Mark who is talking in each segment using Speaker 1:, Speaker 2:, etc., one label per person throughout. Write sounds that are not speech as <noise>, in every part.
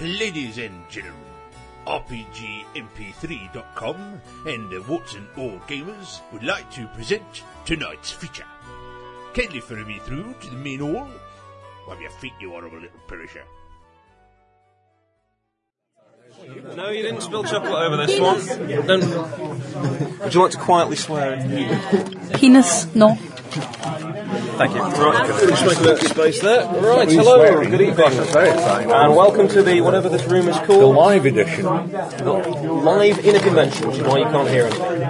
Speaker 1: Ladies and gentlemen, RPGMP3.com and the Watson All Gamers would like to present tonight's feature. Kindly follow me through to the main hall. Wipe your feet, you horrible little perisher.
Speaker 2: No, you didn't spill chocolate over this one. Don't. Would you like to quietly swear in here?
Speaker 3: Penis, no.
Speaker 2: Thank you. Right, just make a little space there. Right, hello, good evening,
Speaker 4: Very exciting.
Speaker 2: and welcome to the whatever this room is
Speaker 4: The
Speaker 2: called,
Speaker 4: live edition.
Speaker 2: live in a convention, which is why you can't hear anything.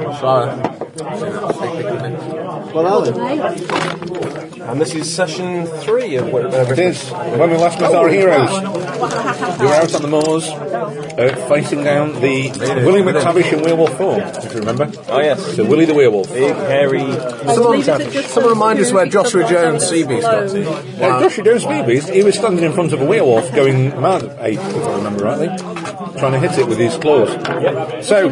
Speaker 2: And this is session three of whatever.
Speaker 4: It is. When we last met our heroes, we were out on the moors, uh, facing down the Willie McTavish and Werewolf 4, if you remember.
Speaker 2: Oh yes,
Speaker 4: So Willie the Werewolf.
Speaker 2: big hairy.
Speaker 5: Someone, someone remind us where Joshua Jones CB's got to.
Speaker 4: Uh, Joshua Jones Babies, he was standing in front of a werewolf going mad at eight, if I remember rightly, trying to hit it with his claws. So,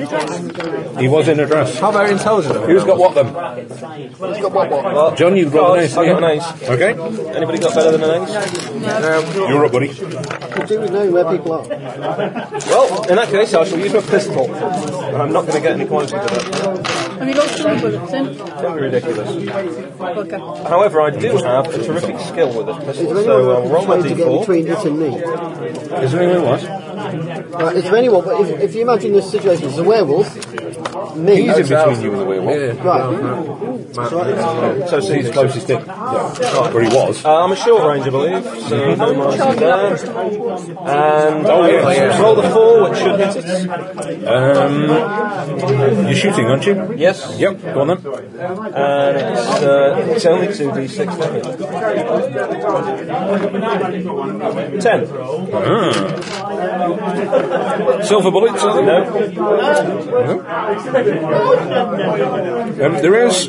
Speaker 4: he was in a dress.
Speaker 5: How very intelligent of him.
Speaker 4: Who's got what then?
Speaker 2: Well,
Speaker 4: John, you've
Speaker 2: oh,
Speaker 4: got an ace.
Speaker 2: I got an
Speaker 4: yeah?
Speaker 2: ace.
Speaker 4: Okay,
Speaker 2: Anybody got better than an ace?
Speaker 4: you're up, buddy.
Speaker 2: Well, in that case, I shall use my pistol. And I'm not going to get any quantity to that.
Speaker 3: Have you got silver bullets in?
Speaker 2: That'd be ridiculous.
Speaker 3: Bugger.
Speaker 2: However, I do have a terrific skill with this pistol,
Speaker 4: uh,
Speaker 2: so I'll roll my
Speaker 6: trying to get
Speaker 2: d4.
Speaker 6: between it and me.
Speaker 4: Is there anyone else?
Speaker 6: Uh, is there anyone? But if, if you imagine this situation, it's a werewolf. Me.
Speaker 4: He's in between you and the werewolf.
Speaker 6: Right.
Speaker 4: So he's closest in. Yeah. Where he was.
Speaker 2: Uh, I'm a short range, I believe, so no margin there. And
Speaker 4: Oh,
Speaker 2: I
Speaker 4: yes.
Speaker 2: roll the four, which should hit it.
Speaker 4: Um, you're shooting, aren't you?
Speaker 2: Yes.
Speaker 4: Yep, go on then.
Speaker 2: And it's, uh, it's only 2d6 damage. 10.
Speaker 4: Ah. Silver bullets, are there?
Speaker 2: No.
Speaker 4: Um, there is a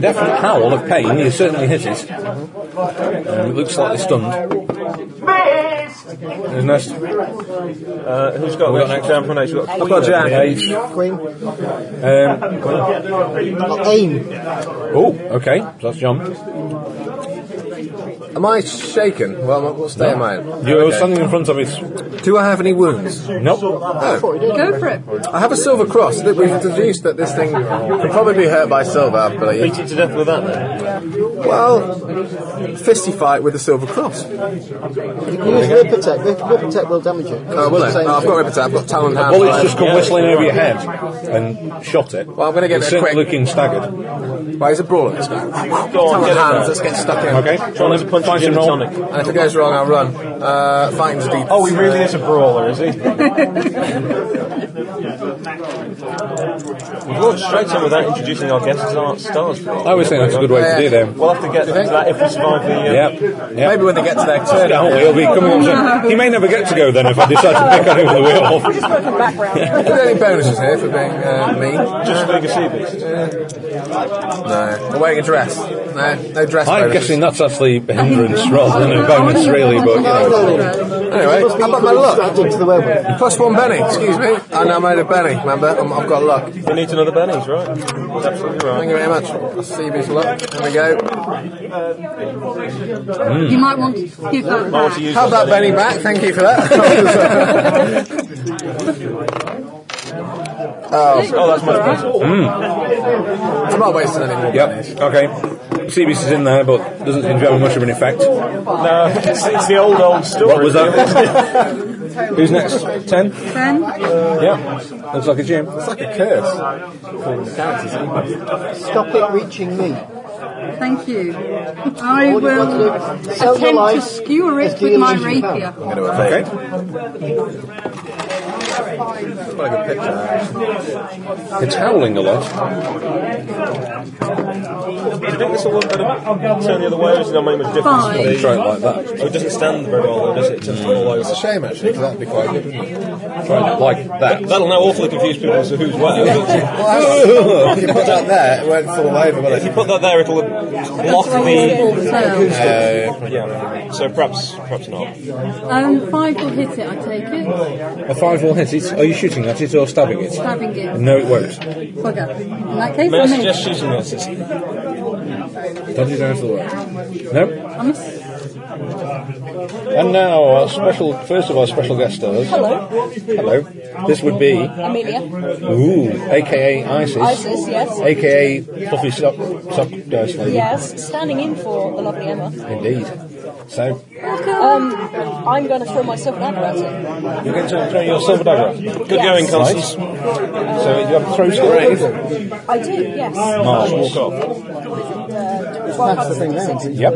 Speaker 4: definite howl of pain. You certainly hit it. Um, it looks slightly stunned. There's next.
Speaker 2: Uh, who's got
Speaker 4: got
Speaker 2: the
Speaker 4: an
Speaker 2: next down from an ace? We've got
Speaker 4: I've got Jack.
Speaker 6: Queen.
Speaker 4: Um,
Speaker 6: Aim.
Speaker 4: oh, okay. So that's John.
Speaker 5: Am I shaken? Well, what state am I in?
Speaker 4: You're
Speaker 5: Okay.
Speaker 4: standing in front of his.
Speaker 5: Do I have any wounds? Oh,
Speaker 4: Nope.
Speaker 3: Go for it.
Speaker 5: I have a silver cross. That we've deduced that this thing could probably be hurt by silver, I believe.
Speaker 2: Beat it to death with that then.
Speaker 5: Well, fisty fight with a silver cross. Oh,
Speaker 6: You can use whip attack. Whip, whip attack will damage it.
Speaker 5: will I?
Speaker 6: It's the same
Speaker 5: Oh,
Speaker 6: thing.
Speaker 5: I've got Ripper I've got Talon Hand.
Speaker 4: Bullets just come whistling over your head and shot it.
Speaker 5: Well, I'm gonna give
Speaker 4: It's
Speaker 5: it a
Speaker 4: certainly
Speaker 5: quick-
Speaker 4: looking staggered.
Speaker 5: Well, he's a brawler, this guy.
Speaker 2: Go on,
Speaker 5: Talon
Speaker 2: get it
Speaker 5: Hands,
Speaker 2: done.
Speaker 5: let's get stuck in.
Speaker 4: Okay. John,
Speaker 2: Let's punch
Speaker 4: punch
Speaker 2: it in
Speaker 4: and
Speaker 2: the
Speaker 4: roll.
Speaker 2: tonic.
Speaker 5: And if it goes wrong, I'll run. Uh, fighting's deep.
Speaker 2: Oh, he really is a brawler, is he? We've launched straight in without introducing our guests as art stars.
Speaker 4: I always think that's a good way to do them.
Speaker 2: We'll have to get to that if we survive the. Uh,
Speaker 4: Yep. yep.
Speaker 5: Maybe when they get to their turn,
Speaker 4: Don't we? He'll be coming up
Speaker 5: <laughs>
Speaker 4: soon. He may never get to go then if I decide to pick on him with the wheel off.
Speaker 5: Are there any bonuses here for being uh, mean? Uh,
Speaker 2: Just being a sea beast.
Speaker 5: No. Or wearing a dress? No, no dress
Speaker 4: I'm
Speaker 5: bonuses.
Speaker 4: guessing that's actually a hindrance rather than a bonus, really, but you know.
Speaker 5: Anyway,
Speaker 6: Must be
Speaker 5: how about my luck?
Speaker 6: attracted to the werewolf.
Speaker 5: Plus one penny, excuse me. I know I made a penny, remember? i I've got luck. Thank
Speaker 2: You need another Benny's, right? That's absolutely right.
Speaker 5: you very much. CB's luck. There we go.
Speaker 3: Mm. You might want to give that
Speaker 2: I want to
Speaker 3: back.
Speaker 2: use
Speaker 5: Have
Speaker 2: that
Speaker 5: that penny back, thank you for <laughs> that.
Speaker 2: Oh, that's much better.
Speaker 5: Mm. I'm not wasting any more pennies.
Speaker 4: Yep, okay. CB's is in there, but doesn't seem to have much of an effect.
Speaker 2: No, it's, it's the old, old story.
Speaker 4: What was that? <laughs> Who's next? Ten?
Speaker 3: Then,
Speaker 4: Yeah. Looks like a gym. It's like a curse.
Speaker 6: Stop it reaching me.
Speaker 3: thank you. I
Speaker 6: All you
Speaker 3: will
Speaker 6: want to do is sell your
Speaker 3: attempt to
Speaker 6: life
Speaker 3: skewer
Speaker 6: as
Speaker 3: it with my
Speaker 6: dearly as you can.
Speaker 3: rapier.
Speaker 5: I'm going to
Speaker 4: Okay.
Speaker 5: evade. Quite a good picture.
Speaker 4: It's howling a lot.
Speaker 2: Do you think this will work better? Turn the other way, or is it not make much difference?
Speaker 3: Five.
Speaker 4: They try it like that.
Speaker 2: So it doesn't stand very well, though, does it? It doesn't fall over.
Speaker 5: It's a shame, actually, because that'd be quite good, wouldn't it?
Speaker 4: Try it like that.
Speaker 2: That'll now awfully confuse people as to who's <laughs> where.
Speaker 5: Well, if you put that there, it won't fall over, will
Speaker 2: if you
Speaker 5: it?
Speaker 2: put that there, it'll block the.
Speaker 3: So,
Speaker 5: Uh,
Speaker 2: Yeah, so perhaps, perhaps not.
Speaker 3: um, five will hit it, I take it.
Speaker 4: A five will hit it. it's are you shooting at it or stabbing it?
Speaker 3: Stabbing it.
Speaker 4: No, it won't.
Speaker 3: Bugger. In that case,
Speaker 2: May I
Speaker 3: I'm in.
Speaker 2: suggest shooting notice?
Speaker 4: Dodge it down to the word. No.
Speaker 3: I must-
Speaker 4: And now our special, first of our special guest stars.
Speaker 7: Hello.
Speaker 4: Hello. This would be
Speaker 7: Amelia.
Speaker 4: Ooh, aka ISIS.
Speaker 7: Isis, yes.
Speaker 4: Aka Fluffy Sock, sock Dice Lady.
Speaker 7: Yes, standing in for the lovely Emma.
Speaker 4: Indeed. So,
Speaker 7: Um, I'm going to throw myself an advert.
Speaker 2: You're going to throw your silver dagger. at it. Good going, Constance.
Speaker 4: so you have a throw straight.
Speaker 7: I do, yes.
Speaker 2: Marsh, walk up.
Speaker 7: Well, that's the thing then.
Speaker 4: Yep.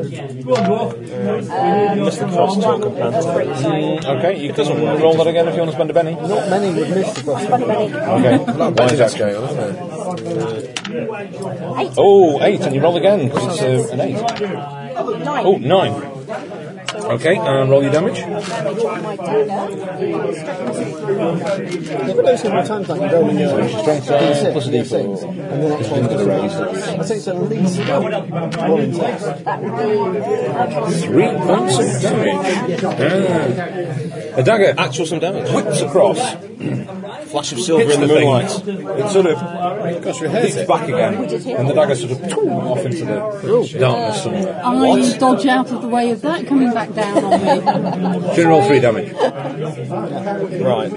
Speaker 2: Just the cross-talk and
Speaker 7: That's
Speaker 2: banter.
Speaker 7: great, sorry.
Speaker 4: Mm, Okay, you can roll that again if you want to spend a penny.
Speaker 6: Not many would miss the question.
Speaker 7: Funny, many.
Speaker 4: Okay.
Speaker 5: That's
Speaker 4: Isaac.
Speaker 5: going on, isn't it?
Speaker 4: Oh, eight, and you roll again because it's uh, an eight.
Speaker 7: Nine.
Speaker 4: Oh, nine. Okay, um, roll your damage.
Speaker 2: Oh.
Speaker 7: Damage on my dagger is
Speaker 6: Never knows how many times I can go in there.
Speaker 4: Strength uh, plus a d4.
Speaker 6: And the next one's I think it's at least one in ten.
Speaker 7: that would be
Speaker 4: Three points of damage. Ah. A dagger
Speaker 2: Actual some damage.
Speaker 4: whips across,
Speaker 2: Flash of silver
Speaker 4: hits
Speaker 2: in the
Speaker 4: the thing.
Speaker 2: moonlight.
Speaker 4: It sort of goes through hits back again, and the dagger sort of toom, off into the darkness somewhere.
Speaker 3: I dodge out of the way of that coming back down on me.
Speaker 4: Should roll three damage.
Speaker 2: Right,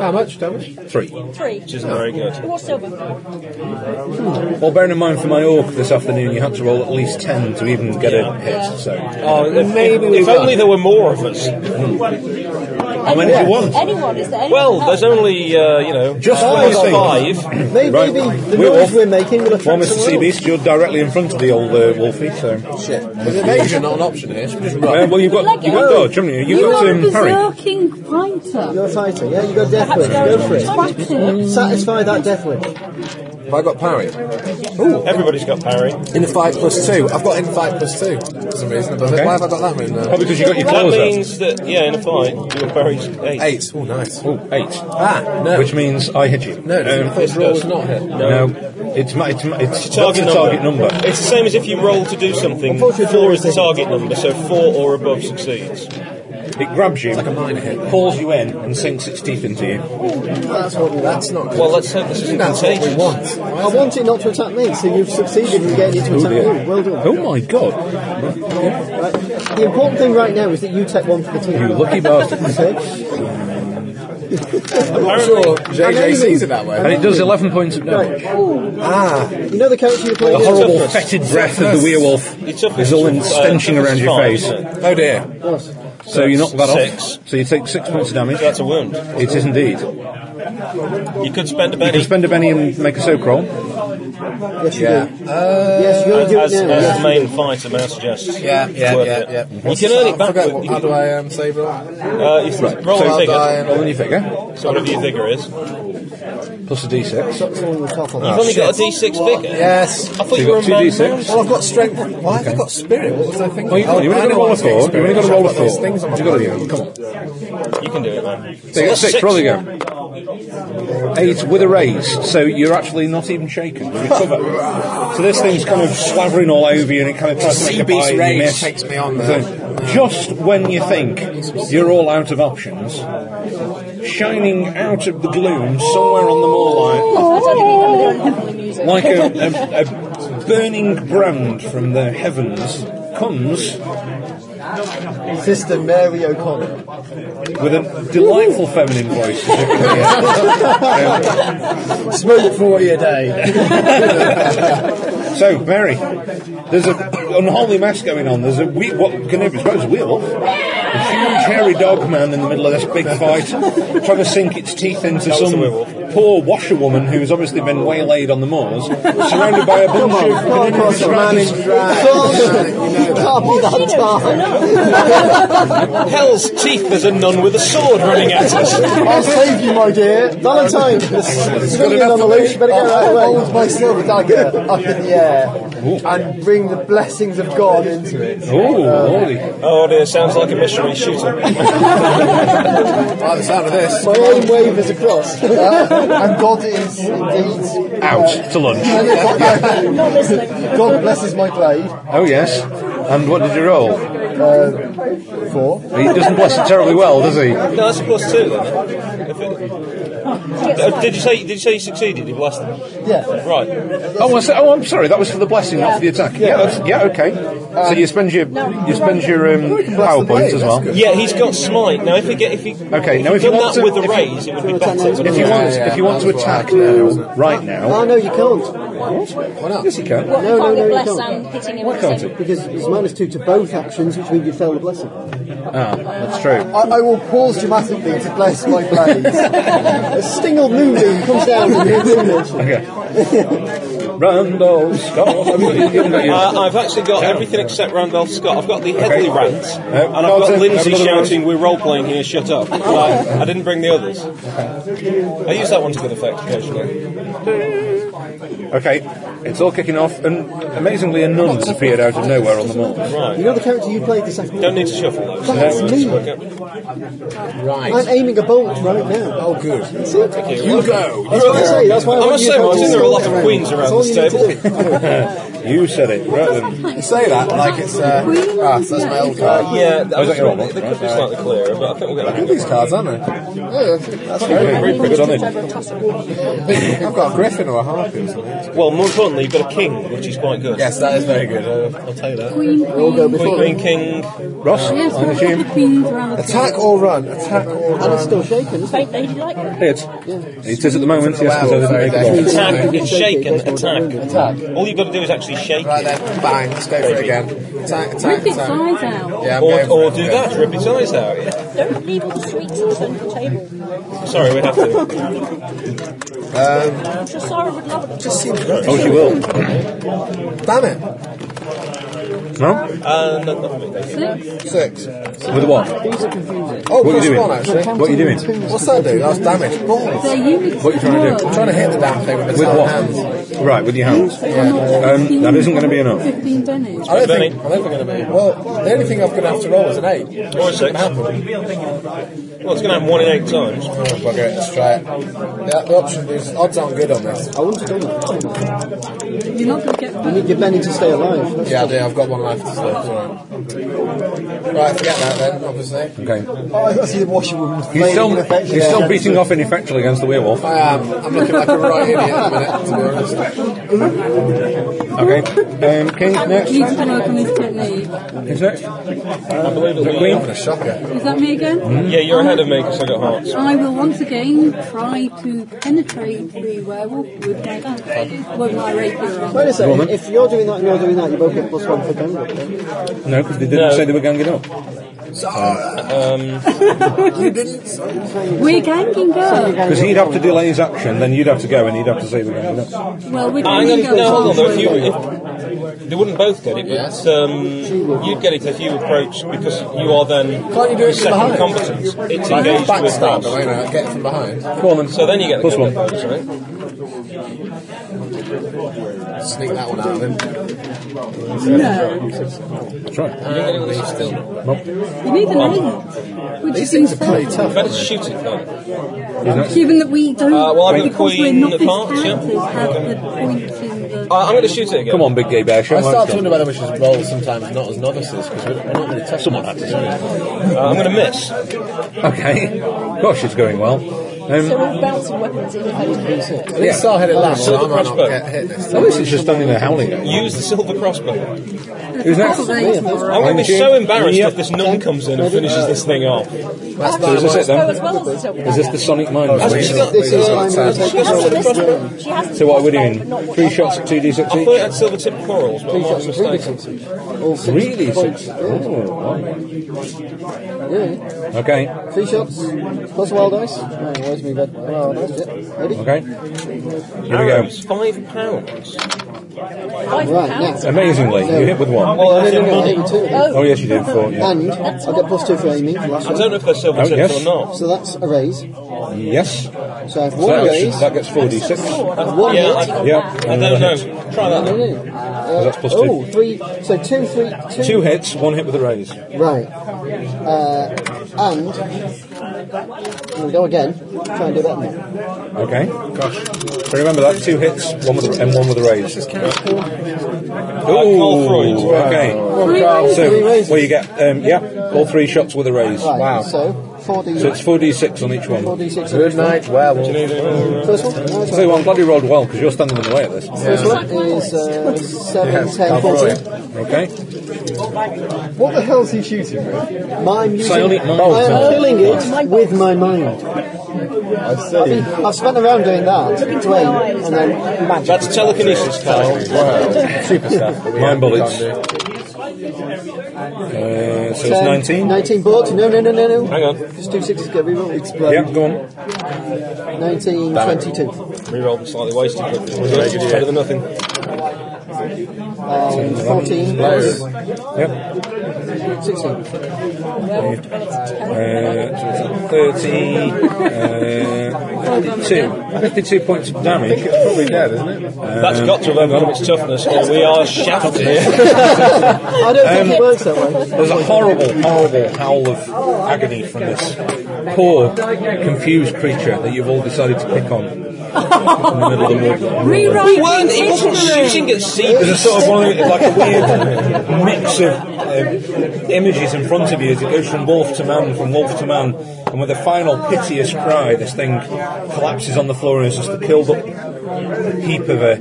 Speaker 6: How much damage?
Speaker 4: Three.
Speaker 7: three.
Speaker 2: which isn't very good.
Speaker 7: Four silver.
Speaker 4: Well, bearing in mind for my orc this afternoon, you had to roll at least ten to even get a hit. So,
Speaker 2: Oh, if,
Speaker 6: Maybe
Speaker 2: if-
Speaker 6: we
Speaker 2: if
Speaker 6: can.
Speaker 2: only there were more of us.
Speaker 4: how many do you want?
Speaker 7: Anyone, is there anyone?
Speaker 2: Well, there's only, uh, you know,
Speaker 4: Just
Speaker 2: five.
Speaker 4: five.
Speaker 2: five.
Speaker 6: Maybe
Speaker 4: Right.
Speaker 6: the, the
Speaker 4: We're
Speaker 6: noise
Speaker 4: off.
Speaker 6: we're making will
Speaker 4: Well,
Speaker 6: attract
Speaker 4: Mr.
Speaker 6: someone
Speaker 4: Sea
Speaker 6: else.
Speaker 4: Beast, you're directly in front of the old uh, Wolfie, so.
Speaker 5: Shit. There's an invasion, not an option here. So we just
Speaker 4: Well,
Speaker 5: run.
Speaker 4: well, you've got, you've got dodge, haven't you? You've
Speaker 3: you
Speaker 4: got
Speaker 3: are a
Speaker 4: um, parry.
Speaker 3: berserking fighter.
Speaker 6: You're fighting, yeah? You got death
Speaker 7: Perhaps
Speaker 6: wish.
Speaker 7: there
Speaker 6: Go for
Speaker 7: are
Speaker 6: it.
Speaker 3: Whack it.
Speaker 6: Satisfy that death wish.
Speaker 5: Have I got parry?
Speaker 2: Everybody's got parry.
Speaker 5: In the five plus two. I've got in five plus two for some reason. But
Speaker 4: Okay.
Speaker 5: Why have I got that one in there?
Speaker 4: Probably because you got your
Speaker 2: That
Speaker 4: claws out.
Speaker 2: means that, yeah, in a fight, your parry's eight.
Speaker 5: Eight. Oh, nice.
Speaker 4: Oh, eight.
Speaker 5: Ah, no.
Speaker 4: Which means I hit you.
Speaker 5: no, the
Speaker 4: Um,
Speaker 5: first roll is not hit.
Speaker 4: no. It's, ma- it's, ma- it's
Speaker 2: Target
Speaker 4: that's the target number.
Speaker 2: It's the same as if you roll to do something. Four is the target number, so four or above succeeds.
Speaker 4: It grabs you, pulls you in, and sinks its teeth into you.
Speaker 6: That's what we want.
Speaker 5: That's not good.
Speaker 2: Well, let's hope this isn't
Speaker 5: That's what we
Speaker 2: contagious.
Speaker 5: want.
Speaker 6: I want it not to attack me, so you've succeeded in getting it to attack
Speaker 4: dear.
Speaker 6: you. Well done.
Speaker 4: Oh my god.
Speaker 6: Right. The important thing right now is that you take one for the team.
Speaker 4: You lucky bastard.
Speaker 6: See?
Speaker 5: I'm not sure JJ sees it that
Speaker 4: And
Speaker 5: way.
Speaker 4: it does 11 points of damage.
Speaker 5: Ah,
Speaker 6: You know the character you're
Speaker 4: The
Speaker 6: playing is?
Speaker 4: horrible fetid breath of the werewolf
Speaker 2: It's up
Speaker 4: is all in stenching around your face.
Speaker 5: oh dear.
Speaker 4: So you knock that
Speaker 2: Six.
Speaker 4: off. So you take six points of damage.
Speaker 2: That's a wound.
Speaker 4: It is indeed.
Speaker 2: You could spend a
Speaker 4: You can
Speaker 2: penny.
Speaker 4: spend a penny and make a soak roll.
Speaker 6: Yes, you
Speaker 5: Yeah.
Speaker 6: do.
Speaker 5: Uh,
Speaker 6: Yes, you do
Speaker 2: As,
Speaker 6: it now.
Speaker 2: as the
Speaker 6: Yes.
Speaker 2: main fighter, may I suggest?
Speaker 5: yeah, yeah,
Speaker 2: It's worth
Speaker 5: yeah,
Speaker 2: it.
Speaker 5: yeah.
Speaker 2: You can earn it back.
Speaker 5: I
Speaker 2: but
Speaker 5: forget,
Speaker 2: you
Speaker 5: how
Speaker 2: can-
Speaker 5: do I um, save it? How
Speaker 2: Uh, if you roll
Speaker 5: do
Speaker 2: a
Speaker 5: I,
Speaker 2: figure.
Speaker 5: um,
Speaker 4: Roll a new figure.
Speaker 2: So whatever your figure is. You've
Speaker 4: Plus a d6.
Speaker 6: Shot someone in the top of
Speaker 2: only got a d6 figure.
Speaker 5: Yes.
Speaker 2: I thought you
Speaker 4: So Oh, you've
Speaker 2: were
Speaker 4: got
Speaker 2: a
Speaker 4: two
Speaker 2: man.
Speaker 4: d6.
Speaker 5: Well, I've got strength. Why have I got spirit? What was I thinking?
Speaker 4: Oh, you
Speaker 5: oh,
Speaker 4: can't. You've only got to roll a four. You've only got to roll a four. You've
Speaker 5: Things on
Speaker 4: got to
Speaker 5: my
Speaker 4: do. Come on.
Speaker 2: You can do it, man.
Speaker 4: So you got six. Roll again. Eight with a raise. So you're actually not even shaken. You recover. so this thing's kind of slavering all over you, and it kind of tries to make a
Speaker 5: Sea-beast
Speaker 4: bite. and
Speaker 5: rage
Speaker 4: you miss.
Speaker 5: takes me on
Speaker 4: So
Speaker 5: there.
Speaker 4: just when you think you're all out of options, shining out of the gloom somewhere on the moorline,
Speaker 7: I don't think I'm hearing heavenly music.
Speaker 4: like a, a, a burning brand from the heavens, comes
Speaker 6: it. Sister Mary O'Connor.
Speaker 4: with a delightful feminine voice.
Speaker 6: Smoke for you a day.
Speaker 4: So, Mary, there's an unholy mess going on. There's a we- what can I suppose a werewolf, a huge hairy dog man in the middle of this big fight, trying to sink its teeth into
Speaker 2: was
Speaker 4: some
Speaker 2: the werewolf.
Speaker 4: poor washerwoman who's obviously been waylaid on the moors, surrounded by a bunch of
Speaker 6: Come across a man in drag. You can't be that dark.
Speaker 2: Hell's teeth, there's a nun with a sword running at us.
Speaker 6: I'll save you, my dear. Valentine, there's swinging
Speaker 5: enough
Speaker 6: on the
Speaker 5: for me.
Speaker 6: loose. You better
Speaker 5: I'll-
Speaker 6: go right
Speaker 5: I'll
Speaker 6: away.
Speaker 5: hold
Speaker 6: my silver dagger up in the air and bring the blessings of God into it.
Speaker 4: Oh, holy.
Speaker 2: Oh dear, sounds like a missionary shooter.
Speaker 5: By the sound of this,
Speaker 6: My aim wavers across. <laughs> and God is indeed.
Speaker 4: Out to lunch.
Speaker 7: Not listening.
Speaker 6: <laughs> God blesses my blade.
Speaker 4: Oh, yes. And what did you roll?
Speaker 6: Four.
Speaker 5: Uh,
Speaker 4: He doesn't bless it terribly well, does he?
Speaker 2: No, that's a plus two, then. eh? If benefit? Uh, did you say? Did you say you succeeded? You blessed them.
Speaker 6: Yeah.
Speaker 2: Right.
Speaker 4: Oh, I said, oh, I'm sorry. That was for the blessing, not for the attack. Yeah, that's, yeah, okay. so you spend your you spend your um, powerpoints as well.
Speaker 2: Yeah, he's got smite. Now, if he get if he
Speaker 4: Okay, now
Speaker 2: he'd
Speaker 4: if you
Speaker 2: done
Speaker 4: want
Speaker 2: that
Speaker 4: to-
Speaker 2: with a
Speaker 4: if you-
Speaker 2: raise, it would be better. wouldn't
Speaker 4: If you
Speaker 2: it?
Speaker 4: want, if you want to attack now, right now,
Speaker 6: Oh, no, you can't.
Speaker 4: why not? Yes, you can.
Speaker 7: Well,
Speaker 6: No, no,
Speaker 7: can't
Speaker 6: no,
Speaker 7: we
Speaker 6: you
Speaker 7: bless
Speaker 6: don't.
Speaker 7: and hitting him
Speaker 4: Why
Speaker 7: at the
Speaker 4: can't
Speaker 7: same-
Speaker 4: it?
Speaker 6: Because it's minus two to both actions, which means you fail the blessing.
Speaker 4: Ah, that's true.
Speaker 6: I, I will pause dramatically to bless my blades. <laughs> a stingled moonbeam comes down from the illumination.
Speaker 4: Okay. Randall Scott. I mean, you haven't got your-
Speaker 2: Uh, I've actually got everything except Randolph Scott. I've got the Headley rant, and I've
Speaker 4: Carlton,
Speaker 2: got Lindsay
Speaker 4: another round.
Speaker 2: shouting, "We're role playing here, shut up!" And I, I didn't bring the others. I use that one to good effect occasionally.
Speaker 4: Okay, it's all kicking off, and amazingly, a nun has appeared out of nowhere on the mall.
Speaker 6: You know the character you played this afternoon?
Speaker 2: Don't need to shuffle those.
Speaker 6: That's me. I'm aiming a bolt right now. Oh, good. That's it.
Speaker 2: You
Speaker 6: go. That's what I say. That's why I
Speaker 2: I
Speaker 6: want
Speaker 2: must
Speaker 6: you
Speaker 2: say,
Speaker 6: to
Speaker 2: Martin,
Speaker 6: focus
Speaker 2: there are a lot
Speaker 6: on
Speaker 2: of queens around
Speaker 6: That's all
Speaker 2: this
Speaker 6: you need to
Speaker 2: table.
Speaker 6: do.
Speaker 4: You said it, right then.
Speaker 5: You say that like it's. Uh, ah, so that's my old card.
Speaker 2: Yeah,
Speaker 4: Oh, is that your old one?
Speaker 2: they could be slightly clearer, but I think we'll get
Speaker 5: Look at these cards, aren't they? Yeah, that's
Speaker 4: Very
Speaker 5: great.
Speaker 4: good on it.
Speaker 5: I've got a griffin or a harpy or something.
Speaker 2: Well, more importantly, you've got a king, which is quite good.
Speaker 5: Yes, that is very good. Uh, I'll tell you that.
Speaker 3: Queen, queen.
Speaker 2: Queen, queen, king.
Speaker 4: Ross,
Speaker 3: Yes,
Speaker 4: I
Speaker 3: all the
Speaker 4: assume.
Speaker 3: queens are on the
Speaker 5: Attack or run. Attack or
Speaker 6: And it's
Speaker 5: run.
Speaker 6: still shaking. isn't it?
Speaker 7: Faint lady like that.
Speaker 4: It. It is at the moment, yes, because I didn't make
Speaker 5: Wow.
Speaker 4: it off.
Speaker 2: Attack, it's shaken,
Speaker 6: It's
Speaker 2: attack.
Speaker 6: shaken.
Speaker 2: All you've got to do is actually shake
Speaker 5: Right
Speaker 2: it.
Speaker 5: then, bang. Let's go for it again. Attack, attack,
Speaker 3: Rip its
Speaker 5: attack.
Speaker 3: eyes out.
Speaker 5: Yeah, I'm
Speaker 2: Or,
Speaker 5: going for
Speaker 2: or
Speaker 5: it.
Speaker 2: do
Speaker 5: Okay.
Speaker 2: that, rip its eyes out. yeah.
Speaker 7: Don't leave all the sweets at the centre of the table.
Speaker 2: Sorry, we have to.
Speaker 7: Trasara would love it.
Speaker 5: Just seems good.
Speaker 4: Oh, she will.
Speaker 5: Damn it.
Speaker 4: No?
Speaker 2: Uh, no, nothing.
Speaker 5: Six.
Speaker 4: With what?
Speaker 5: Oh,
Speaker 4: What are you
Speaker 5: plus
Speaker 4: doing?
Speaker 5: one, actually.
Speaker 4: What are you doing?
Speaker 5: What's that do? That's damage. Balls.
Speaker 3: Their units
Speaker 4: What are you trying to do?
Speaker 5: I'm trying to hit the damn thing with
Speaker 4: With
Speaker 5: my
Speaker 4: what?
Speaker 5: hands.
Speaker 4: Right, with your hands. Um, that isn't going to be enough.
Speaker 3: 15 pennies.
Speaker 5: I don't
Speaker 2: Benny.
Speaker 5: think, I don't think I'm going to be. Well, the only thing I'm going to have to roll is an eight.
Speaker 2: Or a six. Well, it's going to happen one in eight times.
Speaker 5: Oh, bugger it, let's try it. The, the option is odds aren't good on this.
Speaker 6: I wouldn't have done that.
Speaker 3: You're not going to get
Speaker 6: You
Speaker 3: back.
Speaker 6: need your Benny to stay alive.
Speaker 5: Yeah, I do. I've got one left. So it's all right. right, forget that then, obviously.
Speaker 4: Okay.
Speaker 6: Oh, I got to see the washerwoman.
Speaker 4: He's still, he's still beating off ineffectually against the werewolf.
Speaker 5: I am. I'm looking like a right idiot at the minute, to be honest.
Speaker 4: Okay. Um, King, next.
Speaker 3: Needs to work on his technique.
Speaker 4: Who's next?
Speaker 2: I believe it
Speaker 4: The
Speaker 2: will.
Speaker 4: Queen?
Speaker 5: What a shocker.
Speaker 3: Is that me again?
Speaker 4: Hmm?
Speaker 2: Yeah, you're ahead of me because I got hearts.
Speaker 3: I will once again try to penetrate the werewolf with my dance, with my rapier on.
Speaker 4: <laughs>
Speaker 6: Wait a second. If you're doing that and you're doing that, you both get plus one for damage.
Speaker 4: No, because they didn't
Speaker 2: No.
Speaker 4: say they were ganging up.
Speaker 5: Uh,
Speaker 3: We're ganging up.
Speaker 4: Because he'd have to delay his action, then you'd have to go and he'd have to say we're going to go.
Speaker 3: Well, we're
Speaker 2: I'm
Speaker 3: ganging
Speaker 2: gonna,
Speaker 3: up.
Speaker 2: no, hold on though.
Speaker 3: aren't
Speaker 2: If
Speaker 3: we?
Speaker 2: you, if, they wouldn't both get it, but um, you'd get it if you approach because you are then
Speaker 5: Can't you do it from
Speaker 2: second
Speaker 5: behind?
Speaker 2: competence. It's
Speaker 5: I
Speaker 2: engaged with
Speaker 5: backstab, but
Speaker 2: Ross.
Speaker 5: wait a minute, get it from behind.
Speaker 4: Come on then.
Speaker 2: So then you get the
Speaker 4: Plus
Speaker 2: good
Speaker 4: one.
Speaker 2: bonus,
Speaker 5: Uh,
Speaker 2: right?
Speaker 5: Sneak that one out of him.
Speaker 4: That's right.
Speaker 5: And he's still.
Speaker 3: You need an eight. Which
Speaker 5: These
Speaker 3: These
Speaker 5: things are pretty tough.
Speaker 2: Better shoot it then.
Speaker 3: Given that we don't,
Speaker 2: Uh, well, I've got
Speaker 3: because we're
Speaker 2: queen
Speaker 3: not
Speaker 2: of
Speaker 3: these
Speaker 2: hearts, yeah.
Speaker 3: characters have the points in the.
Speaker 2: I Uh, I'm going to shoot it again.
Speaker 4: Come on, big gay bear. Show
Speaker 5: I
Speaker 4: him how
Speaker 5: start
Speaker 4: it's
Speaker 5: to
Speaker 4: done.
Speaker 5: wonder whether we should roll sometimes not as novices, because we're we're not really tough. Someone had to do it.
Speaker 2: Uh, I'm going to miss.
Speaker 4: Okay. Gosh, it's going well. Um,
Speaker 7: So we're bouncing weapons in the head.
Speaker 5: At least I'll hit it last, so I might not
Speaker 2: Crossbow.
Speaker 5: get hit this
Speaker 4: at least it's just standing there howling. at you.
Speaker 2: Use the silver crossbow.
Speaker 4: Who's next?
Speaker 2: I'm going to be
Speaker 4: Thank you.
Speaker 2: so embarrassed
Speaker 4: Yep.
Speaker 2: if this nun comes in and finishes this thing off.
Speaker 4: So
Speaker 5: That's
Speaker 4: is this it
Speaker 7: Oh,
Speaker 4: then?
Speaker 7: as well as the silver
Speaker 4: Is this the Sonic Mind?
Speaker 5: This
Speaker 4: one?
Speaker 5: is- this is like
Speaker 7: She has the crossbow. She has the
Speaker 4: So what are we
Speaker 7: crossbow,
Speaker 4: doing?
Speaker 7: but not what
Speaker 4: Three
Speaker 7: I've
Speaker 4: shots
Speaker 7: got.
Speaker 4: at 2d6
Speaker 2: I thought it
Speaker 4: each?
Speaker 2: had silver tip corals, but I might be mistaken.
Speaker 6: All six
Speaker 4: Really?
Speaker 6: points.
Speaker 4: Six? Oh,
Speaker 6: Yeah.
Speaker 4: wow. Okay.
Speaker 6: Three shots plus wild dice. No, where's me bed? Oh, that's it. Ready?
Speaker 4: Okay. Here we go.
Speaker 2: Arrows, five pounds.
Speaker 7: Five
Speaker 6: Right,
Speaker 7: pounds.
Speaker 4: Amazingly, you hit with one.
Speaker 2: Well, I
Speaker 6: No,
Speaker 2: don't
Speaker 6: no, no, I
Speaker 2: know.
Speaker 6: gave you two.
Speaker 4: Oh, yes, you did. Four, yeah.
Speaker 6: And I get plus two for aiming for the last
Speaker 2: I don't
Speaker 6: one.
Speaker 2: know if they're silver
Speaker 4: Oh,
Speaker 2: tips
Speaker 4: yes.
Speaker 2: or not.
Speaker 6: So that's a raise.
Speaker 4: Yes.
Speaker 6: So I have
Speaker 4: So
Speaker 6: one
Speaker 4: that
Speaker 6: raise.
Speaker 4: gets, that gets 4d6.
Speaker 6: One
Speaker 2: Uh, Yeah,
Speaker 6: hit.
Speaker 2: I,
Speaker 4: Yeah.
Speaker 2: I don't know. Try that. Then.
Speaker 6: No, no. Uh,
Speaker 4: that's plus two.
Speaker 6: Oh, three. So two, three, two.
Speaker 4: Two hits, one hit with a raise.
Speaker 6: Right. Uh, and I'm gonna go again. Try and do that now.
Speaker 4: Okay. Gosh. So remember that two hits, one with a, and one with a raise.
Speaker 2: Carl Freud.
Speaker 4: Ooh, okay.
Speaker 3: Three
Speaker 4: So,
Speaker 6: Three raises.
Speaker 4: well, you get um, yeah, all three shots with a raise.
Speaker 6: Right.
Speaker 4: Wow.
Speaker 6: So four D.
Speaker 4: So it's 4d6 on each
Speaker 6: Four
Speaker 4: one.
Speaker 6: D six.
Speaker 5: Good night, werewolf.
Speaker 6: First one. No, it's
Speaker 4: So I'm glad you rolled well because you're standing in the way of this.
Speaker 6: First one is uh, 7,
Speaker 5: Yeah,
Speaker 6: 10,
Speaker 5: I'll throw
Speaker 6: 14.
Speaker 5: it.
Speaker 4: Okay.
Speaker 8: What the hell's he shooting with?
Speaker 6: Mine using,
Speaker 4: Psionic
Speaker 6: I'm
Speaker 4: mode.
Speaker 6: killing it with my mind.
Speaker 8: I see.
Speaker 6: I've spent a round doing that, doing, and then magic.
Speaker 2: That's telekinesis, Kyle.
Speaker 5: Super stuff. that we
Speaker 4: Mind
Speaker 5: have
Speaker 4: bullets.
Speaker 5: done.
Speaker 4: Uh, so
Speaker 6: Ten,
Speaker 4: it's 19.
Speaker 6: 19 boards. No, no, no, no, no.
Speaker 2: Hang on.
Speaker 6: Because two sixes get rerolled. Explode.
Speaker 4: Yeah, go on.
Speaker 6: 19, 22.
Speaker 2: Rerolled and slightly wasted. but Good. Better than nothing.
Speaker 6: Um, 14 plus
Speaker 4: Yep.
Speaker 6: 16.
Speaker 4: Uh, so it's 30. Uh, 52 points of damage.
Speaker 5: It's probably dead, isn't it?
Speaker 4: Um,
Speaker 2: That's got to have overcome its toughness, or we are shafted here.
Speaker 6: I don't think
Speaker 2: Um,
Speaker 6: it works that way.
Speaker 4: There's a horrible, horrible howl of agony from this poor, confused creature that you've all decided to pick on in the middle of the wood.
Speaker 3: Rewriting
Speaker 2: It wasn't
Speaker 3: history.
Speaker 2: shooting at sea.
Speaker 4: There's a sort of one, of the- like a weird mix of um, images in front of you as it goes from wolf to man, from wolf to man, and with a final piteous cry, this thing collapses on the floor and is just a killed up heap of a,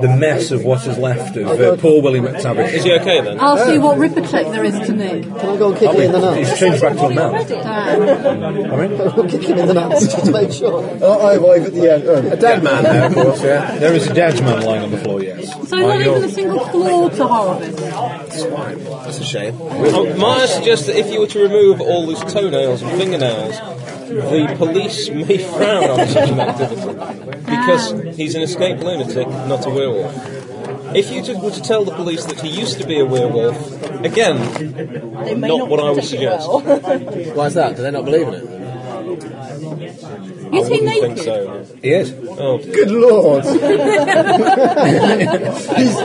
Speaker 4: the mess of what is left of uh, poor Willie McTavish.
Speaker 2: Is he okay then?
Speaker 3: I'll see what ripper trick there is to make.
Speaker 6: Can I go and kick him in the nuts?
Speaker 4: He's changed back to a man.
Speaker 3: Damn.
Speaker 6: <laughs> I'll kick him in the nuts just to make sure.
Speaker 8: I arrive at the end.
Speaker 5: A dead man there, of course, yeah.
Speaker 4: There is a dead man lying on the floor, yes.
Speaker 3: So not even a single floor to harvest.
Speaker 2: That's a shame. might I suggest that if you were to remove all those toenails and fingernails, the police may frown on such an activity because he's an escaped lunatic, not a werewolf. If you just were to tell the police that he used to be a werewolf, again,
Speaker 7: They may
Speaker 2: Not
Speaker 7: not,
Speaker 2: what I would
Speaker 7: take it
Speaker 2: suggest.
Speaker 7: Well.
Speaker 9: Why is that? Do they not believe in it?
Speaker 3: Is he
Speaker 2: I think
Speaker 3: naked?
Speaker 2: so.
Speaker 4: He is.
Speaker 2: Oh, dear.
Speaker 8: Good lord! he's,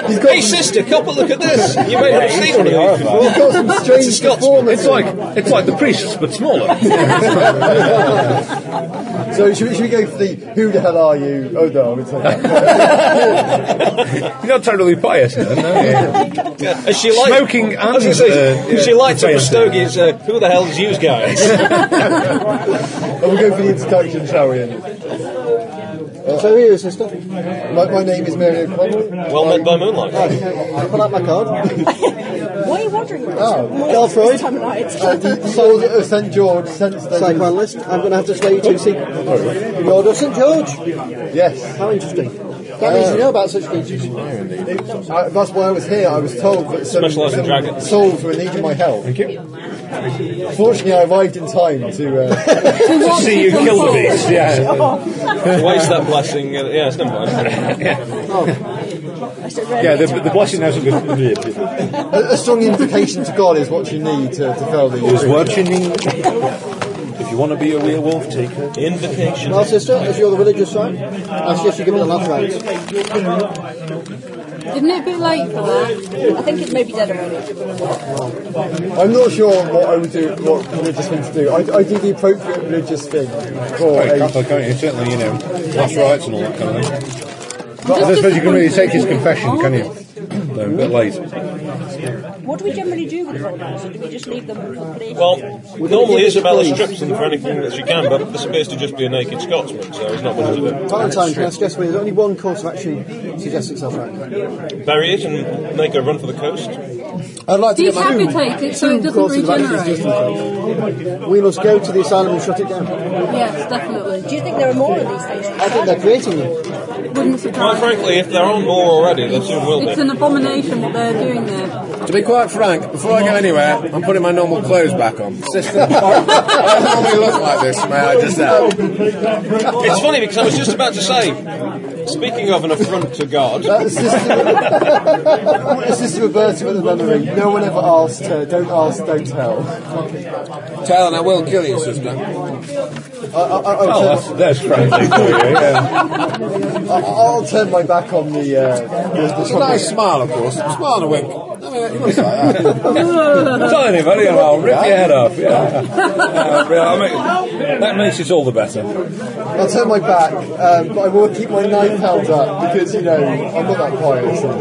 Speaker 8: he's got
Speaker 2: hey sister, copper, look at this! You may not have seen one of these before.
Speaker 8: He's got some strange
Speaker 2: Scots-
Speaker 8: performance.
Speaker 4: It's like it's like the priests, but smaller.
Speaker 8: So should we, should we go for the who the hell are you? Oh no, it's not that.
Speaker 4: You're not totally pious, then, are you?
Speaker 2: As she liked,
Speaker 4: Smoking and,
Speaker 2: as I say,
Speaker 4: uh, yeah,
Speaker 2: she lights up a
Speaker 4: fans.
Speaker 2: stogie. and says, uh, who the hell's you guys?
Speaker 8: Oh, we'll go for the introduction, shall we? Ian?
Speaker 6: So here is sister.
Speaker 8: My, my name is Mary O'Connell.
Speaker 2: well met by moonlight.
Speaker 6: Pull out my <laughs> card.
Speaker 7: Why are you wondering about
Speaker 8: Oh,
Speaker 7: Why
Speaker 6: Carl
Speaker 7: this
Speaker 6: Freud?
Speaker 7: time
Speaker 6: <laughs>
Speaker 7: of night?
Speaker 8: Uh, the, the soldier of St George since then.
Speaker 6: Psychoanalyst. I'm going to have to slay you two secrets. Lord of St George.
Speaker 8: Yes,
Speaker 6: How interesting. That means you know about such creatures.
Speaker 8: I, Uh, that's why I was here. I was told that some,
Speaker 2: Specialised in
Speaker 8: some
Speaker 2: dragons.
Speaker 8: souls were in need of my help. Thank you. Fortunately, I arrived in time to. Uh,
Speaker 4: See you kill the beast. Yeah.
Speaker 2: Waste that blessing. Uh, yeah, it's never mind.
Speaker 4: Yeah, the, the blessing hasn't been.
Speaker 8: a, a strong invocation to God is what you need to, to fell the.
Speaker 4: Is watching. If you want to be a werewolf, take her.
Speaker 2: Invocation.
Speaker 6: Well, sister, as you're the religious side, I suggest you give it the last round.
Speaker 3: Isn't it a bit late for that?
Speaker 7: I think it may be dead already.
Speaker 8: I'm not sure what I would do, what religious thing to do. I, I do the appropriate religious thing for
Speaker 4: Very
Speaker 8: a,
Speaker 4: Catholic, aren't you? Certainly, you know, last rites and all that kind of thing.
Speaker 5: I don't suppose you can really take his confession, can you?
Speaker 4: No, a bit late.
Speaker 7: What do we generally do with all that? So do we just leave them for play?
Speaker 2: Well, normally Isabella strips them for anything that she can, but this appears to just be a naked Scotsman, so he's not one to do.
Speaker 6: Valentine, can I suggest there's only one course of action suggests itself right?
Speaker 2: it. Bury it and make a run for the coast.
Speaker 8: I'd like to get my
Speaker 3: Decapitate it so it doesn't
Speaker 6: courses of action is
Speaker 3: regenerate.
Speaker 6: just encouraged. We must go to the asylum and shut it down.
Speaker 3: Yes, definitely.
Speaker 7: Do you think there are more of these things?
Speaker 6: I think they're creating them.
Speaker 3: Wouldn't
Speaker 2: Quite
Speaker 3: surprise me.
Speaker 2: frankly, if there aren't more already, there soon will
Speaker 3: It's
Speaker 2: be.
Speaker 3: an abomination what they're doing there.
Speaker 5: To be quite frank, before I go anywhere, I'm putting my normal clothes back on. <laughs> Sister, I don't normally look like this, may I just add?
Speaker 2: It's funny because I was just about to say, speaking of an affront to God,
Speaker 8: Uh, Sister, Sister Roberta at <laughs> the nunnery. No one ever asked her. Don't ask, don't tell.
Speaker 5: Tell and I will kill you, sister.
Speaker 8: I, I, I, I'll,
Speaker 4: That's, that's friendly for you. Yeah.
Speaker 8: turn, I, I'll turn my back on the. Uh, the, the
Speaker 5: It's a nice smile, of course. Smile and a wink. I mean, you must like that.
Speaker 4: Tell anybody, and I'll rip your head off. Yeah.
Speaker 5: <laughs>
Speaker 4: Uh, really, I'll make- that makes it all the better.
Speaker 8: I'll turn my back, um, but I will keep my knife held up because you know I'm not that quiet. So.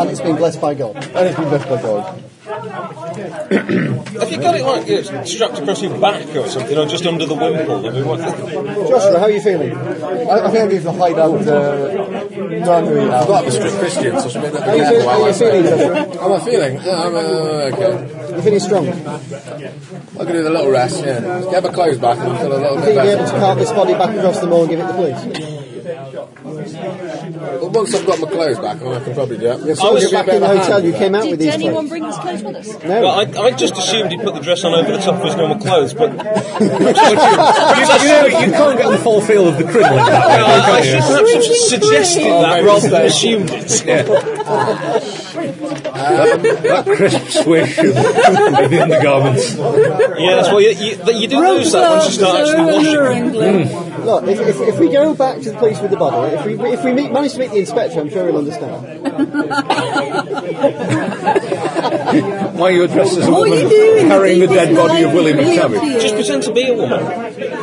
Speaker 6: And it's been blessed by God.
Speaker 8: And it's been left by God.
Speaker 2: Have you got it like yeah, strapped across your back or something, or just under the wimple? I mean, what,
Speaker 6: Joshua, how are you feeling? I, I think I gave the hide out. Uh, January
Speaker 5: I
Speaker 6: out.
Speaker 5: thought I was strict Christian, so she made that
Speaker 6: How are you,
Speaker 5: clear
Speaker 6: feel, how
Speaker 5: while
Speaker 6: are
Speaker 5: I
Speaker 6: you
Speaker 5: said
Speaker 6: feeling,
Speaker 5: it.
Speaker 6: Joshua?
Speaker 5: How am I feeling? Yeah, I'm uh, okay.
Speaker 6: You feeling strong? Do you
Speaker 5: I'll give it a little rest, yeah. Just get my clothes back and feel a little bit
Speaker 6: think you'll be able to
Speaker 5: better.
Speaker 6: cart this body back across the moor and give it the police?
Speaker 5: But once I've got my clothes back on, I can probably do it.
Speaker 6: If someone
Speaker 2: was
Speaker 6: back in the hotel, you came out with
Speaker 7: Did
Speaker 6: these
Speaker 7: anyone
Speaker 6: clothes.
Speaker 7: bring his clothes with us?
Speaker 6: No.
Speaker 2: well, I, I just assumed he put the dress on over the top of his normal clothes, but <laughs> perhaps I should-
Speaker 4: You can't get the full feel of the crinoline that way.
Speaker 2: well, I should perhaps have suggested that rather than assumed it.
Speaker 4: That crisp swish of, of the undergarments.
Speaker 2: Yes, well, you, you, you do lose that once you start actually washing.
Speaker 5: Hmm.
Speaker 6: Look, if, if, if we go back to the police with the body, if we, if we meet, manage to meet the inspector, I'm sure he'll understand.
Speaker 4: Why you dressed as a
Speaker 3: What are
Speaker 4: woman
Speaker 3: you doing?
Speaker 4: carrying the dead body of Willie
Speaker 3: Really up to
Speaker 4: McTavish?
Speaker 3: you.
Speaker 2: Just pretend to be a woman.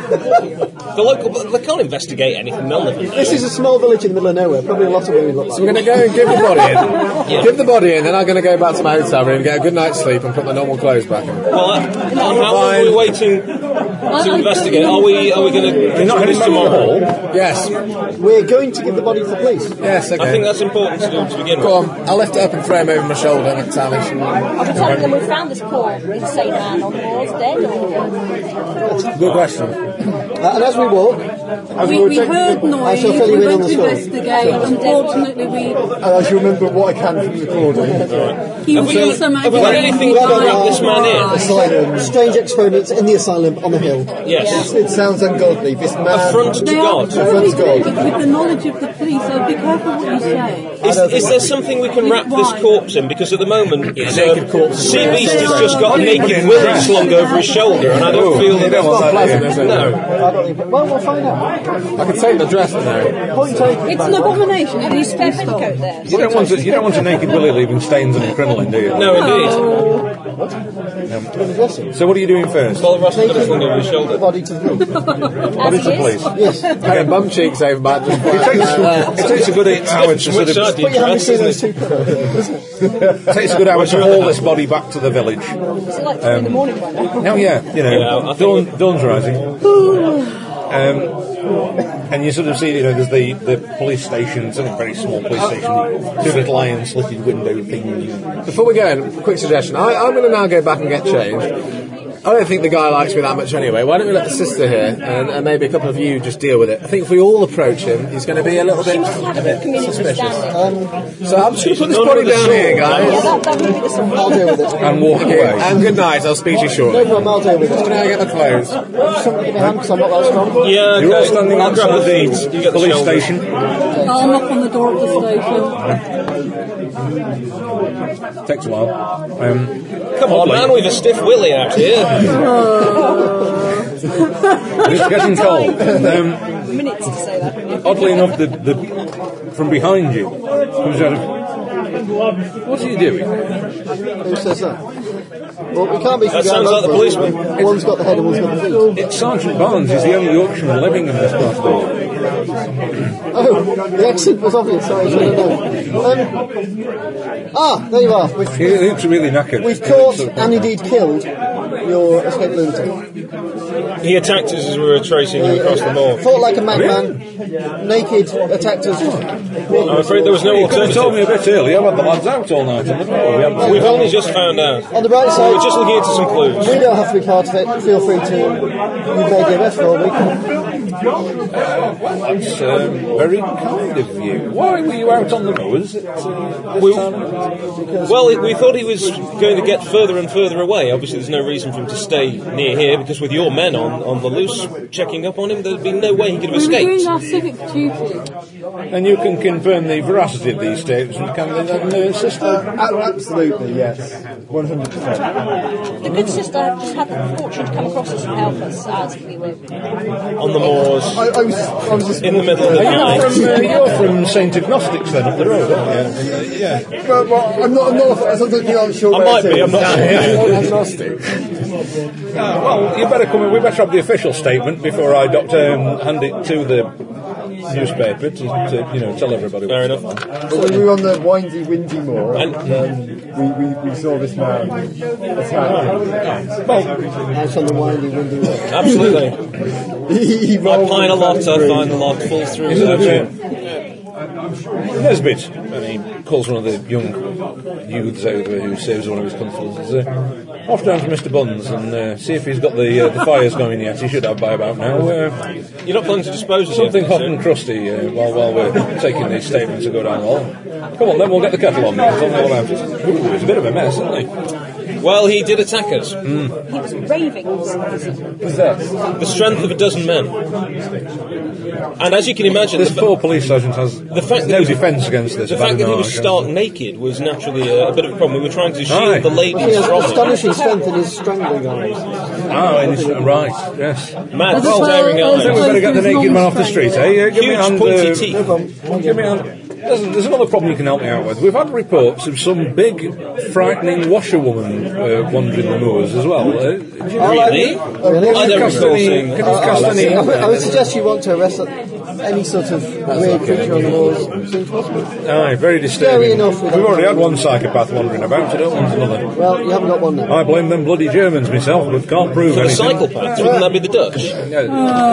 Speaker 2: The local, they can't investigate anything. They'll never know.
Speaker 6: This is a small village in the middle of nowhere. Probably a lot of women look like
Speaker 5: So we're going to go and give the body in. Give the body in, then I'm going to go back to my hotel room, get a good night's sleep, and put my normal clothes back on.
Speaker 2: Well, uh, how long are we waiting to investigate? Are we are we going to
Speaker 4: You're not
Speaker 2: this
Speaker 4: heading back to the
Speaker 2: tomorrow?
Speaker 4: hall.
Speaker 5: Yes,
Speaker 6: We're going to give the body to the police.
Speaker 5: yes, okay.
Speaker 2: I think that's important to do to begin
Speaker 5: Go
Speaker 2: with.
Speaker 5: on, I'll lift it up and throw him over my shoulder, McTavish.
Speaker 7: Are we telling them we found this poor insane man on the moors dead? Or...
Speaker 5: Good question.
Speaker 6: Uh, and as we walk, as
Speaker 3: We,
Speaker 6: were
Speaker 3: we
Speaker 6: taking-
Speaker 3: heard
Speaker 6: I
Speaker 3: noise,
Speaker 6: shall
Speaker 3: we
Speaker 6: fill you in on
Speaker 3: went
Speaker 6: the
Speaker 3: to
Speaker 6: story.
Speaker 3: investigate, unfortunately we,
Speaker 8: And I shall remember what I can from the recording.
Speaker 3: he
Speaker 2: Have we got,
Speaker 3: was some
Speaker 2: have we got anything to wrap this man
Speaker 6: Asylum. Strange experiments in the asylum on the hill.
Speaker 2: in? Yes.
Speaker 8: It sounds ungodly. This man.
Speaker 2: Affront to
Speaker 3: They are
Speaker 2: God.
Speaker 3: very
Speaker 8: Everyone's
Speaker 3: good
Speaker 8: God.
Speaker 3: with the knowledge of the police, so be careful what you say.
Speaker 2: Is, is there something we can wrap this corpse in? Because at the moment, it's, uh, Sea Beast has just got a naked willy slung over his shoulder, and I don't feel
Speaker 5: You
Speaker 2: that.
Speaker 5: don't want that, do you?
Speaker 2: No.
Speaker 6: I don't even, well, we'll find out.
Speaker 5: I can take the dress now.
Speaker 6: Point taken.
Speaker 7: It's an abomination. Have you spare petticoat there?
Speaker 4: You don't, want to, you don't want a naked Willie leaving stains on the crinoline, do you?
Speaker 2: No, indeed.
Speaker 3: Oh,
Speaker 6: Dressing.
Speaker 4: So what are you doing first?
Speaker 2: Well, the rest of it slung over his shoulder.
Speaker 6: Body to the police.
Speaker 7: As he is.
Speaker 6: Yes.
Speaker 5: I get bum cheeks over my Uh, just <laughs>
Speaker 4: It takes a good eight hours to sort
Speaker 2: Which side
Speaker 4: of,
Speaker 2: do you
Speaker 6: But you haven't
Speaker 2: dress,
Speaker 6: seen
Speaker 2: isn't it?
Speaker 6: those two.
Speaker 4: it takes a good hour to haul this body back to the village.
Speaker 7: It's like three in the morning by now.
Speaker 4: Oh yeah, you know,
Speaker 2: Yeah, I
Speaker 4: dawn,
Speaker 2: think-
Speaker 4: dawn's
Speaker 7: <sighs>
Speaker 4: rising. Um, and you sort of see, you know, there's the, the police station, it's a very small police
Speaker 7: Oh,
Speaker 4: station, two little iron slitted window things.
Speaker 5: Before we go in, quick suggestion. I, I'm going to now go back and get changed. I don't think the guy likes me that much anyway. Why don't we let the sister here and, and maybe a couple of you just deal with it? I think if we all approach him, he's going to be a little
Speaker 7: She
Speaker 5: bit.
Speaker 7: must have had a good community standing.
Speaker 5: So I'm just going to put this body down here,
Speaker 7: Yeah,
Speaker 5: guys.
Speaker 7: that, that would be the sort
Speaker 6: I'll
Speaker 7: of
Speaker 6: deal with it.
Speaker 4: And
Speaker 5: <laughs>
Speaker 4: walk away.
Speaker 5: And good night. I'll speak to you
Speaker 6: No
Speaker 5: shortly.
Speaker 6: problem, I'll deal with
Speaker 5: Can
Speaker 6: it.
Speaker 5: I get the clothes?
Speaker 6: Something in my hand because I'm not that strong.
Speaker 2: Yeah, okay.
Speaker 4: You're all standing
Speaker 2: I'll grab
Speaker 4: outside
Speaker 2: the
Speaker 4: the,
Speaker 2: feet. You get the
Speaker 4: police
Speaker 2: shoulder.
Speaker 4: station.
Speaker 3: I'll knock on the door of the station.
Speaker 4: Takes a while. Um,
Speaker 2: Come on, man, we've a stiff willy out
Speaker 4: <laughs>
Speaker 2: here.
Speaker 4: it's
Speaker 7: <laughs>
Speaker 4: getting cold. Um,
Speaker 7: minutes to say that.
Speaker 4: oddly enough, the, the from behind you comes out of. What are you doing?
Speaker 6: Who says that? Well, we can't be
Speaker 2: That sounds like the policeman.
Speaker 6: One's got the head and one's got the feet.
Speaker 4: It's Sergeant Barnes. He's the only Yorkshireman living in this part of the world.
Speaker 6: Oh, the accent was obvious. Sorry, I should have known. Um, ah, there you are. We've,
Speaker 4: He looks really knackered.
Speaker 6: we've caught and indeed killed your escaped lunatic.
Speaker 2: He attacked us as we were tracing him across the moor.
Speaker 6: Fought like a madman, naked, attacked us.
Speaker 2: I'm afraid there was no
Speaker 4: You could have told me
Speaker 2: alternative.
Speaker 4: a bit earlier. I had the lads out all night on the floor. We had-
Speaker 2: We've only just found out.
Speaker 6: On the
Speaker 2: We
Speaker 6: right
Speaker 2: were
Speaker 6: side,
Speaker 2: just looking into some clues.
Speaker 6: we don't have to be part of it. Feel free to. You may give us for a week.
Speaker 4: That's um, very kind of you. Why were you out on the moors? at, uh,
Speaker 2: We-
Speaker 4: this time of night?
Speaker 2: Well, we thought he was going to get further and further away. Obviously, there's no reason for him to stay near here because with your men on, on the loose checking up on him, there'd be no way he could have
Speaker 3: We were doing
Speaker 2: escaped.
Speaker 3: our civic duty.
Speaker 4: And you can confirm the veracity of these statements, can they, then, uh, sister?
Speaker 8: A- Absolutely, yes. 100%.
Speaker 7: The good sister just had the fortune to come across us and help us as we were.
Speaker 2: On the moors,
Speaker 8: I, I was, I was just
Speaker 2: in the middle of the
Speaker 4: You're
Speaker 2: night.
Speaker 4: from, uh, you're from St Agnostics, then, up the road, aren't you?
Speaker 8: Well, well, I'm not, I'm not, I'm not, I'm not sure
Speaker 2: I
Speaker 8: where
Speaker 2: might
Speaker 8: it
Speaker 2: be, I'm
Speaker 8: is.
Speaker 2: not sure.
Speaker 4: Ah, well, you better come in. We better have the official statement before I, Doctor, um, hand it to the newspaper to, to you know tell everybody.
Speaker 2: Fair
Speaker 4: what's
Speaker 2: enough.
Speaker 4: going on.
Speaker 8: So we were on the windy, windy moor,
Speaker 2: And-
Speaker 8: and um, we, we, we saw this man attacked.
Speaker 6: That's on the windy, windy road.
Speaker 8: <laughs>
Speaker 2: Absolutely.
Speaker 8: He, he
Speaker 2: I
Speaker 8: rolled
Speaker 2: pine a lot,
Speaker 8: himself
Speaker 2: I
Speaker 8: through.
Speaker 2: find a lot, falls through.
Speaker 4: Is it a Nesbit, and he calls one of the young youths over who saves one of his constables. and says, Uh, off down to Mr. Buns and uh, see if he's got the uh, the fires going yet. He should have by about now. Uh,
Speaker 2: You're not planning to dispose of
Speaker 4: something
Speaker 2: yourself,
Speaker 4: hot and crusty uh, while while we're taking these statements to go down the hall. Come on, then we'll get the kettle on. We'll tell them all about it. Ooh, it's a bit of a mess, isn't it?
Speaker 2: is it? Well, he did attack us.
Speaker 7: He was raving.
Speaker 2: The strength of a dozen men. And as you can imagine, the,
Speaker 4: This
Speaker 2: fa-
Speaker 4: poor police sergeant has
Speaker 2: The fact that
Speaker 4: no
Speaker 2: he-
Speaker 4: defence against this.
Speaker 2: the fact that he was
Speaker 4: badinage.
Speaker 2: stark naked was naturally a, a bit of a problem. We were trying to shield
Speaker 4: Aye.
Speaker 2: the
Speaker 6: He
Speaker 2: ladies
Speaker 6: has
Speaker 2: from it.
Speaker 6: astonishing strength in his strangling arms.
Speaker 4: Ah, and it's- right, yes.
Speaker 2: Mad,
Speaker 3: That's
Speaker 2: staring
Speaker 3: why-
Speaker 2: eyes.
Speaker 4: I think we better get the naked man off the street, eh? Yeah, give me a
Speaker 2: Huge
Speaker 4: hand,
Speaker 2: pointy
Speaker 4: uh,
Speaker 2: teeth.
Speaker 4: no problem. Give me a hand. There's, there's another problem you can help me out with. We've had reports of some big, frightening washerwoman uh, wandering the moors as well. Uh, do you
Speaker 2: Really? I don't
Speaker 4: cast
Speaker 2: recall
Speaker 4: any,
Speaker 2: seeing
Speaker 4: can you
Speaker 2: that.
Speaker 4: cast any?
Speaker 6: I would, I would suggest you want to arrest any sort of weird creature on the walls as soon as possible.
Speaker 4: Aye, very
Speaker 6: Scary
Speaker 4: disturbing.
Speaker 6: enough
Speaker 4: We've
Speaker 6: with-
Speaker 4: already had one psychopath wandering about. I don't want another.
Speaker 6: Well, you haven't got one now.
Speaker 4: I blame them bloody Germans myself, but can't prove
Speaker 2: The
Speaker 4: anything.
Speaker 2: psychopaths, wouldn't that be the Dutch?
Speaker 4: Yeah,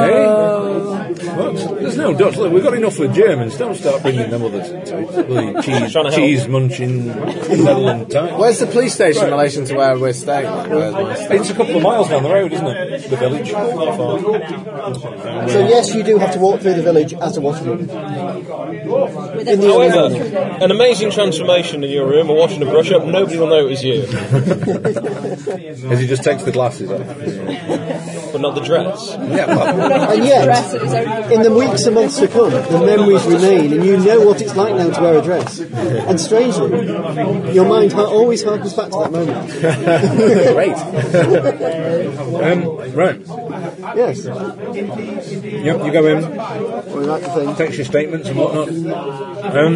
Speaker 4: hey? What? There's no Dutch. Look, we've got enough with Germans. Don't start bringing them others into it. <laughs> Bloody cheese,
Speaker 2: Trying to help.
Speaker 4: cheese munching Netherland type.
Speaker 5: Where's the police station in relation to where we're staying? Where's my st-
Speaker 4: It's a couple of miles down the road, isn't it? The village. Not far.
Speaker 6: So yes, you do have to walk through the village as a watchman. In the
Speaker 2: However,
Speaker 6: early morning.
Speaker 2: an amazing transformation in your room, a wash and a brush up, nobody will know it was you.
Speaker 4: As he just takes the glasses <laughs> off.
Speaker 2: But not the dress.
Speaker 4: Yeah, well,
Speaker 6: and yet, in the weeks and months to come, the memories remain, and you know what it's like now to wear a dress. And strangely, your mind ha- always harkens back to that moment.
Speaker 4: um,
Speaker 5: Great.
Speaker 4: right.
Speaker 6: Yes, we
Speaker 4: Yep, you go in,
Speaker 6: like to think.
Speaker 4: takes your statements and whatnot. Um,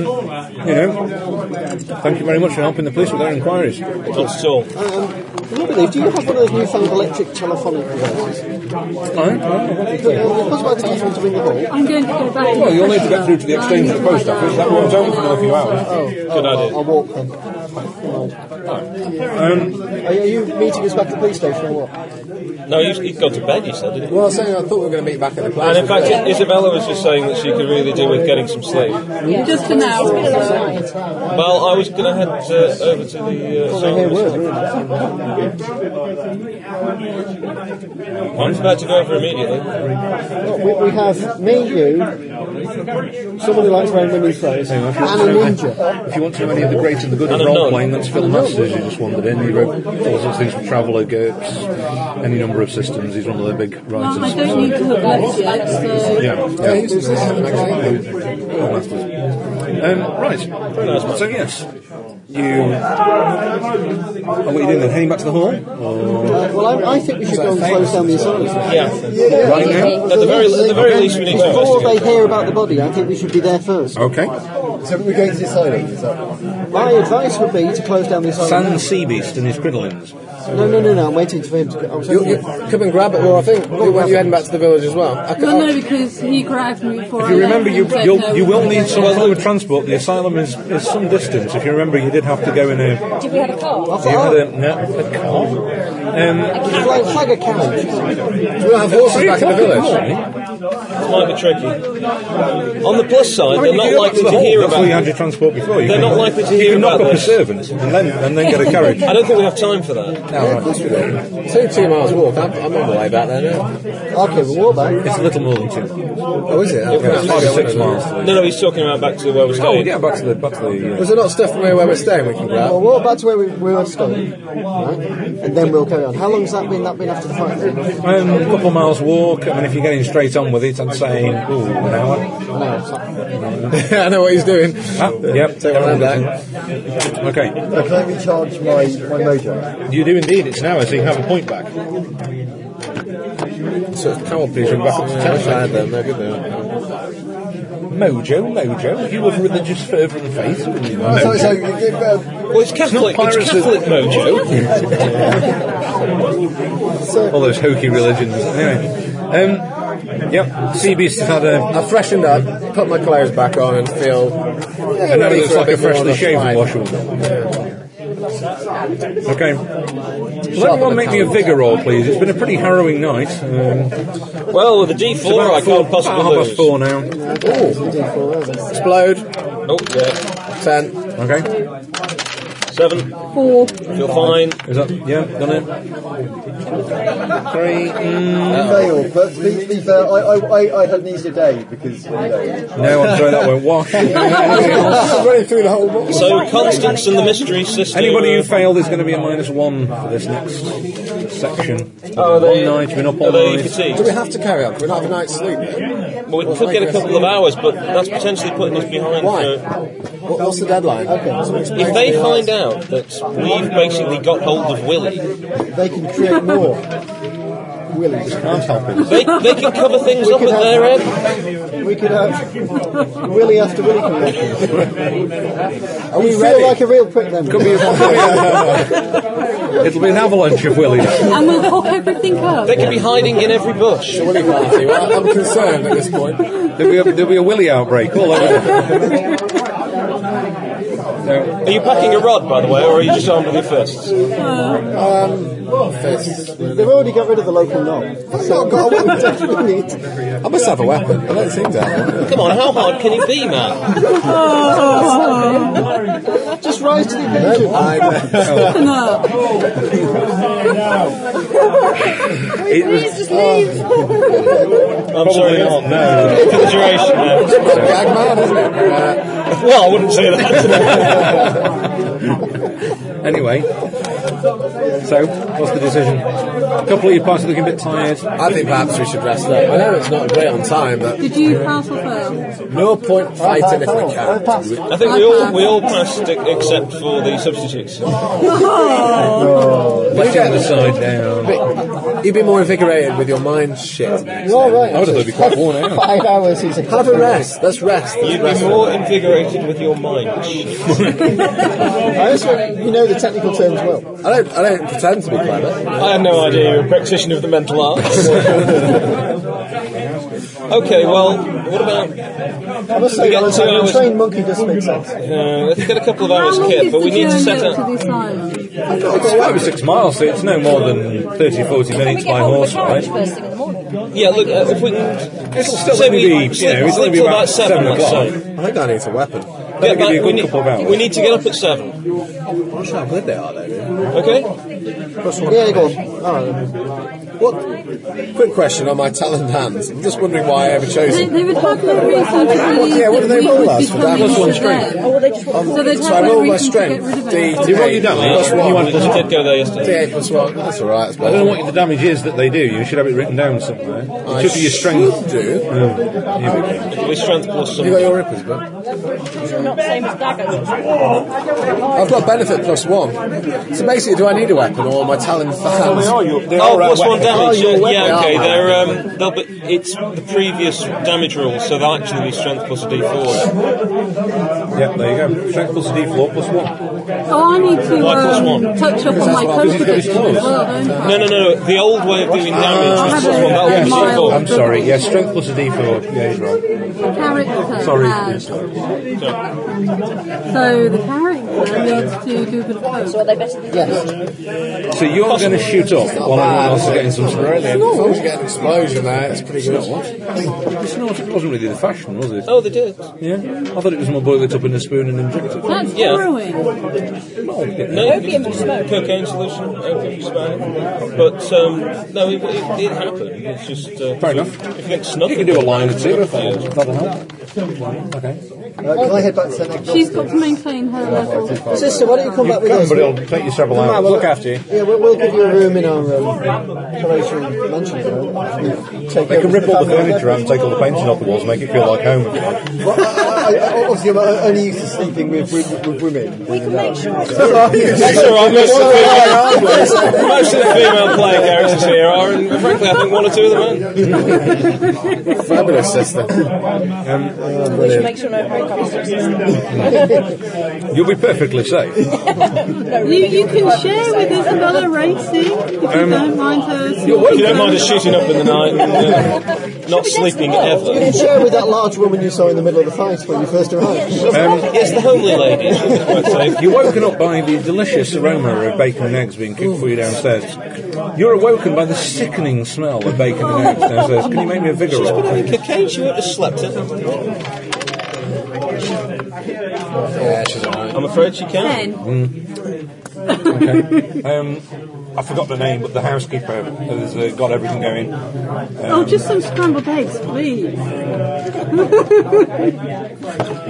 Speaker 4: you know, thank you very much for helping the police with their inquiries.
Speaker 2: Not at all.
Speaker 6: Can you believe? Do you have one of those newfangled electric telephonic devices?
Speaker 4: Aye.
Speaker 6: Because by the time you want to ring the bell,
Speaker 3: I'm going to go back.
Speaker 4: Well, you'll need to get through to the exchange at the post office. That won't open for another few hours.
Speaker 2: Good idea.
Speaker 6: Oh, I'll walk then.
Speaker 4: Um,
Speaker 6: Are you meeting us back at the police station or what?
Speaker 2: No, you, you've gone to bed, you said, didn't you?
Speaker 5: Well, I was saying I thought we were going to meet back at the place.
Speaker 2: And in fact, Isabella was just saying that she could really do with getting some sleep.
Speaker 3: Just an hour or so.
Speaker 2: Well, I was going to head uh, over to the. Uh,
Speaker 6: Hey,
Speaker 2: saloon.
Speaker 6: word, word.
Speaker 2: I'm about to go over immediately.
Speaker 6: We, we have me, you, someone who likes wearing women's clothes, and a ninja.
Speaker 4: If you want to know any of the great and the good
Speaker 2: And
Speaker 4: of
Speaker 2: a
Speaker 4: role
Speaker 2: nun.
Speaker 4: playing, that's Phil Masters, who just wandered in. He wrote all sorts of things for Traveller, GURPS, any number of systems. He's one of the big
Speaker 3: Um, I
Speaker 4: writers.
Speaker 3: don't need to have left yet, so
Speaker 4: Yeah, yeah.
Speaker 5: Who's this? Magazine?
Speaker 4: Phil Masters. Um, right. so, yes. You. Oh, what are you doing then? Heading back to the hall? Or
Speaker 6: Well, I, I think we should go and close down the asylum.
Speaker 2: Yeah.
Speaker 4: right now?
Speaker 2: At the very, at the very least, we need to
Speaker 6: Before
Speaker 2: investigate.
Speaker 6: they hear about the body, I think we should be there first.
Speaker 4: Okay.
Speaker 8: So we're going to the asylum, is that?
Speaker 6: My advice would be to close down the asylum.
Speaker 4: San Seabeast and his crinolines.
Speaker 6: No, no, no, no, I'm waiting for him to go. I'm
Speaker 5: You,
Speaker 6: sorry.
Speaker 5: you come and grab it. Well, I think you, when you're heading back to the village as well. I,
Speaker 3: Well, no,
Speaker 5: can't-
Speaker 3: because he grabbed me before
Speaker 4: If
Speaker 3: I
Speaker 4: you remember,
Speaker 3: left
Speaker 4: you,
Speaker 3: and said
Speaker 4: you'll,
Speaker 3: no,
Speaker 4: you will
Speaker 3: we
Speaker 4: need
Speaker 3: won't
Speaker 4: some
Speaker 3: go.
Speaker 4: form of transport. The asylum is, is some distance. If you remember, you did have to go in a.
Speaker 7: Did we have a car?
Speaker 4: You had a, no, a car? Um,
Speaker 6: Flag, flag a carriage.
Speaker 5: do we not have horses back in the village?
Speaker 2: It might be tricky. On the plus side, they're not likely to hear
Speaker 4: That's
Speaker 2: about
Speaker 4: where you had
Speaker 2: it.
Speaker 4: your transport before. You
Speaker 2: They're
Speaker 4: can-
Speaker 2: not likely to
Speaker 4: you
Speaker 2: hear
Speaker 4: can knock
Speaker 2: about
Speaker 4: up a
Speaker 2: this.
Speaker 4: servant and then and then get a
Speaker 2: <laughs>
Speaker 4: carriage.
Speaker 2: I don't think we have time for that.
Speaker 5: No, right. Two two miles walk. I'm, I'm on the way back there now.
Speaker 6: Okay, we'll walk back.
Speaker 4: It's a little more than two.
Speaker 5: Oh, is it? Okay.
Speaker 4: It's five or six miles.
Speaker 2: No, no, he's talking about back to where we're
Speaker 4: Oh
Speaker 2: staying.
Speaker 4: yeah, back to the back to the. uh,
Speaker 5: Was there not stuff from where we're staying we can
Speaker 6: We'll
Speaker 5: grab?
Speaker 6: walk back to where we, we were stolen, right? And then we'll carry on. How long's that been? That been after the fight? An
Speaker 4: Uh, um, a couple of miles walk. I mean, if you're getting straight on with it, I'd say ooh, an hour.
Speaker 6: hour, something.
Speaker 5: <laughs> I know what he's doing.
Speaker 4: Ah, yep.
Speaker 5: Take one hand back.
Speaker 4: Okay.
Speaker 8: Can I recharge my, my mojo?
Speaker 4: You do indeed. It's an hour, so you can have a point back.
Speaker 5: So it's camel please
Speaker 4: Run back up to
Speaker 5: Yeah,
Speaker 4: town.
Speaker 5: I tried them. They're good now.
Speaker 4: Mojo, mojo. You of religious fervour and faith. wouldn't you?
Speaker 8: So, so you give, uh,
Speaker 2: Well, it's Catholic.
Speaker 4: not
Speaker 2: It's
Speaker 4: pirates,
Speaker 2: Catholic
Speaker 4: is it?
Speaker 2: mojo.
Speaker 5: uh,
Speaker 4: All those hokey religions. Anyway, um, Yep, CB's had a.
Speaker 5: I've freshened up, put my clothes back on, and feel.
Speaker 4: And now it
Speaker 5: ready
Speaker 4: looks
Speaker 5: for
Speaker 4: like a
Speaker 5: bit more
Speaker 4: freshly
Speaker 5: of
Speaker 4: shaven
Speaker 5: fight.
Speaker 4: washable. Okay. Will everyone make me a vigour roll, please? It's been a pretty harrowing night. Um,
Speaker 2: Well, with the D4, I
Speaker 4: four-
Speaker 2: can't
Speaker 4: about half
Speaker 2: possibly
Speaker 4: past
Speaker 2: lose.
Speaker 4: four now.
Speaker 5: Explode.
Speaker 2: Oh, yeah.
Speaker 5: Ten.
Speaker 4: Okay.
Speaker 2: Seven.
Speaker 3: Four.
Speaker 2: You're fine.
Speaker 4: Is that yeah? Done it.
Speaker 5: Three.
Speaker 8: Fail, but to be, to be fair, I, I, I, I had an easier day because you know,
Speaker 4: No, I'm sorry, that won't wash.
Speaker 5: I'm <laughs> running through the whole box.
Speaker 2: So, Constance and the Mystery Sister.
Speaker 4: Anybody
Speaker 2: uh,
Speaker 4: who failed is going to be a minus one for this next section.
Speaker 2: Oh,
Speaker 4: one
Speaker 2: they-
Speaker 4: night, been up
Speaker 2: are
Speaker 4: all
Speaker 2: they
Speaker 4: night.
Speaker 2: fatigued?
Speaker 5: Do we have to carry on? Can we not have a night's sleep? Then?
Speaker 2: Well, we could get a couple of hours, but that's potentially putting us behind. For,
Speaker 5: Why? What, what's the deadline?
Speaker 2: if they find out <laughs> that we've basically got hold of Willie,
Speaker 8: they can create more. Willie,
Speaker 4: Can't help it.
Speaker 2: <laughs> they, they can cover things up at their end.
Speaker 8: we could have Willie after Willie can make it.
Speaker 5: Are we
Speaker 8: You
Speaker 5: ready?
Speaker 8: feel like a real prick then.
Speaker 4: Could be It'll be an avalanche of willies.
Speaker 3: And we'll hook everything up.
Speaker 2: They could be hiding in every bush.
Speaker 5: Willy party. Well, I'm concerned at this point.
Speaker 4: There'll be a, there'll be a willy outbreak all over. No.
Speaker 2: Are you packing a rod, by the way, or are you just armed with your fists?
Speaker 5: Fists.
Speaker 8: They've already got rid of the local knob. So I wouldn't definitely need to-
Speaker 5: I must have a weapon. I don't seem to have one.
Speaker 2: Come on, how hard can it be, man?
Speaker 3: Oh,
Speaker 8: Just rise to the occasion.
Speaker 5: uh,
Speaker 4: <laughs>
Speaker 5: I,
Speaker 3: Please just leave.
Speaker 2: I'm sorry,
Speaker 4: not, no.
Speaker 2: <laughs> for the duration. no.
Speaker 5: gag man, isn't it? Uh,
Speaker 2: Well, I wouldn't say that.
Speaker 4: Anyway, so what's the decision? A couple of your parts are looking a bit tired.
Speaker 5: I think perhaps we should rest up. I know it's not great on time, but
Speaker 3: Did you pass or fail?
Speaker 5: no point fighting if we
Speaker 8: I passed.
Speaker 5: can't.
Speaker 2: I think we all we all passed e- except for the substitutes.
Speaker 5: But
Speaker 4: Get the side down.
Speaker 5: Oh. You'd be more invigorated with your mind shit.
Speaker 8: You're all right.
Speaker 4: I would have thought it'd be quite worn out.
Speaker 8: <laughs> Five hours. He's a
Speaker 5: Have a rest. Let's rest.
Speaker 2: You'd be more invigorated with your mind. Shit.
Speaker 8: I also, you know the technical terms well.
Speaker 5: I don't. I don't pretend to be clever.
Speaker 2: I have no idea. You're a practitioner of the mental arts. <laughs> okay, well, what about?
Speaker 8: I must
Speaker 2: We
Speaker 8: say,
Speaker 2: got
Speaker 8: on a
Speaker 2: two hours.
Speaker 8: trained monkey doesn't make sense.
Speaker 2: Uh, let's get a couple of
Speaker 3: How
Speaker 2: hours
Speaker 3: long
Speaker 2: kit,
Speaker 3: is
Speaker 2: but we
Speaker 3: the
Speaker 2: need to set
Speaker 3: journey
Speaker 2: up.
Speaker 3: to this island?
Speaker 4: It's over six miles, so it's no more than 30, 40
Speaker 7: Can we
Speaker 4: minutes
Speaker 7: get
Speaker 4: by
Speaker 7: hold of
Speaker 4: horse,
Speaker 7: the carriage
Speaker 4: right?
Speaker 7: first thing in the morning?
Speaker 2: Yeah, look, uh, if we can,
Speaker 4: It'll still
Speaker 2: say
Speaker 4: only
Speaker 2: we
Speaker 4: be, you
Speaker 2: sleep,
Speaker 4: know, it'll only
Speaker 2: sleep
Speaker 4: be
Speaker 2: till
Speaker 4: about
Speaker 2: about seven,
Speaker 4: seven
Speaker 2: let's
Speaker 4: o'clock.
Speaker 2: say.
Speaker 5: I think I need a weapon.
Speaker 2: Yeah,
Speaker 4: give you a
Speaker 2: we,
Speaker 4: good couple of
Speaker 2: need,
Speaker 4: hours.
Speaker 2: we need to get up at seven.
Speaker 5: I'm not sure how good they are, though.
Speaker 2: Okay,
Speaker 8: Yeah, go on. All right.
Speaker 5: What? Quick question on my talent hands. I'm just wondering why I ever chose
Speaker 3: They,
Speaker 5: them.
Speaker 3: they would have no reason to believe
Speaker 5: Yeah, what do
Speaker 3: that
Speaker 5: they
Speaker 3: we
Speaker 5: roll
Speaker 3: would
Speaker 5: us
Speaker 3: be
Speaker 5: for that?
Speaker 3: coming
Speaker 5: Plus one
Speaker 3: to them.
Speaker 7: Or will Oh, they just want
Speaker 3: So they'd
Speaker 5: So
Speaker 3: have
Speaker 5: I
Speaker 3: no
Speaker 5: roll my
Speaker 3: reason to get
Speaker 5: strength.
Speaker 3: rid of
Speaker 5: D.
Speaker 3: it.
Speaker 4: You roll your damage. Plus one.
Speaker 2: we did go there yesterday.
Speaker 5: D8 plus one. That's all right. That's
Speaker 4: I
Speaker 5: better.
Speaker 4: don't know what the damage is that they do. You should have it written down somewhere.
Speaker 5: I
Speaker 4: It should be your strength.
Speaker 5: should do.
Speaker 4: Yeah. Here we go.
Speaker 2: We strength plus
Speaker 5: You got
Speaker 2: some.
Speaker 5: your rippers, man.
Speaker 7: to not the same as daggers?
Speaker 5: I've got benefit plus one. So basically, do I need a weapon or my talent hands?
Speaker 2: Oh, plus one damage.
Speaker 5: Oh,
Speaker 2: yeah,
Speaker 5: your
Speaker 2: yeah, okay.
Speaker 5: weapon.
Speaker 2: They're, um, they'll be, it's the previous damage rule, so they'll actually be strength plus a d4.
Speaker 4: Yep, there you go. Strength plus D4 plus one.
Speaker 3: Oh, I need to
Speaker 2: Why plus one?
Speaker 3: um, touch up on my
Speaker 5: what happens
Speaker 3: code
Speaker 5: if you
Speaker 4: go
Speaker 3: prediction
Speaker 4: close?
Speaker 3: as well, don't I?
Speaker 2: No, no, no. The old way of doing damage was
Speaker 3: Ah.
Speaker 2: plus one. That would be
Speaker 3: Mild.
Speaker 2: d4.
Speaker 4: I'm sorry. Yeah, strength plus a D4. Yeah, he's wrong.
Speaker 3: Character
Speaker 4: Sorry. Yeah,
Speaker 3: has.
Speaker 4: sorry.
Speaker 3: So the character needs to do a bit of code.
Speaker 7: Or they better than yes.
Speaker 4: So you're going to shoot up while everyone else is getting some
Speaker 5: Brilliant.
Speaker 4: snoring.
Speaker 5: As long as you get an explosion there, it's pretty good.
Speaker 4: It's not, it wasn't really the fashion, was it?
Speaker 2: Oh, they did.
Speaker 4: Yeah. I thought it was more boiled it up in a spoon and injected.
Speaker 3: That's
Speaker 2: Yeah.
Speaker 3: borrowing.
Speaker 2: No, opium for smoke. Cocaine solution, opium for smoke. But um, no, it, it, it happened. It's just uh,
Speaker 4: Fair enough.
Speaker 2: If you think snuff,
Speaker 4: You can do a line or two if that'll help. Okay.
Speaker 8: Uh, can I head back to the next
Speaker 3: She's got to maintain her level.
Speaker 6: Sister, why don't you come back with
Speaker 4: Come,
Speaker 6: us?
Speaker 4: but it'll take you several hours. Look after you.
Speaker 6: Yeah, we'll, we'll give you a room in our um, Croatian mansion. You know. Take
Speaker 4: They
Speaker 6: over
Speaker 4: can rip
Speaker 6: the
Speaker 4: all the
Speaker 6: family.
Speaker 4: furniture out and take all the painting off the walls, make it feel like home.
Speaker 6: Well, I, I,
Speaker 8: I, I, obviously, I'm only used to sleeping with, with, with women.
Speaker 7: We can make
Speaker 6: <laughs>
Speaker 7: sure it's
Speaker 2: That's all right, most of, the female, most of the female player characters here are, and frankly, I think one or two of them are.
Speaker 5: Fabulous sister.
Speaker 4: Um,
Speaker 7: we should make sure no breakups.
Speaker 4: You'll be perfectly safe.
Speaker 3: You, you can share with Isabella Racing if you don't mind her.
Speaker 2: If Um, you don't mind us shooting up in the night, and, uh, not sleeping
Speaker 6: You
Speaker 2: ever.
Speaker 6: can share with that large woman you saw in the middle of the fight when you first arrived.
Speaker 4: Um,
Speaker 2: It's the homely lady. She's quite safe.
Speaker 4: You're woken up by the delicious aroma of bacon and eggs being cooked for you downstairs. You're awoken by the sickening smell of bacon and eggs downstairs. Can you make me a vigor roll?
Speaker 2: Put on your cocaine, she would have slept it.
Speaker 5: Yeah, she's alright.
Speaker 2: I'm afraid she can.
Speaker 4: Um, I forgot the name, but the housekeeper has uh, got everything going. Um,
Speaker 3: Oh, just some scrambled eggs, please.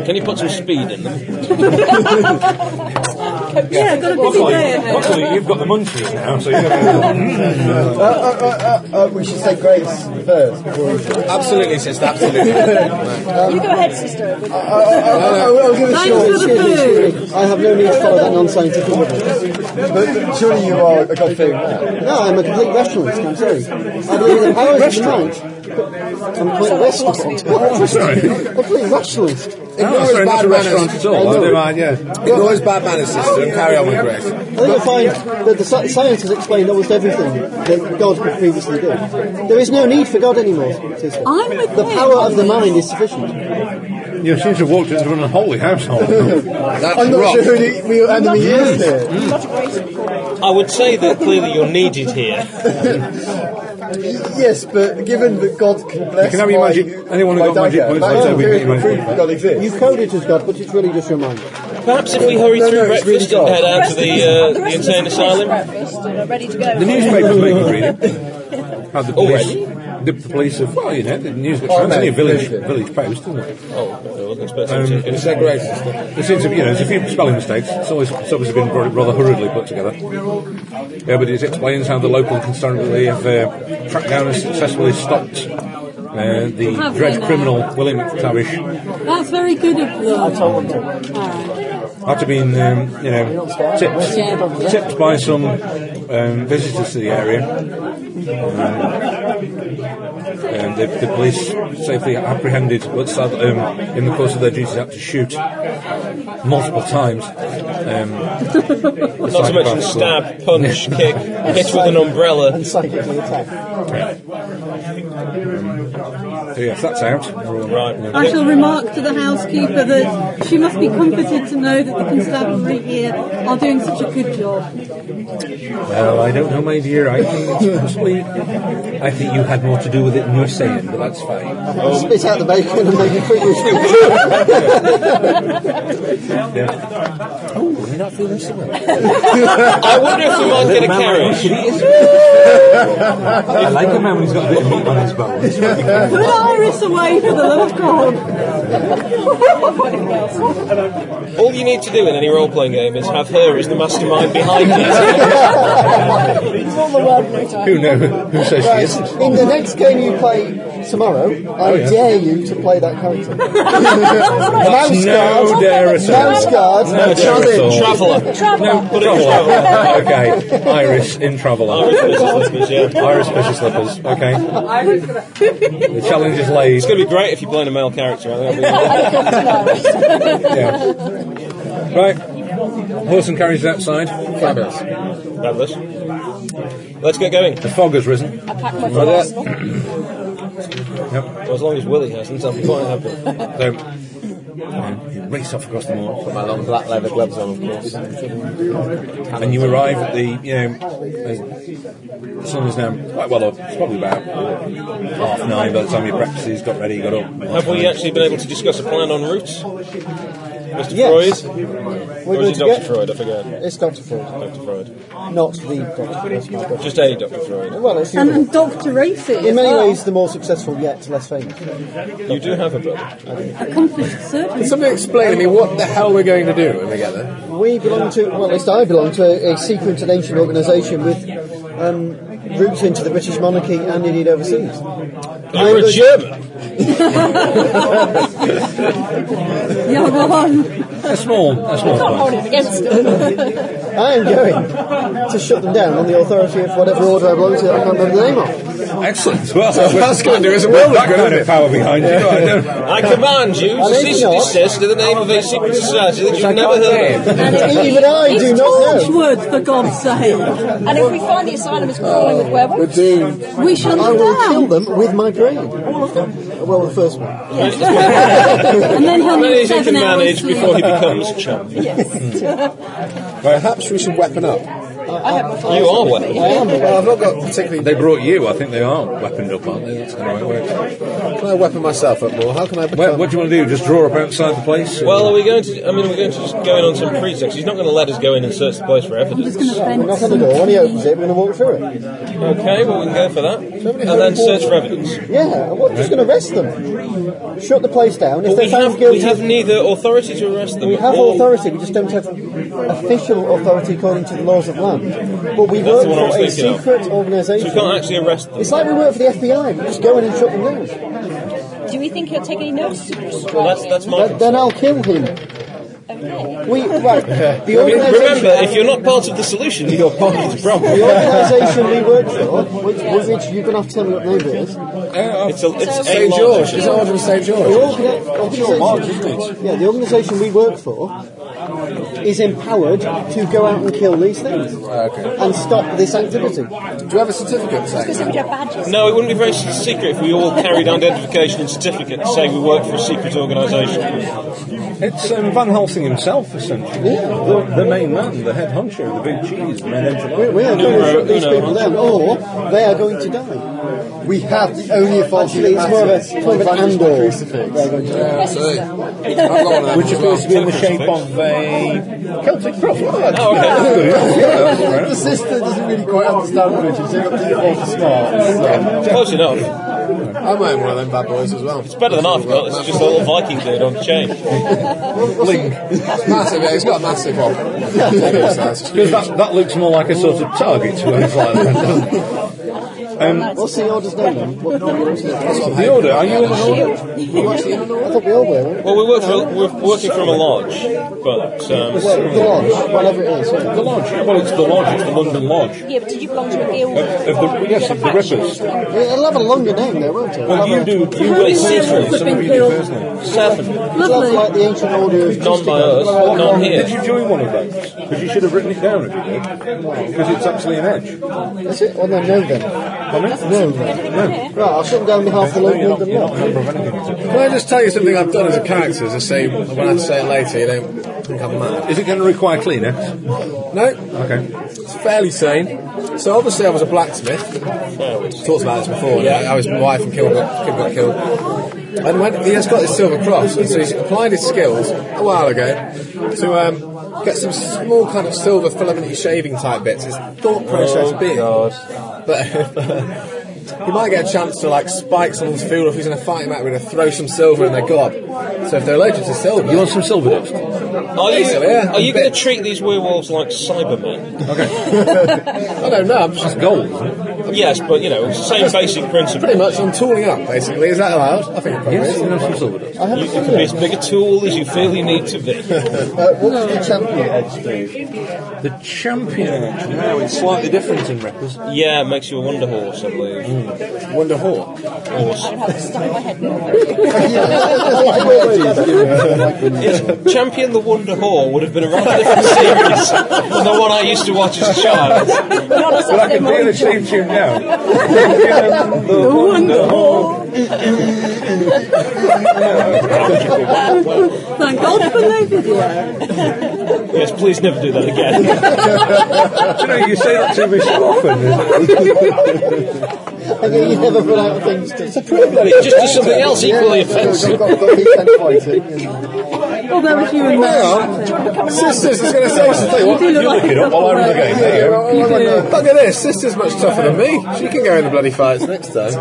Speaker 2: Can you put some speed in them?
Speaker 3: Yeah, I've got a busy day
Speaker 4: Luckily,
Speaker 3: ahead.
Speaker 4: luckily you've got the munchies now, so you have
Speaker 3: <laughs>
Speaker 8: Uh, uh, uh, uh, uh, we should say grace first. Before we do.
Speaker 5: Absolutely, sister, absolutely.
Speaker 7: You go ahead, sister.
Speaker 8: I, I, I, I, I'll give it a
Speaker 3: Thanks for
Speaker 8: shot.
Speaker 3: the food.
Speaker 6: I have no need to follow that non-scientific evidence.
Speaker 8: But, but surely you are a god-fearing man.
Speaker 6: No, I'm a complete rationalist, I'm sorry. I believe in the powers of the mind. but I'm a complete rationalist. A complete rationalist.
Speaker 5: Ignore his
Speaker 4: sorry, not
Speaker 5: bad
Speaker 4: a
Speaker 5: manners.
Speaker 4: restaurant at all. I don't mind, yeah.
Speaker 5: Ignore his bad manners, sister, and carry on with grace.
Speaker 6: I think you'll find that the sci- science has explained almost everything that God could previously do. There is no need for God anymore, sister.
Speaker 3: I'm with
Speaker 6: The
Speaker 3: him.
Speaker 6: power of the mind is sufficient.
Speaker 4: You seem to have walked into an unholy household.
Speaker 5: That's
Speaker 8: I'm not
Speaker 5: rock.
Speaker 8: sure who the real enemy is here.
Speaker 2: I would say that clearly you're needed here.
Speaker 8: Yes, but given that God can bless
Speaker 4: can have your
Speaker 8: my,
Speaker 4: magic- anyone who
Speaker 8: my
Speaker 4: got magic
Speaker 8: dagger,
Speaker 4: words,
Speaker 8: that
Speaker 4: I'd say
Speaker 8: is
Speaker 4: we
Speaker 8: good
Speaker 4: need magic
Speaker 8: proof
Speaker 4: words.
Speaker 8: that God exists.
Speaker 6: You've coded as God, but it's really just your mind.
Speaker 2: Perhaps if we hurry
Speaker 8: No,
Speaker 2: through
Speaker 8: no, it's
Speaker 2: breakfast
Speaker 8: really
Speaker 2: and head out to
Speaker 7: rest of
Speaker 2: the,
Speaker 7: us-
Speaker 2: uh,
Speaker 7: the
Speaker 2: the
Speaker 7: rest of us
Speaker 2: insane
Speaker 7: have finished
Speaker 2: asylum.
Speaker 7: breakfast and are ready to go.
Speaker 4: The newspaper's making reading. Had the police, the police have, well, you know, the news got
Speaker 8: Oh,
Speaker 4: trans, only a
Speaker 8: no,
Speaker 4: village,
Speaker 8: good.
Speaker 4: village post, isn't it?
Speaker 2: Oh, I wasn't expecting
Speaker 4: Um,
Speaker 2: to.
Speaker 4: it's that great system. There seems to be, you know, there's a few spelling mistakes. It's always, it's always been rather rather hurriedly put together. Yeah, but it explains how the local constabulary have uh, tracked down and successfully stopped uh, the
Speaker 3: Have they
Speaker 4: dread
Speaker 3: now?
Speaker 4: criminal William McTavish
Speaker 3: That's very good of them. I told them
Speaker 4: after being, um, you know, tipped, tipped by some um, visitors to the area. Um, um, the, the police safely apprehended but sad- um, in the course of their duties had to shoot multiple times. Um,
Speaker 2: <laughs> Not to mention stab, punch, kick, hit with an umbrella.
Speaker 6: And psychically attacked.
Speaker 4: So yes, that's out.
Speaker 2: Right.
Speaker 3: I shall remark to the housekeeper that she must be comforted to know that the constabulary here are doing such a good job.
Speaker 4: Well, I don't know, my dear. I think it's possibly. I think you had more to do with it than you're saying, but that's fine. <laughs>
Speaker 6: Spit out the bacon and make it quick with you.
Speaker 4: Yeah. Oh, we're not feeling so well.
Speaker 2: I wonder if we might get a carriage.
Speaker 4: <laughs> I like a man who's got a bit of meat on his bones.
Speaker 3: Put Iris away for the love of God.
Speaker 2: All you need to do in any role playing game is have her as the mastermind behind it.
Speaker 4: Who knows? Who says she
Speaker 2: <laughs>
Speaker 4: isn't?
Speaker 6: In the next game you play tomorrow, I
Speaker 4: Oh, yeah.
Speaker 6: dare you to play that
Speaker 4: <laughs>
Speaker 6: character. Mouse
Speaker 4: No
Speaker 6: guard.
Speaker 4: dare at all.
Speaker 6: Mouse guard.
Speaker 4: No dare at all.
Speaker 2: Traveller.
Speaker 4: No,
Speaker 2: Put it in
Speaker 4: traveller. okay, Iris in traveller. Iris Fisher Slippers, okay. The challenge is laid.
Speaker 2: It's going to be great if you're playing a male character. I think that'll be-
Speaker 4: Yeah. Right. Horse and carriage is outside. Fabulous.
Speaker 2: Fabulous. Let's get going.
Speaker 4: The fog has risen.
Speaker 7: I packed my flask.
Speaker 2: Well, as long as Willie hasn't, I'll be quite happy.
Speaker 4: So, um, you race off across the moor,
Speaker 5: Put my long black leather gloves on, of course. And
Speaker 4: and you arrive at the, you know, uh, the sun is now quite well up. It's probably about half nine by the time your breakfast got ready, got up.
Speaker 2: Have we actually been able to discuss a plan en route? Mr.
Speaker 6: Yes.
Speaker 2: Freud?
Speaker 6: We're
Speaker 2: Or
Speaker 6: going
Speaker 2: is
Speaker 6: to
Speaker 2: it Dr.
Speaker 6: get.
Speaker 2: Freud? I forget.
Speaker 6: It's Dr. Freud,
Speaker 2: Dr. Freud.
Speaker 6: not the Dr. Freud. my God.
Speaker 2: Just a Dr. Freud.
Speaker 6: Well, it's
Speaker 3: And,
Speaker 6: in
Speaker 3: and Dr. Racing.
Speaker 6: many ways the more successful yet less famous.
Speaker 2: You do have a brother.
Speaker 3: Accomplished
Speaker 5: Can
Speaker 3: surgeon.
Speaker 5: somebody explain to me what the hell we're going to do when we get there?
Speaker 6: We belong to, well, at least I belong to a, a secret and ancient organisation with um, roots into the British monarchy and indeed overseas.
Speaker 2: You're a
Speaker 6: the-
Speaker 2: German!
Speaker 3: Yeah, go on.
Speaker 4: A small, a small
Speaker 7: Can't hold
Speaker 4: part.
Speaker 7: it <laughs> against them.
Speaker 6: I am going to shut them down on the authority of whatever order I belong to. I can't remember the name of.
Speaker 4: Excellent. Well, that's
Speaker 5: gonna do us a world of
Speaker 4: That
Speaker 5: good,
Speaker 4: kind of
Speaker 5: isn't it?
Speaker 4: power behind you. I don't.
Speaker 2: I command you to
Speaker 6: think
Speaker 2: cease
Speaker 6: you
Speaker 2: and
Speaker 6: know.
Speaker 2: desist in the name of a secret society that you've never heard of.
Speaker 6: Even I
Speaker 3: It's
Speaker 6: do not know.
Speaker 3: Torchwood, for God's sake.
Speaker 7: And if we find the asylum is crawling with werewolves,
Speaker 3: We shall
Speaker 6: I will kill
Speaker 3: down.
Speaker 6: them with my brain. All of them. Well, the first one.
Speaker 3: and then he'll
Speaker 2: How many
Speaker 3: need
Speaker 2: he can
Speaker 3: seven hours
Speaker 2: manage
Speaker 3: sleep.
Speaker 2: before he becomes chump? You
Speaker 5: Perhaps we should weapon up.
Speaker 2: are one.
Speaker 6: I am aware.
Speaker 5: Well, I've not got particularly.
Speaker 4: They brought you. I think they are weaponed up, aren't they? That's the right way.
Speaker 5: Can I weapon myself up more? How can I become?
Speaker 4: Well, what do you want to do? Just draw up outside the place?
Speaker 2: Well, are we going to? I mean, we're going to just go in on some pretext. He's not going to let us go in and search the place for evidence.
Speaker 3: Just gonna bend
Speaker 6: Knock on the door, when he opens it, we're going to walk through it.
Speaker 2: Okay, well, we can go for that, and then search for evidence.
Speaker 6: Yeah, and we're just going to arrest them. Shut the place down. If
Speaker 2: But
Speaker 6: they
Speaker 2: we
Speaker 6: found
Speaker 2: have, we
Speaker 6: guilty,
Speaker 2: have neither authority to arrest them.
Speaker 6: We have
Speaker 2: or-
Speaker 6: authority, we just don't have official authority according to the laws of land. But we
Speaker 2: That's
Speaker 6: work
Speaker 2: the one I was
Speaker 6: for a
Speaker 2: thinking of.
Speaker 6: secret
Speaker 2: So we
Speaker 6: organisation.
Speaker 2: can't actually arrest them.
Speaker 6: It's like we work for the FBI, we just go in and shut them down.
Speaker 7: do we think he'll take any notice of us?
Speaker 2: Well, that's that's my.
Speaker 6: Then, then I'll kill him.
Speaker 7: Okay.
Speaker 6: We, right, the
Speaker 2: Remember,
Speaker 6: organisation,
Speaker 2: if you're not part of the solution, you're part of the
Speaker 6: the
Speaker 2: problem.
Speaker 6: organisation we work for, which, which you're going to have to tell me what name it is,
Speaker 2: It's a, it's a
Speaker 5: St George? Is
Speaker 2: large.
Speaker 5: it Order of St
Speaker 6: the
Speaker 5: George?
Speaker 6: orga- organisation, yeah, the organisation we work for is empowered to go out and kill these things and stop this activity.
Speaker 5: Do you have a certificate saying
Speaker 7: Because
Speaker 5: that?
Speaker 7: would have badges.
Speaker 2: No, it wouldn't be very s- secret if we all carried identification and certificates saying we work for a secret organisation.
Speaker 4: It's um, Van Helsing himself, essentially. The, the main man, the head hunter, the big cheese, the head
Speaker 6: We, we are going to
Speaker 2: Numero
Speaker 6: shut these
Speaker 2: uno.
Speaker 6: people down, or they are going to die.
Speaker 8: We have the only authority
Speaker 6: Actually, it's
Speaker 8: that
Speaker 6: more of a,
Speaker 8: matters.
Speaker 6: it's more of an
Speaker 8: Advantage
Speaker 6: and
Speaker 8: by
Speaker 6: or.
Speaker 8: crucifix.
Speaker 6: They're going to die.
Speaker 5: <laughs>
Speaker 4: Which appears to be in the shape of a Celtic cross. Oh,
Speaker 8: The sister doesn't really quite understand religion, so you've got to get off smart.
Speaker 2: Close enough.
Speaker 5: I'm wearing one of them bad boys as well.
Speaker 2: It's better than I've got. It's just a little Viking dude on the chain.
Speaker 5: massive. Yeah, he's got a massive <laughs> one.
Speaker 4: Because that, that looks more like a sort of target when it's like <laughs> that, doesn't it?
Speaker 6: Um, What's the order's name then? What,
Speaker 4: The order, are you in the order?
Speaker 6: I thought we all were, weren't we?
Speaker 2: Well, we work for, we're working from a lodge, but um,
Speaker 6: Well, the lodge, whatever it is. yeah.
Speaker 4: The lodge. Well, it's the lodge, it's the London Lodge.
Speaker 7: <laughs> Yeah, but did you belong to a guild?
Speaker 4: Of the, yes, of the Rippers.
Speaker 6: It'll have a longer name there, won't it?
Speaker 4: Well, you do, you
Speaker 3: How many
Speaker 4: wait centuries,
Speaker 3: sailors have
Speaker 4: some of
Speaker 3: been
Speaker 4: you do
Speaker 3: killed?
Speaker 4: personally.
Speaker 2: seven.
Speaker 6: That's
Speaker 3: Lovely.
Speaker 6: like the ancient order of
Speaker 2: None by us, none
Speaker 4: Did
Speaker 2: here.
Speaker 4: you join one of those? Because you should have written it down if you did. Because it's actually an edge.
Speaker 6: Is it? Oh, no, no then. No then.
Speaker 7: Yeah.
Speaker 6: Right, I'll shut them down behalf of the local London
Speaker 4: You're not a
Speaker 6: lodge.
Speaker 4: member of anything.
Speaker 5: Can I just tell you something I've done as a character? Just say when I say it later, you don't think I'm mad.
Speaker 4: Is it going to require cleaner?
Speaker 5: No,
Speaker 4: Okay.
Speaker 5: it's fairly sane. So obviously I was a blacksmith. Talked about this before. Yeah, I was my wife and Kim got, Kim got killed. And when he has got this silver cross, and so he's applied his skills a while ago to um, get some small kind of silver filamenty shaving type bits. His thought process being that <laughs> he might get a chance to like spike someone's food, or if he's in a fight, he might be able to throw some silver in their gob. So if they're allergic to silver, you want some silver dust.
Speaker 2: Are you,
Speaker 5: Basically, yeah.
Speaker 2: are you going to treat these werewolves like Cybermen?
Speaker 5: I don't know. I'm just
Speaker 4: Gold.
Speaker 2: Yes, but you know, same basic principle.
Speaker 5: pretty much I'm tooling up. Basically, is that allowed? I think it probably
Speaker 4: Yes,
Speaker 5: is.
Speaker 4: you have some silver dust.
Speaker 6: I have
Speaker 2: You,
Speaker 6: a
Speaker 2: you can be
Speaker 6: feeling.
Speaker 2: as big a tool as you feel you need
Speaker 5: <laughs>
Speaker 2: to be.
Speaker 6: Uh, what's the champion edge do?
Speaker 4: The champion edge. Now it's slightly different in Rippers.
Speaker 2: Yeah, it makes you a wonder horse, I believe.
Speaker 5: Hmm. Wonder Hawk.
Speaker 7: I don't have to stuck my head in it.
Speaker 2: If Champion the Wonder Whore would have been a rather different series than the one I used to watch as a child.
Speaker 7: Not a
Speaker 4: But I
Speaker 7: Saturday
Speaker 4: can hear the
Speaker 7: morning show.
Speaker 4: same tune now.
Speaker 3: The wonderful. Thank God for no video.
Speaker 2: Yes, please never do that again.
Speaker 4: Do you know, you say that to me so
Speaker 3: <laughs>
Speaker 4: often. isn't it?
Speaker 6: I mean, you never run out of things to... It's a privilege.
Speaker 2: Just do something else equally offensive.
Speaker 3: Although if Oh, you and me,
Speaker 5: Sisters is going to say something.
Speaker 3: you
Speaker 5: What?
Speaker 3: do look
Speaker 4: You
Speaker 3: like
Speaker 4: look it up while I run the game. There you go.
Speaker 3: You do.
Speaker 5: Look at this, sister's much tougher than me. She can go in the bloody fights next time.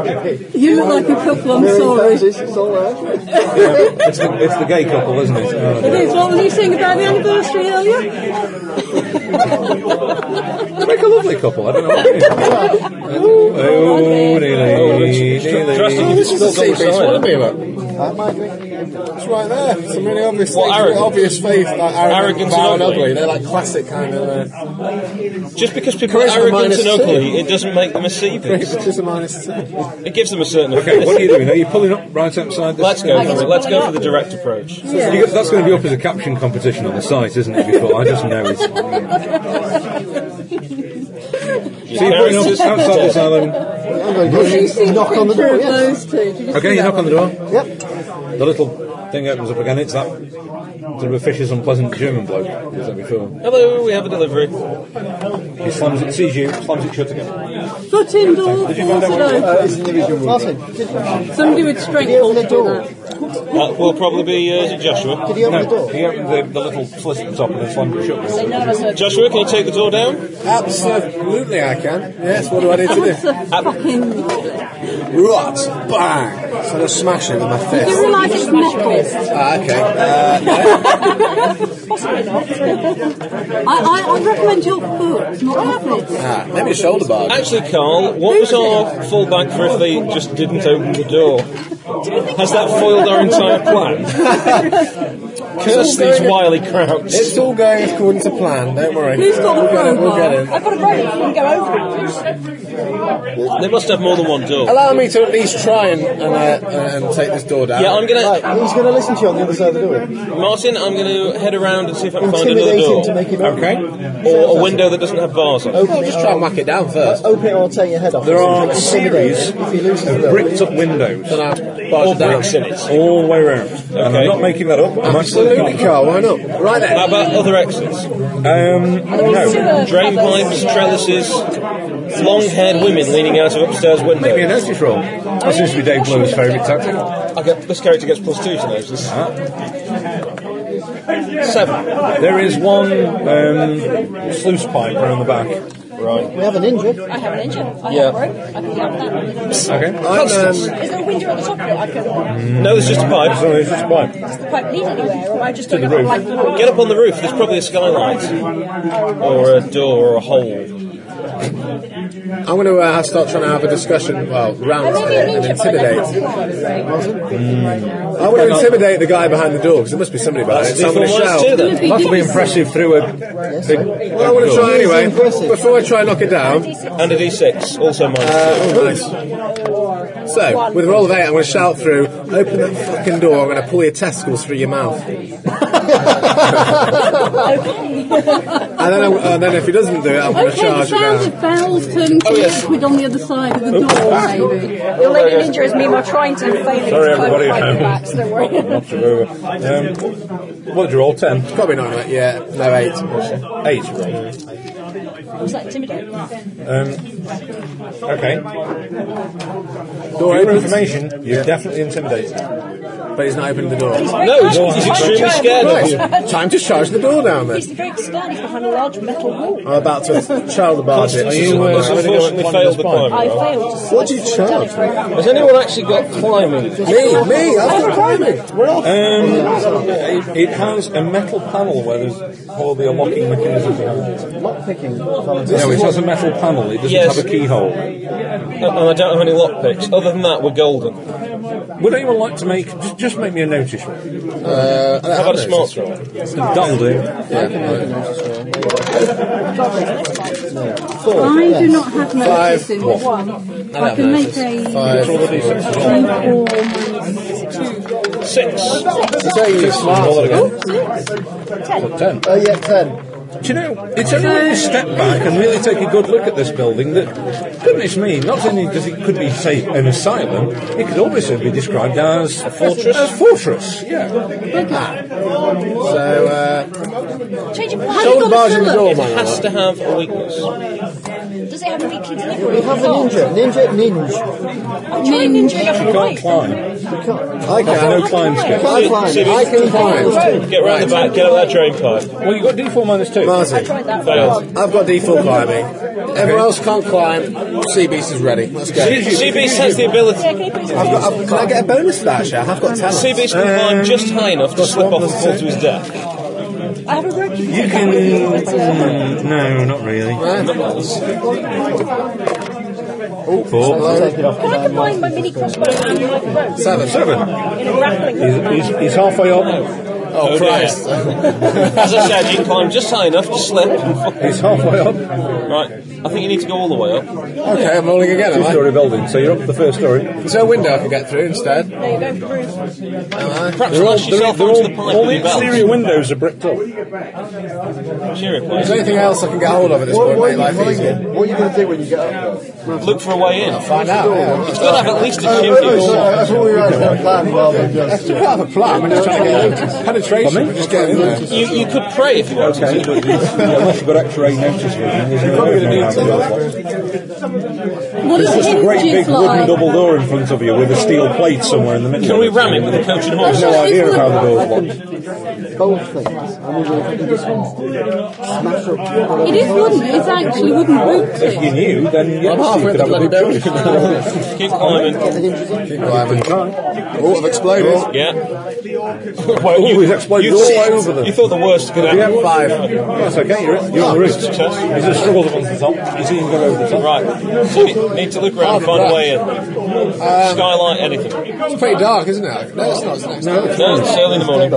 Speaker 3: You look like a couple. I'm sorry.
Speaker 6: It's all right.
Speaker 4: It's the, it's the gay couple, isn't it? Uh,
Speaker 3: It is. What were you saying about the anniversary earlier?
Speaker 4: They make a lovely couple. I don't know what it is. Oh, nearly.
Speaker 2: Dressed in
Speaker 5: Oh, This is a sea beast
Speaker 2: Sire.
Speaker 5: wannabe, look.
Speaker 8: That might be.
Speaker 5: It's right there. Some really obvious
Speaker 2: What,
Speaker 5: things.
Speaker 2: arrogant?
Speaker 5: obvious faith. Like
Speaker 2: Arrogant
Speaker 5: arrogant,
Speaker 2: and
Speaker 5: vile and
Speaker 2: ugly.
Speaker 5: ugly. They're like classic kind of. Uh, <laughs>
Speaker 2: Just because people are
Speaker 5: Charisma
Speaker 2: arrogant
Speaker 5: minus
Speaker 2: and
Speaker 5: two.
Speaker 2: ugly, it doesn't make them a seepers.
Speaker 5: Just a minus two.
Speaker 2: It gives them a certain
Speaker 4: Okay,
Speaker 2: effect.
Speaker 4: what are you doing? Are you pulling up right outside this?
Speaker 2: Let's go for it. Let's go for the direct approach.
Speaker 3: Yeah.
Speaker 4: You got- that's going to be up as a caption competition on the site, isn't it? Before I just know it.
Speaker 5: <laughs>
Speaker 4: So you're putting up outside this
Speaker 5: <laughs>
Speaker 4: island.
Speaker 6: I'm going to knock on the
Speaker 3: Picture
Speaker 6: door,
Speaker 3: of
Speaker 6: Oh, yes.
Speaker 3: those two. Did you see
Speaker 4: Okay, you
Speaker 3: that
Speaker 4: knock on
Speaker 3: one?
Speaker 4: the door.
Speaker 6: Yep.
Speaker 4: The little thing opens up again. It's that sort of officious, unpleasant German bloke. who Was there before?
Speaker 2: Hello, we have a delivery. Uh,
Speaker 4: He slams it, sees you, slams it shut again.
Speaker 3: Foot in door, force it open.
Speaker 6: Martin, did, did
Speaker 3: Somebody with strength
Speaker 6: he open
Speaker 3: will
Speaker 6: the
Speaker 3: do
Speaker 6: door?
Speaker 3: that.
Speaker 2: That will probably be uh, is it Joshua.
Speaker 6: Did he open
Speaker 4: No,
Speaker 6: the door?
Speaker 4: he opened the, the little slit at the top and then slammed it shut.
Speaker 2: Joshua, can you take the door down?
Speaker 5: Absolutely, I can. Yes. What do I need to
Speaker 3: That's
Speaker 5: do? <laughs>
Speaker 3: a fucking.
Speaker 5: Right. Bang. Sort of smash it with my
Speaker 3: Do you
Speaker 5: fist.
Speaker 3: realise it's metal?
Speaker 5: Ah, okay. Uh,
Speaker 3: I, I, I recommend your foot, not your fist.
Speaker 5: ah, maybe a shoulder bar.
Speaker 2: Actually, Carl, what was our fallback for if they just didn't open the door? Has that foiled our entire
Speaker 6: <laughs>
Speaker 2: plan? Curse these wily crowds.
Speaker 5: It's all going according to plan. Don't worry.
Speaker 3: Who's got the
Speaker 5: We'll get it, We'll
Speaker 3: crowbar?
Speaker 5: get it.
Speaker 7: I've got a rope, you can go over it.
Speaker 2: They must have more than one door.
Speaker 5: Allow me to at least try and and, uh, and and take this door down.
Speaker 2: Yeah, I'm gonna.
Speaker 6: Right, he's going to listen to you on the other side of the door.
Speaker 2: Martin, I'm gonna head around and see if I can find another
Speaker 6: Intimidate him to
Speaker 2: door.
Speaker 6: make him open.
Speaker 5: Okay.
Speaker 2: Or a window that doesn't have bars on it.
Speaker 5: I'll just try and whack it down first.
Speaker 6: Open it or I'll tear your head off.
Speaker 4: There are a series
Speaker 6: If he loses
Speaker 4: of
Speaker 6: the door.
Speaker 4: bricked up windows.
Speaker 5: Then I barge
Speaker 2: Or
Speaker 5: it down.
Speaker 2: bricks in it.
Speaker 4: All the way around. And I'm not making that up. I'm
Speaker 5: oh, Absolutely,
Speaker 4: actually
Speaker 5: Carl. Why not? Right there.
Speaker 2: How about other exits?
Speaker 4: Um, no.
Speaker 2: Drain pipes, trellises, long-haired women leaning out of upstairs
Speaker 4: Maybe a
Speaker 2: windows.
Speaker 4: notice roll. That seems to be Dave Blue's favourite tactic.
Speaker 2: I get, this character gets plus two to notice. Seven.
Speaker 4: There is one um, sluice pipe around the back.
Speaker 6: We have an injury.
Speaker 7: I have an engine. I
Speaker 2: Yeah.
Speaker 7: have a rope. I can have that.
Speaker 4: Okay.
Speaker 5: I'm, um,
Speaker 7: Is there a window at the top of it? I can.
Speaker 2: No, there's just a
Speaker 4: So
Speaker 2: pipe.
Speaker 4: there's Oh, just one.
Speaker 7: Does the pipe lead anywhere, or am I just
Speaker 4: the
Speaker 7: going up
Speaker 4: roof.
Speaker 7: like the
Speaker 2: Get up on the roof. There's probably a skylight, or a door, or a hole.
Speaker 5: I'm going to uh, start trying to have a discussion, well, round
Speaker 7: Maybe
Speaker 5: today
Speaker 7: an
Speaker 5: and
Speaker 7: engine, but I don't
Speaker 5: intimidate.
Speaker 7: have a rope.
Speaker 5: I want to intimidate the guy behind the door because there must be somebody behind it. So I'm going to
Speaker 2: Well, let's do
Speaker 5: shout.
Speaker 2: that.
Speaker 3: It'd be
Speaker 4: That'll be
Speaker 3: decent.
Speaker 4: impressive through a big.
Speaker 5: Well, I want to try
Speaker 6: He's
Speaker 5: anyway.
Speaker 6: impressive.
Speaker 5: Before I try and knock it down.
Speaker 2: And a D6, also minus
Speaker 5: Uh, oh, nice. So, with a roll of eight, I'm going to shout through, open that fucking door, I'm going to pull your testicles through your mouth. and, then I, and then if he doesn't do it, I'm going to
Speaker 3: Okay, the
Speaker 5: charge you
Speaker 3: sound
Speaker 5: down.
Speaker 3: of bells turning to liquid on the other side of the door, maybe.
Speaker 7: Your lady ninja is me, while trying to fail it.
Speaker 4: Sorry,
Speaker 7: It's kind
Speaker 4: everybody
Speaker 7: of like
Speaker 4: at
Speaker 7: the
Speaker 4: home.
Speaker 7: back, so don't worry.
Speaker 4: <laughs>
Speaker 7: <laughs>
Speaker 4: Not to over. Um, what did you roll? Ten?
Speaker 5: Probably not, mate. Yeah, no, eight.
Speaker 4: Eight. you rolled.
Speaker 7: Was that intimidating?
Speaker 4: Um, okay.
Speaker 5: Door
Speaker 4: For your
Speaker 5: opens,
Speaker 4: information, you're definitely intimidated.
Speaker 5: but he's not opening the door.
Speaker 2: No, he's, he's extremely scared of you.
Speaker 5: Right, time to charge the door down then.
Speaker 7: He's very stern. He's behind a large metal wall.
Speaker 5: I'm about to child barge it. uh,
Speaker 2: That's uh, unfortunately failed the climbing.
Speaker 7: I
Speaker 2: roll.
Speaker 7: failed to.
Speaker 5: What do you charge?
Speaker 2: Has anyone actually got climbing?
Speaker 5: Me, me, I've got climbing. We're off.
Speaker 4: Um, it, it has a metal panel where there's probably a locking mechanism behind it.
Speaker 6: Lock picking. Uh, volunteer.
Speaker 4: No, it has a metal panel. It doesn't
Speaker 2: Yes.
Speaker 4: have a keyhole.
Speaker 2: And and I don't have any lockpicks. Other than that, we're golden. How
Speaker 4: Would anyone like to make? Just, just make me a notice. roll.
Speaker 5: Uh, How
Speaker 2: about a smart roll?
Speaker 4: That'll do.
Speaker 3: I do not have notice
Speaker 5: Five,
Speaker 3: in
Speaker 5: what?
Speaker 3: one. I can make a
Speaker 5: Five.
Speaker 3: three, four, minus two.
Speaker 2: Six.
Speaker 5: You say you're
Speaker 4: Roll it
Speaker 5: smart.
Speaker 4: again.
Speaker 5: Ten.
Speaker 6: Oh, yeah, 10.
Speaker 4: Do you know, it's only when you step back and really take a good look at this building that, goodness me, not only does it could be, say, an asylum, it could also be described as a fortress. A fortress, yeah.
Speaker 5: So, uh,
Speaker 7: Change of plan.
Speaker 3: Has it
Speaker 5: shoulder
Speaker 3: got a
Speaker 5: bars in the
Speaker 3: cellar?
Speaker 5: door,
Speaker 2: It
Speaker 5: man.
Speaker 2: has to have a weakness.
Speaker 7: Does it have a weekly delivery?
Speaker 6: We have a ninja. Ninja, ninja.
Speaker 7: I'm trying ninja and I
Speaker 4: You
Speaker 7: can
Speaker 4: can't
Speaker 7: wait.
Speaker 4: climb.
Speaker 5: I can.
Speaker 4: No climb skill.
Speaker 5: I climb. I can climb.
Speaker 2: Get round the back, get up that drain pipe.
Speaker 4: Well, you got D4 minus 2.
Speaker 5: Martin,
Speaker 2: Failed.
Speaker 5: I've got D4 climbing. Everyone else can't climb. Sea Beast is ready. Let's go.
Speaker 2: Sea Beast has the
Speaker 7: Yeah,
Speaker 2: ability.
Speaker 7: can you please
Speaker 5: I've got, I've, can I get a bonus for that, Shah? I've got
Speaker 2: Sea
Speaker 5: talent. Um,
Speaker 2: Beast can climb just high enough to slip off and fall to his death.
Speaker 7: I have a rope. You
Speaker 4: You can. mm, No, not really.
Speaker 5: Right.
Speaker 4: Four.
Speaker 7: Can I combine my mini crossbow and my rope?
Speaker 5: Seven.
Speaker 4: Seven.
Speaker 7: In a grappling
Speaker 4: He's,
Speaker 7: hook?
Speaker 4: he's, he's halfway up.
Speaker 2: Oh,
Speaker 5: Oh,
Speaker 2: dear.
Speaker 5: Christ.
Speaker 2: As I said, you can climb just high enough to slip.
Speaker 4: He's halfway up.
Speaker 2: Right, I think you need to go all the way up.
Speaker 5: okay, I'm rolling again, am I?
Speaker 4: Two-story building. So you're up to the first story.
Speaker 5: Is there a window I can get through instead?
Speaker 7: No, you don't prove.
Speaker 2: Perhaps lash yourself onto the pipe
Speaker 4: all the
Speaker 2: with your
Speaker 4: exterior
Speaker 2: belt.
Speaker 4: windows are bricked up.
Speaker 5: Is there
Speaker 2: Seriously,
Speaker 5: anything else I can get hold of at this
Speaker 8: What,
Speaker 5: point?
Speaker 8: what, are you,
Speaker 5: Make life
Speaker 8: what, are
Speaker 5: easier.
Speaker 8: you, what are you going to do when you get up? there?
Speaker 2: look for a way in. You've
Speaker 5: Find out. Yeah.
Speaker 2: got to have at least a
Speaker 8: Oh,
Speaker 2: chimney.
Speaker 8: oh, sorry, I thought we were out of plan rather than just.
Speaker 5: We don't have a plan. We're just trying to get noticed. Penetration. We're just getting in there.
Speaker 2: You, you could pray if you wanted to.
Speaker 4: Unless you've got X-ray notice vision, there's no way around it.
Speaker 3: What
Speaker 4: It's
Speaker 3: does
Speaker 4: just a great big
Speaker 3: hinges
Speaker 4: wooden
Speaker 3: like?
Speaker 4: double door in front of you with a steel plate somewhere in the middle.
Speaker 2: Can we ram it with a coach and
Speaker 4: I have
Speaker 2: horse?
Speaker 4: no idea of how the door's locked.
Speaker 6: Bold things. I mean, if you can just smash up.
Speaker 3: It is wooden. It's actually wooden boot.
Speaker 4: If you knew, then yes,
Speaker 5: I'm
Speaker 4: you
Speaker 5: halfway up
Speaker 4: could
Speaker 5: that
Speaker 4: have a
Speaker 5: bloody
Speaker 4: big
Speaker 5: building.
Speaker 4: choice.
Speaker 2: Keep climbing.
Speaker 5: Keep climbing. Oh, I've exploded.
Speaker 2: Yeah.
Speaker 4: Well, you,
Speaker 2: he's
Speaker 4: exploded all
Speaker 2: thought-
Speaker 4: over them.
Speaker 2: You thought the worst could happen.
Speaker 4: Yeah, five. That's okay, you're, you're on the route. He's just struggled up onto the top. He's even got over the top.
Speaker 2: Right. So you need to look around and find a way in. Skylight, anything.
Speaker 5: It's pretty dark, isn't it? No, it's not. It's next door.
Speaker 2: No, it's early in the morning.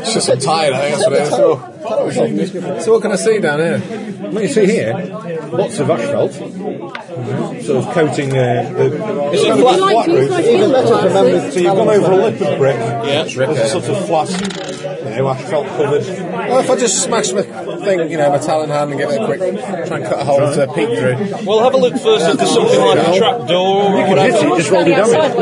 Speaker 5: It's just a tide, I think that's what it is. So what can I see down here?
Speaker 4: Well, you see here, lots of asphalt, sort of coating uh, the. It's
Speaker 3: It's
Speaker 4: kind of a
Speaker 3: like
Speaker 4: flat
Speaker 3: things
Speaker 4: roof.
Speaker 3: like field glasses.
Speaker 4: So you've gone over a lip of brick. Yeah.
Speaker 2: It's
Speaker 4: There's a sort of flat, you know, asphalt covered.
Speaker 5: Well, if I just smash my thing, you know, my talon hand and give it a quick, try and cut a hole to peek through.
Speaker 2: We'll have a look first if there's something like a trap door or whatever.
Speaker 4: hit it, just roll the damage.
Speaker 7: Outside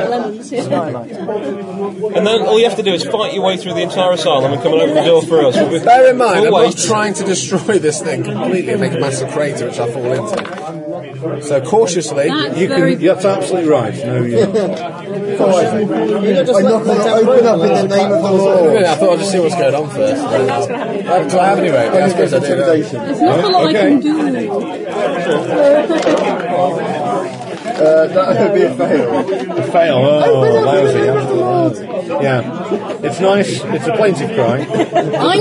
Speaker 7: like lemons.
Speaker 2: And then all you have to do is fight your way through the entire asylum and come and open the door for us. We'll be-
Speaker 5: Bear in mind, I'm
Speaker 2: we'll
Speaker 5: not
Speaker 2: wait.
Speaker 5: trying to destroy this thing completely and make a massive crater which I fall into. So cautiously,
Speaker 3: That's
Speaker 5: you
Speaker 3: very
Speaker 5: can.
Speaker 4: That's absolutely right. No, you
Speaker 8: I'm not going to open up in the name of the law.
Speaker 5: Yeah, I thought I'd just see what's going on first. Uh, do I have any rope? Yeah, I suppose I do. don't I?
Speaker 3: There's not a lot I can do.
Speaker 8: Uh, that would be a fail.
Speaker 4: fail. Oh, lousy. yeah. Yeah. It's nice. It's a plaintive cry.
Speaker 3: <laughs> I'm
Speaker 4: Door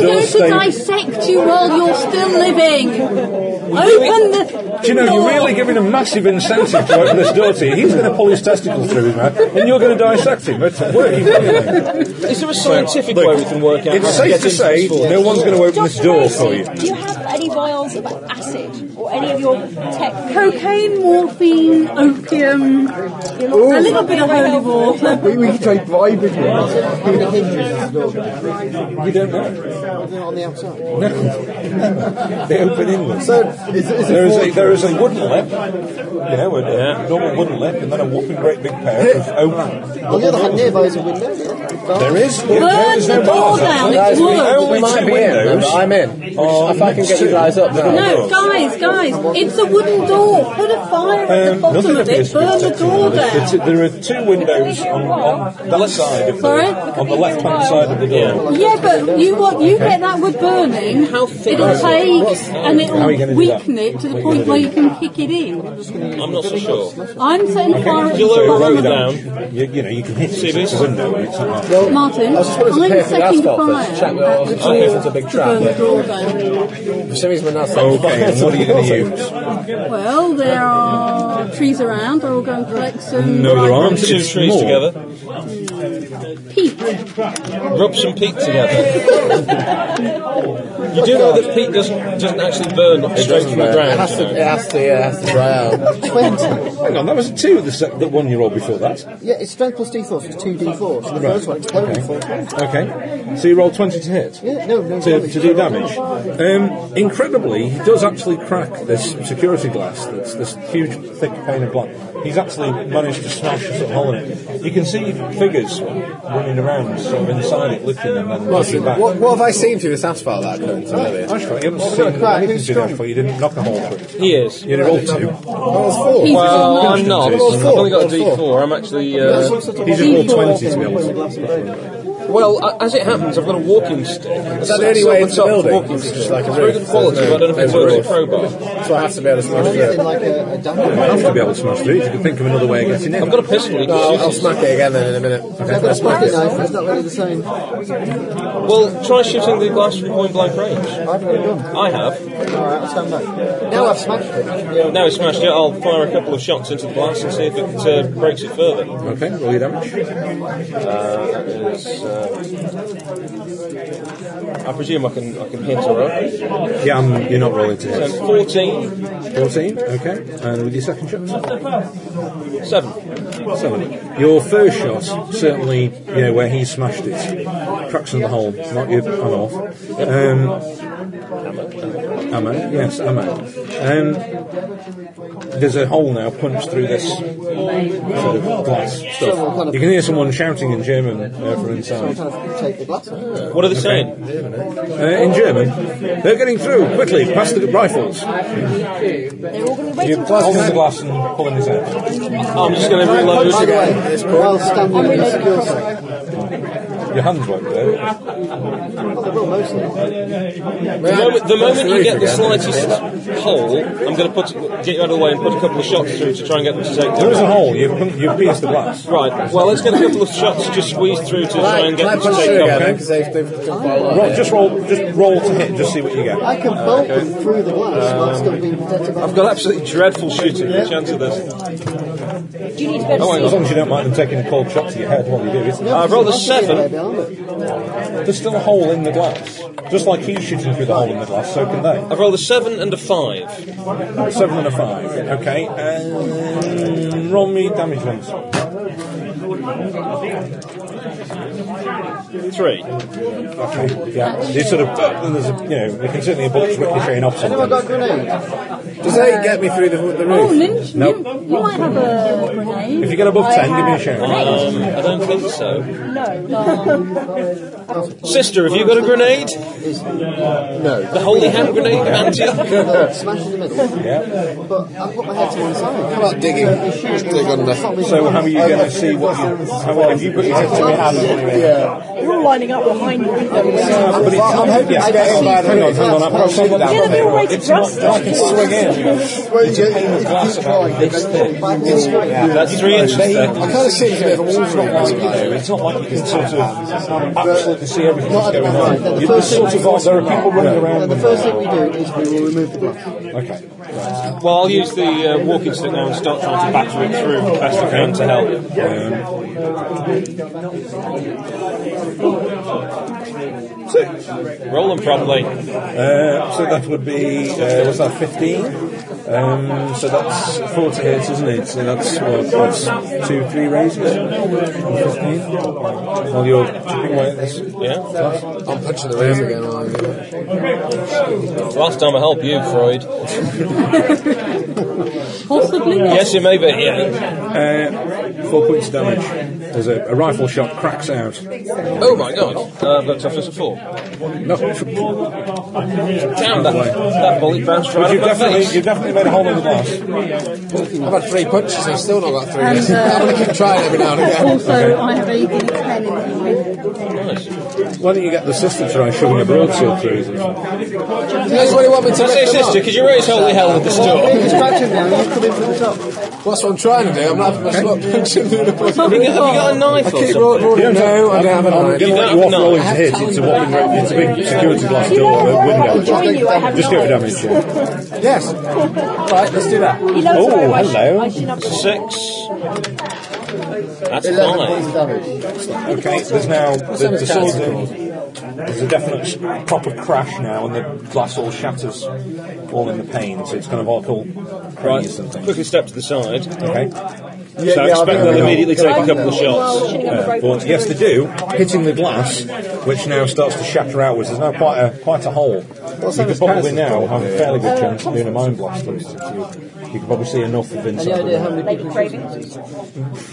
Speaker 3: going to
Speaker 4: stay-
Speaker 3: dissect you while you're still living. Open the.
Speaker 4: Do you know, you're
Speaker 3: door.
Speaker 4: really giving a massive incentive to open this door to you. He's going to pull his testicles through his mouth, and you're going to dissect him. It's working brilliantly.
Speaker 2: Is there a scientific way we can work out? how
Speaker 4: It's safe
Speaker 2: get
Speaker 4: to
Speaker 2: into
Speaker 4: say
Speaker 2: this form?
Speaker 4: no one's going to open this
Speaker 7: Dr.
Speaker 4: door
Speaker 7: Mason,
Speaker 4: for you.
Speaker 7: Do you have any vials of acid or any of your tech?
Speaker 3: Cocaine, morphine, opium, a little bit of holy
Speaker 4: <laughs>
Speaker 3: water.
Speaker 8: We, we could try bribing him.
Speaker 6: The hinges is
Speaker 4: You don't know.
Speaker 6: on the outside.
Speaker 4: They open inwards.
Speaker 8: So, is, is
Speaker 4: There is
Speaker 8: it
Speaker 4: a there is a wooden lip, you know, a normal wooden lip, and then a whopping great big pair of oak.
Speaker 6: On the other hand, nearby is a window. yeah.
Speaker 4: There is.
Speaker 3: Burn the door down, it's
Speaker 4: only
Speaker 3: wood.
Speaker 5: might
Speaker 4: two
Speaker 5: be in,
Speaker 4: windows. Um,
Speaker 5: but I'm in. if I can get you guys up now.
Speaker 3: No, guys, guys, it's a wooden door. Put a fire at the
Speaker 4: Um,
Speaker 3: bottom
Speaker 4: nothing
Speaker 3: of
Speaker 4: appears
Speaker 3: it,
Speaker 4: to be
Speaker 3: burn the
Speaker 4: protecting
Speaker 3: door
Speaker 4: the lip. It's-
Speaker 3: down.
Speaker 4: There are two windows on, on that side of the,
Speaker 3: Sorry?
Speaker 4: on the left hand side of the door.
Speaker 3: Yeah, but you what you get that wood burning, it'll take and
Speaker 4: How are you gonna
Speaker 3: it'll
Speaker 4: do that?
Speaker 3: weaken it to the point where you can kick it in.
Speaker 2: I'm not so sure.
Speaker 3: I'm setting fire at
Speaker 2: You'll lower row
Speaker 3: the bottom of
Speaker 2: down.
Speaker 4: You, you know, you can hit
Speaker 2: See this?
Speaker 4: the window. and It's not
Speaker 3: it. Martin, I'm
Speaker 5: just wanted to pay for the
Speaker 3: setting
Speaker 5: asphalt
Speaker 3: fire
Speaker 5: first, check whether
Speaker 3: at
Speaker 5: it's-
Speaker 3: the
Speaker 5: okay, if it's a
Speaker 3: door
Speaker 5: big
Speaker 3: to
Speaker 5: trap,
Speaker 3: burn the
Speaker 5: yeah.
Speaker 3: door down.
Speaker 5: For some reason, we're not saying
Speaker 4: Okay, and what are you going to use?
Speaker 3: Well, there are trees around. I'll go and collect some.
Speaker 4: No, there aren't.
Speaker 2: Rub two
Speaker 4: It's
Speaker 2: trees
Speaker 4: more.
Speaker 2: together.
Speaker 3: Peat.
Speaker 2: Rub some peat together. you do know that peat doesn't doesn't actually burn straight from the
Speaker 5: It
Speaker 2: ground.
Speaker 5: has
Speaker 2: you
Speaker 5: to,
Speaker 2: know.
Speaker 5: it has to, yeah, it has to dry <laughs>
Speaker 4: <laughs>
Speaker 5: out.
Speaker 4: Hang on, that was two of the, sec- the one year old before that.
Speaker 6: Yeah, it's strength plus d4, so it's 2d4. So the first one, it's only 4.
Speaker 4: Okay, so you roll 20 to hit.
Speaker 6: Yeah, no, no, Uh,
Speaker 4: to, to do damage. Um, incredibly, he does actually crack this security glass. That's this huge, thick pane of glass. He's actually managed to smash a sort of hole in it. You can see figures running around, sort of inside it, looking and then looking back.
Speaker 5: What, what have I seen through this asphalt that I couldn't tell earlier?
Speaker 4: Asphalt, you haven't seen anything to do with asphalt. You didn't knock a hole through. it.
Speaker 2: He is.
Speaker 4: You rolled two.
Speaker 5: I was four.
Speaker 3: He's
Speaker 2: Well,
Speaker 3: not.
Speaker 2: I'm not. I've only got a D4. I'm actually. Uh,
Speaker 4: He's just rolled twenty to be honest.
Speaker 2: well, a- as it happens, I've got a walking stick. Is
Speaker 5: that the only way into the building?
Speaker 2: Walking
Speaker 5: It's
Speaker 2: stick.
Speaker 5: just like a
Speaker 2: it's very
Speaker 5: roof.
Speaker 2: good quality, but I don't know if it
Speaker 5: No,
Speaker 2: works
Speaker 5: it's
Speaker 2: with
Speaker 5: a roof.
Speaker 2: crowbar.
Speaker 5: So I have to be able to smash through it.
Speaker 6: like a, a
Speaker 4: I
Speaker 6: damage.
Speaker 4: have to be able to smash through it. You can think of another way of getting in.
Speaker 2: I've got a pistol. You
Speaker 5: No, I'll,
Speaker 2: can
Speaker 5: I'll
Speaker 2: shoot it.
Speaker 5: smack it again then in a minute. Okay,
Speaker 6: I've got a
Speaker 5: I'll smack
Speaker 6: pocket
Speaker 5: it.
Speaker 6: knife, it's not really the same.
Speaker 2: Well, try shooting the glass from point blank range.
Speaker 8: I've already done.
Speaker 2: I have.
Speaker 8: Alright, I'll stand back. Now I've smashed it.
Speaker 2: Now it's smashed it, I'll fire a couple of shots into the glass and see if it uh, breaks it further.
Speaker 5: Okay, roll your damage.
Speaker 2: I presume I can I can hit all right.
Speaker 5: Yeah, I'm, you're not rolling to hit.
Speaker 2: And 14,
Speaker 5: 14, okay. And with your second shot?
Speaker 2: 7.
Speaker 5: 7. Your first shot, certainly, you know, where he smashed it, cracks in the hole, not you, on off. Um, ammo, yes, ammo. Um, there's a hole now punched through this sort of glass stuff. You can hear someone shouting in German uh, from inside.
Speaker 6: Take the glass off.
Speaker 2: What are they saying?
Speaker 5: Uh, in German, they're getting through, quickly, past the rifles.
Speaker 7: They're all going to be
Speaker 4: You
Speaker 7: waiting for
Speaker 4: holding
Speaker 7: us.
Speaker 4: the glass and pulling this out.
Speaker 2: I'm just going to reload.
Speaker 6: By the way, while standing in a secure safe,
Speaker 4: Your hands won't go.
Speaker 2: The moment, the moment you get the slightest hole, I'm going to put get you out of the way and put a couple of shots through to try and get them to take
Speaker 4: There is
Speaker 2: them.
Speaker 4: a hole. You've, pun- you've pierced the glass.
Speaker 2: Right, well, let's get a couple of shots just squeezed through to try and
Speaker 5: Can I
Speaker 2: get them to
Speaker 5: punch
Speaker 2: take
Speaker 5: through
Speaker 2: cover.
Speaker 5: again? Because they've, they've done quite a lot. Roll, just roll, just roll to hit. Just see what you get.
Speaker 6: I can bolt them through the glass
Speaker 4: Um,
Speaker 6: while still being protected by
Speaker 2: I've got absolutely dreadful shooting. The chance of this.
Speaker 7: Do you need to go to
Speaker 2: Oh, hang
Speaker 7: sleep?
Speaker 4: As long as you don't mind them taking a cold shot to your head while you do it.
Speaker 2: I've rolled a
Speaker 6: Anyway,
Speaker 2: seven.
Speaker 6: behind it.
Speaker 4: Uh, There's still a hole in the glass. Just like he's shooting through the hole in the glass, so can they.
Speaker 2: I've rolled a seven and a five.
Speaker 4: Seven and a five. Okay. Um, roll me damage ones.
Speaker 2: Three.
Speaker 4: Okay. Yeah. You sort of. Then there's a. You know. You can certainly a bullet's ricocheting off
Speaker 6: Anyone got
Speaker 4: something.
Speaker 6: a grenade?
Speaker 5: Does eight get me through the, the
Speaker 3: Oh,
Speaker 5: roof?
Speaker 3: Lynch, Lynch, you might have a grenade.
Speaker 4: If you get above ten, give me a shout.
Speaker 2: Um, I don't think so.
Speaker 7: No.
Speaker 2: Sister, have you got a grenade?
Speaker 5: No.
Speaker 2: The holy hand grenade of Antioch?
Speaker 6: No, Uh, smash in the middle.
Speaker 4: Yeah.
Speaker 6: But I put my head to one side.
Speaker 5: How about digging? Just dig under.
Speaker 4: So how are you going to see what? You, how, have you put your head to your hand? Yeah.
Speaker 7: They're all lining up behind you.
Speaker 4: But it's, I'm hoping it's getting bad. Hang on. Hang on. I've got something down.
Speaker 7: Yeah, they're all waiting
Speaker 4: It's
Speaker 7: for
Speaker 4: not.
Speaker 7: us.
Speaker 4: I can swing in. You know.
Speaker 8: Where you get
Speaker 4: Pane of glass about this thick.
Speaker 2: That's three inches thick.
Speaker 5: I kind of see it as a bit of a wolf rock
Speaker 4: Like,
Speaker 5: last
Speaker 4: you know,
Speaker 5: night.
Speaker 4: it's not like you can sort of absolutely see everything that's going on.
Speaker 6: Right,
Speaker 4: You
Speaker 6: then the
Speaker 4: there's
Speaker 6: first
Speaker 4: sort
Speaker 6: thing,
Speaker 4: of like, there are people running
Speaker 6: then
Speaker 4: around.
Speaker 6: the first thing we do is we will remove the glass.
Speaker 4: Okay.
Speaker 2: Well, I'll use the uh, walking stick now and start trying to batter it through best I can to help.
Speaker 4: Um,
Speaker 2: Roll them properly.
Speaker 4: Uh, so that would be uh, was that fifteen? Um, so that's forty hits, isn't it? So that's what that's two, three raises. Fifteen. Well, you're chipping away at this.
Speaker 2: Yeah.
Speaker 5: I'm punching the roof again. aren't I?
Speaker 2: Last time I helped you, Freud.
Speaker 3: Possibly not.
Speaker 2: Yes, you may be. Yeah.
Speaker 4: Uh, four points of damage. There's a, a rifle shot cracks out.
Speaker 2: Oh my god. Uh, that's a first four.
Speaker 4: No, tr-
Speaker 2: Damn, that, that bullet bounced right
Speaker 4: you
Speaker 2: off my
Speaker 4: definitely,
Speaker 2: face.
Speaker 4: you definitely made a hole in the glass.
Speaker 5: I've had three punches. I've still not got three.
Speaker 3: And,
Speaker 5: yet. <laughs>
Speaker 3: uh,
Speaker 5: I'm going to keep trying every now and again.
Speaker 3: Also, I have a D10 in the room.
Speaker 4: Why don't you get the sister to try shoving a broadsword through? them?
Speaker 5: That's what you want me to
Speaker 2: I say
Speaker 5: make them up?
Speaker 2: sister, because you raise holy hell with the
Speaker 6: Well,
Speaker 2: store.
Speaker 6: you scratch him now, you come in from the top.
Speaker 5: That's what I'm trying to do. I'm not having much luck punching through the
Speaker 2: Have you
Speaker 5: punch.
Speaker 2: got a knife
Speaker 5: I
Speaker 2: or
Speaker 5: keep
Speaker 2: something?
Speaker 5: rolling. rolling- No, I don't have Um, a
Speaker 4: I'm going
Speaker 5: knife.
Speaker 4: to let you
Speaker 2: don't-
Speaker 4: off
Speaker 2: no.
Speaker 4: rolling to hit. It's a whopping, re- it's a big security glass
Speaker 7: You know
Speaker 4: door,
Speaker 7: what?
Speaker 4: uh,
Speaker 7: I'll join you. I
Speaker 4: window.
Speaker 7: have
Speaker 4: Just go for
Speaker 7: knowledge.
Speaker 4: damage. Yeah.
Speaker 5: Yes. Right, let's do that.
Speaker 7: He knows
Speaker 4: Oh,
Speaker 7: where I should-
Speaker 4: hello.
Speaker 7: I should have gone.
Speaker 2: Six. That's
Speaker 6: 11 points
Speaker 2: fine.
Speaker 6: of damage.
Speaker 4: Okay, there's now the, the sword. There's a definite proper crash now, and the glass all shatters, all in the pane. So it's kind of like all crannies and things.
Speaker 2: Quickly step to the side.
Speaker 4: Okay.
Speaker 2: So I
Speaker 8: yeah, I'll
Speaker 2: expect
Speaker 8: be
Speaker 2: they'll
Speaker 8: right on.
Speaker 2: immediately take a couple of
Speaker 7: Well,
Speaker 2: shots.
Speaker 7: shooting on the
Speaker 4: Uh,
Speaker 7: rope.
Speaker 4: but yes, they do. Hitting the glass, which now starts to shatter outwards. There's now quite a quite a hole. you could probably now have a fairly good chance of doing a mind blast. on it, since You, you could probably see enough of
Speaker 6: Any
Speaker 4: inside.
Speaker 6: idea how many
Speaker 7: Lady
Speaker 6: people
Speaker 7: Craving.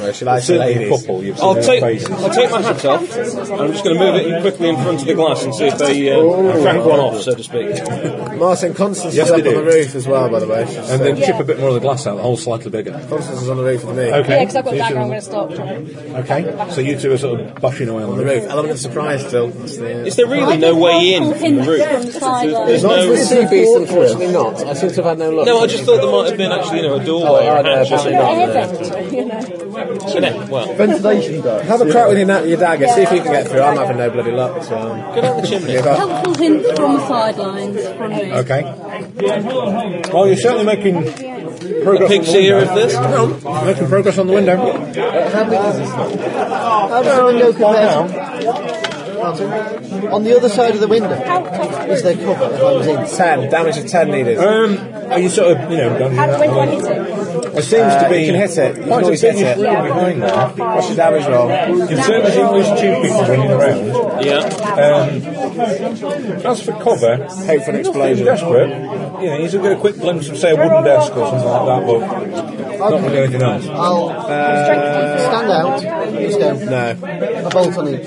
Speaker 5: Right, should I say
Speaker 4: Certainly a
Speaker 5: ladies?
Speaker 4: couple. You've seen
Speaker 2: I'll
Speaker 4: their
Speaker 2: take,
Speaker 4: faces.
Speaker 2: I'll take my hat off. and I'm just going to move it in quickly in front of the glass and see if they uh, crank one off, so to speak.
Speaker 5: Martin Constance
Speaker 4: Yes,
Speaker 5: is up
Speaker 4: they
Speaker 5: on
Speaker 4: do.
Speaker 5: the roof as well, by the way.
Speaker 4: And then
Speaker 7: Yeah.
Speaker 4: chip a bit more of the glass out. The hole's slightly bigger.
Speaker 5: Constance is on the roof with me.
Speaker 7: Yeah,
Speaker 4: Okay.
Speaker 7: because I've got a dagger, I'm
Speaker 5: on
Speaker 7: going to stop trying.
Speaker 4: Okay. So you two are sort of bashing away on
Speaker 5: the
Speaker 4: the
Speaker 5: roof.
Speaker 4: roof.
Speaker 5: Element of surprise still. That's the-
Speaker 2: Is there really no way in from the
Speaker 7: From the
Speaker 2: roof?
Speaker 7: side, uh,
Speaker 2: There's
Speaker 5: Not for
Speaker 2: no...
Speaker 5: the sea beast, unfortunately not. I seem to have had no luck.
Speaker 2: No, I just thought there might have in actually, you know, a doorway or a hatch or something.
Speaker 7: A heaven, you know.
Speaker 2: So, no, well,
Speaker 8: Ventilation duct.
Speaker 5: Have a crack with your, na- your dagger, see if you can get through. I'm having no bloody luck, so. um,
Speaker 2: go down the chimney.
Speaker 5: Give up.
Speaker 3: Helpful hint from the sidelines from me.
Speaker 5: Okay.
Speaker 4: Well, you're certainly making
Speaker 2: A
Speaker 4: progress. on the
Speaker 2: picture here
Speaker 4: window.
Speaker 2: of this.
Speaker 5: Making progress on the window.
Speaker 6: How big is this? How does the window compare to- On the other side of the window, is there cover if I was in?
Speaker 5: Ten. Damage of ten needed.
Speaker 4: Um, are you sort of, you know, done
Speaker 7: How, when do I hit
Speaker 4: that?
Speaker 7: it?
Speaker 4: It seems to
Speaker 5: Uh,
Speaker 4: be.
Speaker 5: you can hit it. You can
Speaker 4: Quite a
Speaker 5: always hit
Speaker 4: big
Speaker 5: it.
Speaker 4: room behind that.
Speaker 5: What's your damage roll?
Speaker 4: In terms of English tube people running around,
Speaker 2: Yeah.
Speaker 4: um, as for cover,
Speaker 5: Hope for an
Speaker 4: he's
Speaker 5: explosion.
Speaker 4: desperate. You know, he's a good quick glimpse of, say, a wooden desk or something like that, but not really anything else.
Speaker 6: I'll stand out. Just go.
Speaker 5: No.
Speaker 6: A bolt on him.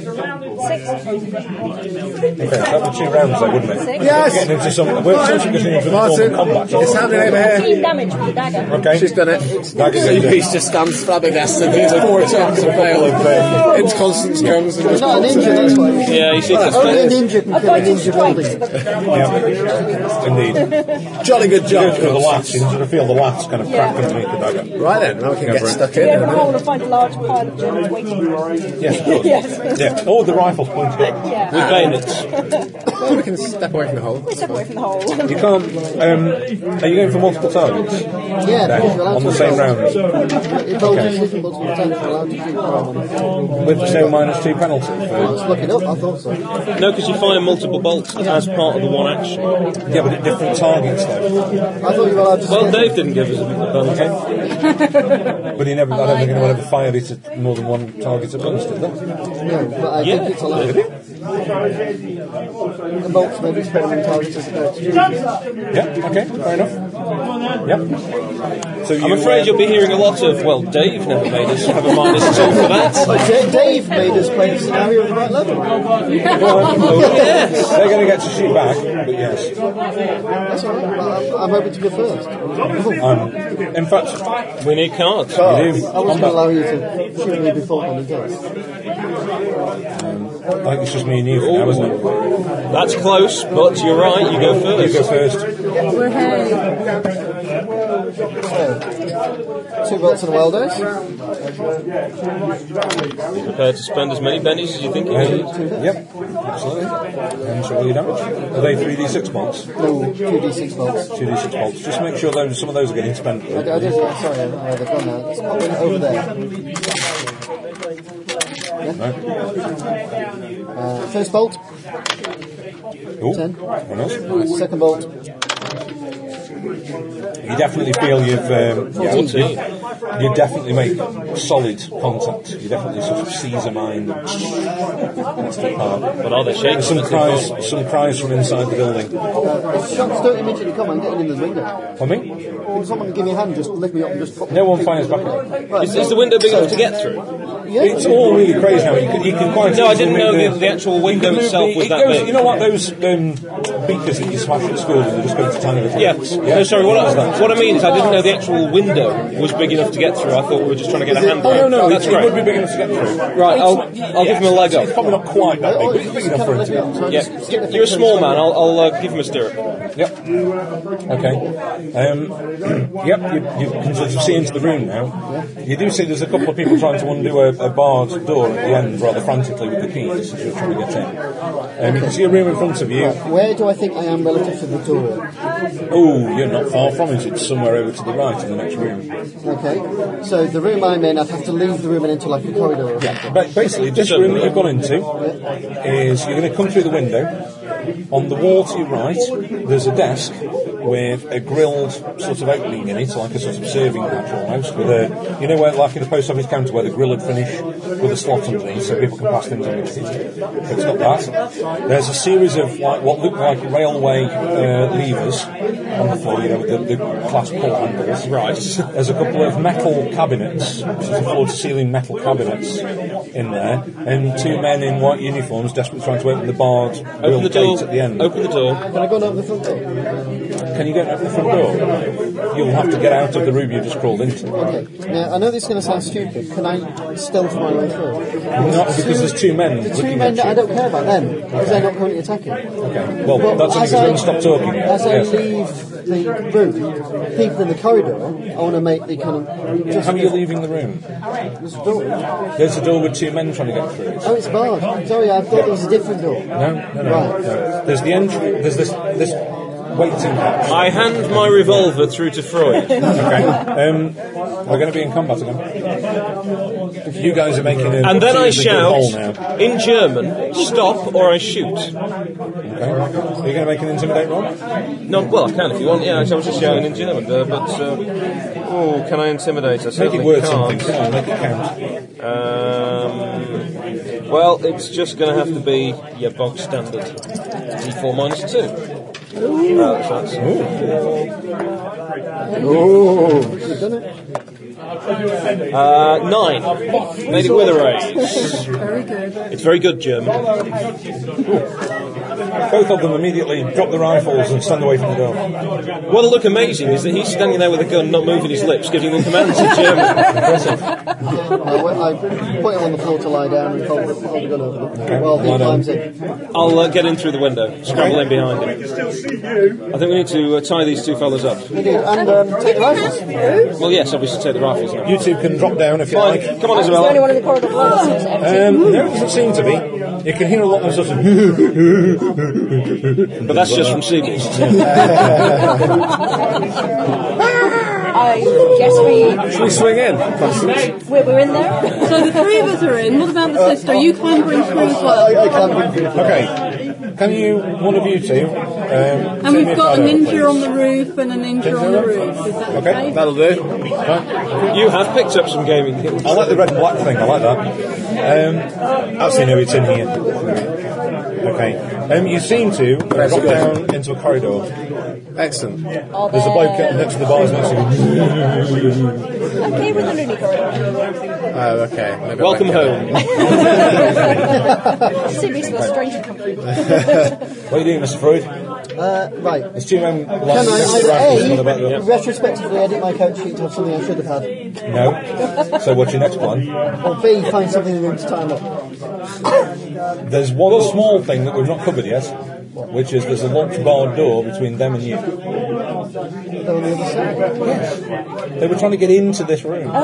Speaker 4: Okay, that would be two rounds, though, wouldn't it?
Speaker 5: Yes.
Speaker 4: Getting into some. We're sort of getting into the form
Speaker 5: Martin,
Speaker 4: of combat.
Speaker 5: it's happening over here.
Speaker 7: Team damage with the dagger.
Speaker 4: Okay.
Speaker 5: She's done it.
Speaker 4: Dagger's in there.
Speaker 9: He's just stands flabbergasted. He's four attempts to fail and fail. It's constant comes and
Speaker 6: He's
Speaker 9: just
Speaker 6: not an
Speaker 9: pops it.
Speaker 6: injured, that's why.
Speaker 2: Yeah, you see
Speaker 6: Only
Speaker 2: the
Speaker 6: an injured can
Speaker 7: I've
Speaker 6: kill
Speaker 7: got
Speaker 6: an
Speaker 7: to
Speaker 6: injured
Speaker 7: strike
Speaker 6: holding.
Speaker 7: to the
Speaker 4: Yeah. Indeed.
Speaker 9: Jolly good
Speaker 4: You go through the
Speaker 9: job.
Speaker 4: lats, you sort of feel the lats kind of crack underneath the dagger.
Speaker 5: Right then, now we can get stuck in.
Speaker 7: the open hole and find a large pile of Germans waiting for us.
Speaker 4: Yes,
Speaker 5: <laughs>
Speaker 4: of course.
Speaker 7: Yes.
Speaker 4: Yeah. Oh, the rifle's pointed up.
Speaker 7: Yeah.
Speaker 2: with bayonets.
Speaker 5: Well, we can step away from the hole.
Speaker 7: We step away from the hole. <laughs>
Speaker 4: You can't. Um, are you going for multiple targets?
Speaker 6: Yeah,
Speaker 4: No,
Speaker 6: you're allowed
Speaker 4: on
Speaker 6: to
Speaker 4: the same
Speaker 6: roll.
Speaker 4: round.
Speaker 6: It rolls a different multiple attacks, you're allowed to shoot more than one.
Speaker 4: With the same minus two penalty.
Speaker 6: I was
Speaker 4: For,
Speaker 6: looking up, I thought so.
Speaker 2: No, because you fire multiple bolts as part of the one action.
Speaker 4: yeah, but at different targets though.
Speaker 6: I thought you were allowed to
Speaker 2: Well,
Speaker 6: shoot.
Speaker 2: Dave didn't give us a penalty.
Speaker 4: <laughs> But he never. I don't think anyone ever fired it at more than one target at once, did they?
Speaker 6: No, but I think it's allowed. A bolt's made experimental as
Speaker 4: Yeah. Okay. Fair enough. Yep. So you,
Speaker 2: I'm afraid
Speaker 4: uh,
Speaker 2: you'll be hearing a lot of, well, Dave never made us have a minus two for that.
Speaker 6: But Da- Uh, Dave made us play the scenario at the right level.
Speaker 4: They're going to get to shoot back. But yes.
Speaker 6: That's all right. Well, I'm, I'm hoping to go first.
Speaker 4: Um, in fact,
Speaker 2: We need cards.
Speaker 4: you do
Speaker 6: Oh, I wasn't going to
Speaker 4: combat.
Speaker 6: allow you to shoot me before on the dice.
Speaker 4: I think it's just me and you for now, isn't it?
Speaker 2: That's close, but you're right, you go
Speaker 4: You go
Speaker 2: first.
Speaker 4: first.
Speaker 3: We're hey.
Speaker 6: Two bolts and a wild dice.
Speaker 2: Prepared Uh, to spend as many bennies as you think you need.
Speaker 4: Um, yep. Absolutely. And so all your damage. Are they three d six bolts?
Speaker 6: No, two d6 bolts.
Speaker 4: Two d six bolts. Just make sure those some of those are getting spent.
Speaker 6: I, I did, oh, sorry, I, I've gone now. It's popping over there.
Speaker 4: No.
Speaker 6: Uh, first bolt,
Speaker 4: Ooh.
Speaker 6: Ten.
Speaker 4: Anyone else? Nice.
Speaker 6: second bolt,
Speaker 4: You definitely feel you've um, yeah, you, you definitely make solid contact. You definitely sort of seize a mind.
Speaker 2: But are they shaking?
Speaker 4: There's some
Speaker 2: That's
Speaker 4: cries, some cries from inside the building.
Speaker 6: If shots don't immediately come, I'm getting in the window.
Speaker 4: For me,
Speaker 6: Or someone give me a hand, just lift me up and just pop
Speaker 4: No one fires back.
Speaker 6: Right.
Speaker 2: Is, is the window big enough to get through?
Speaker 6: Yeah.
Speaker 4: it's all really crazy now. You can, you can quite
Speaker 2: No, I
Speaker 4: easily
Speaker 2: didn't
Speaker 4: make
Speaker 2: know the, the actual
Speaker 4: you can
Speaker 2: window
Speaker 4: move
Speaker 2: itself
Speaker 4: the-
Speaker 2: was
Speaker 4: it
Speaker 2: that
Speaker 4: goes-
Speaker 2: big.
Speaker 4: You know what? Those um, beakers that you smash at school and they just go to tiny little.
Speaker 2: Yeah. No, sorry. What I, what I mean is, I didn't know the actual window was big enough to get through. I thought we were just trying to get a hand.
Speaker 4: Oh no,
Speaker 2: around.
Speaker 4: no,
Speaker 2: that's
Speaker 4: it, it would
Speaker 2: great.
Speaker 4: be big enough to get through.
Speaker 2: Right, I'll, I'll give him a leg
Speaker 4: It's
Speaker 2: up.
Speaker 4: probably not quite that big, but it's big enough for him to go.
Speaker 2: Yeah, you're a small man. I'll, I'll uh, give him a stirrup.
Speaker 4: Yep. Okay. Um, <clears throat> yep, you, you can sort of see into the room now. You do see there's a couple of people trying to undo a, a barred door at the end rather frantically with the keys as you're trying to get in. Um, you can see a room in front of you.
Speaker 6: Where do I think I am relative to the door?
Speaker 4: Oh, you're not far from it. It's somewhere over to the right in the next room.
Speaker 6: Okay. So the room I'm in, I'd have to leave the room and enter like a corridor or something.
Speaker 4: But basically, this room that you've gone into is you're going to come through the window. On the wall to your right, there's a desk with a grilled sort of opening in it, like a sort of serving hatch almost, with a, you know where, like in the post office counter where the grill would finish with a slot underneath so people can pass things underneath it. It's not that. There's a series of like what look like railway uh, levers on the floor, you know, with the, the class pull handles. Right. There's a couple of metal cabinets, sort of floor to ceiling metal cabinets in there, and two men in white uniforms desperately trying to open the barred
Speaker 2: Open the
Speaker 4: grill
Speaker 2: door.
Speaker 4: gate at the end.
Speaker 2: Open the door.
Speaker 6: Can I go and open the front door?
Speaker 4: Can you get out the front door? You'll have to get out of the room you just crawled into.
Speaker 6: Okay. Now, I know this is going to sound stupid. Can I stealth my way through?
Speaker 4: Not because there's two men
Speaker 6: The two
Speaker 4: looking
Speaker 6: men
Speaker 4: at
Speaker 6: that I
Speaker 4: you.
Speaker 6: don't care about them, because they're not currently attacking.
Speaker 4: Okay. Well, that's only because
Speaker 6: as
Speaker 4: you haven't stopped talking
Speaker 6: As I
Speaker 4: yet. Yes.
Speaker 6: leave the room, people in the corridor, I want to make the kind of.
Speaker 4: How are you leaving the room?
Speaker 6: There's a door.
Speaker 4: There's a door with two men trying to get through.
Speaker 6: Oh, it's barred. Sorry, I thought it was a different door.
Speaker 4: No, no, no. no.
Speaker 6: Right.
Speaker 4: There's the entry. There's this this waiting hatch.
Speaker 2: I hand my revolver through to Freud.
Speaker 4: Okay. Um, we're going to be in combat again. You guys are making a
Speaker 2: And then I
Speaker 4: seriously good hole now.
Speaker 2: shout in German, stop or I shoot.
Speaker 4: Okay. Are you going to make an intimidate roll?
Speaker 2: No, well, I can if you want. Yeah, I was just shouting in German there, but. Uh, oh, can I intimidate? I
Speaker 4: Make
Speaker 2: certainly
Speaker 4: it worth something.
Speaker 2: can't.
Speaker 4: Come on, make it count.
Speaker 2: Um, well, it's just going to have to be your bog standard d4 minus 2. Uh, so that's- uh, nine. Made it with a raise.
Speaker 3: Very good.
Speaker 2: It's very good, German.
Speaker 4: Both of them immediately drop the rifles and stand away from the door.
Speaker 2: What will look amazing is that he's standing there with a gun, not moving his lips, giving them commands in German.
Speaker 6: I, went- I put him on the floor to lie down and hold, hold the gun over them while he
Speaker 4: lie down.
Speaker 6: climbs in.
Speaker 2: I'll uh, get in through the window, scramble in behind him. I think we need to uh, tie these two fellas up.
Speaker 6: Okay, and um, take the rifles.
Speaker 2: Well, yes, obviously take the rifles now.
Speaker 4: You two can drop down if you
Speaker 2: Come on,
Speaker 4: like.
Speaker 2: come on,
Speaker 7: It's the only
Speaker 2: Isabella.
Speaker 7: one in the corridor floor that seems empty.
Speaker 4: Um, there doesn't seem to be. You can hear a lot of <laughs> sort
Speaker 5: Oh,
Speaker 4: of.
Speaker 2: But that's just from CBs.
Speaker 7: I guess
Speaker 4: Should we swing in? Constance?
Speaker 7: we, we're, we're in there.
Speaker 3: So the three of us are in. What about the sister? Are you clambering through as well?
Speaker 6: I, I can't move.
Speaker 4: Okay. Can you, one of you two, um,
Speaker 3: And we've got a ninja on the roof and a ninja on the roof. Is that
Speaker 4: Okay,
Speaker 3: okay?
Speaker 5: That'll do.
Speaker 2: <laughs> You have picked up some gaming skills.
Speaker 4: I like the red and black thing. I like that. Um, actually, no, it's in here. Okay. Um, you seem to drop down into a corridor.
Speaker 5: Excellent.
Speaker 4: There's a bloke next to the bars next to you.
Speaker 7: Okay, we're in the loony corridor.
Speaker 5: Oh, okay. Maybe I'll
Speaker 2: Welcome
Speaker 5: make it.
Speaker 2: home.
Speaker 7: Sibby's where stranger Oh,
Speaker 2: <laughs>
Speaker 7: come from.
Speaker 4: What are you doing, Mr. Freud?
Speaker 6: Uh, right.
Speaker 4: There's two men like
Speaker 6: Can
Speaker 4: next to the rafters, one
Speaker 6: I
Speaker 4: about
Speaker 6: either A,
Speaker 4: the
Speaker 6: retrospectively edit my coat sheet to have something I should have had,
Speaker 4: No. So what's your next plan?
Speaker 6: or B, find something in the room to time up?
Speaker 4: There's one small thing that we've not covered yet, which is there's a locked bar door between them and you.
Speaker 6: They're on the other side.
Speaker 4: They were trying to get into this room.
Speaker 2: I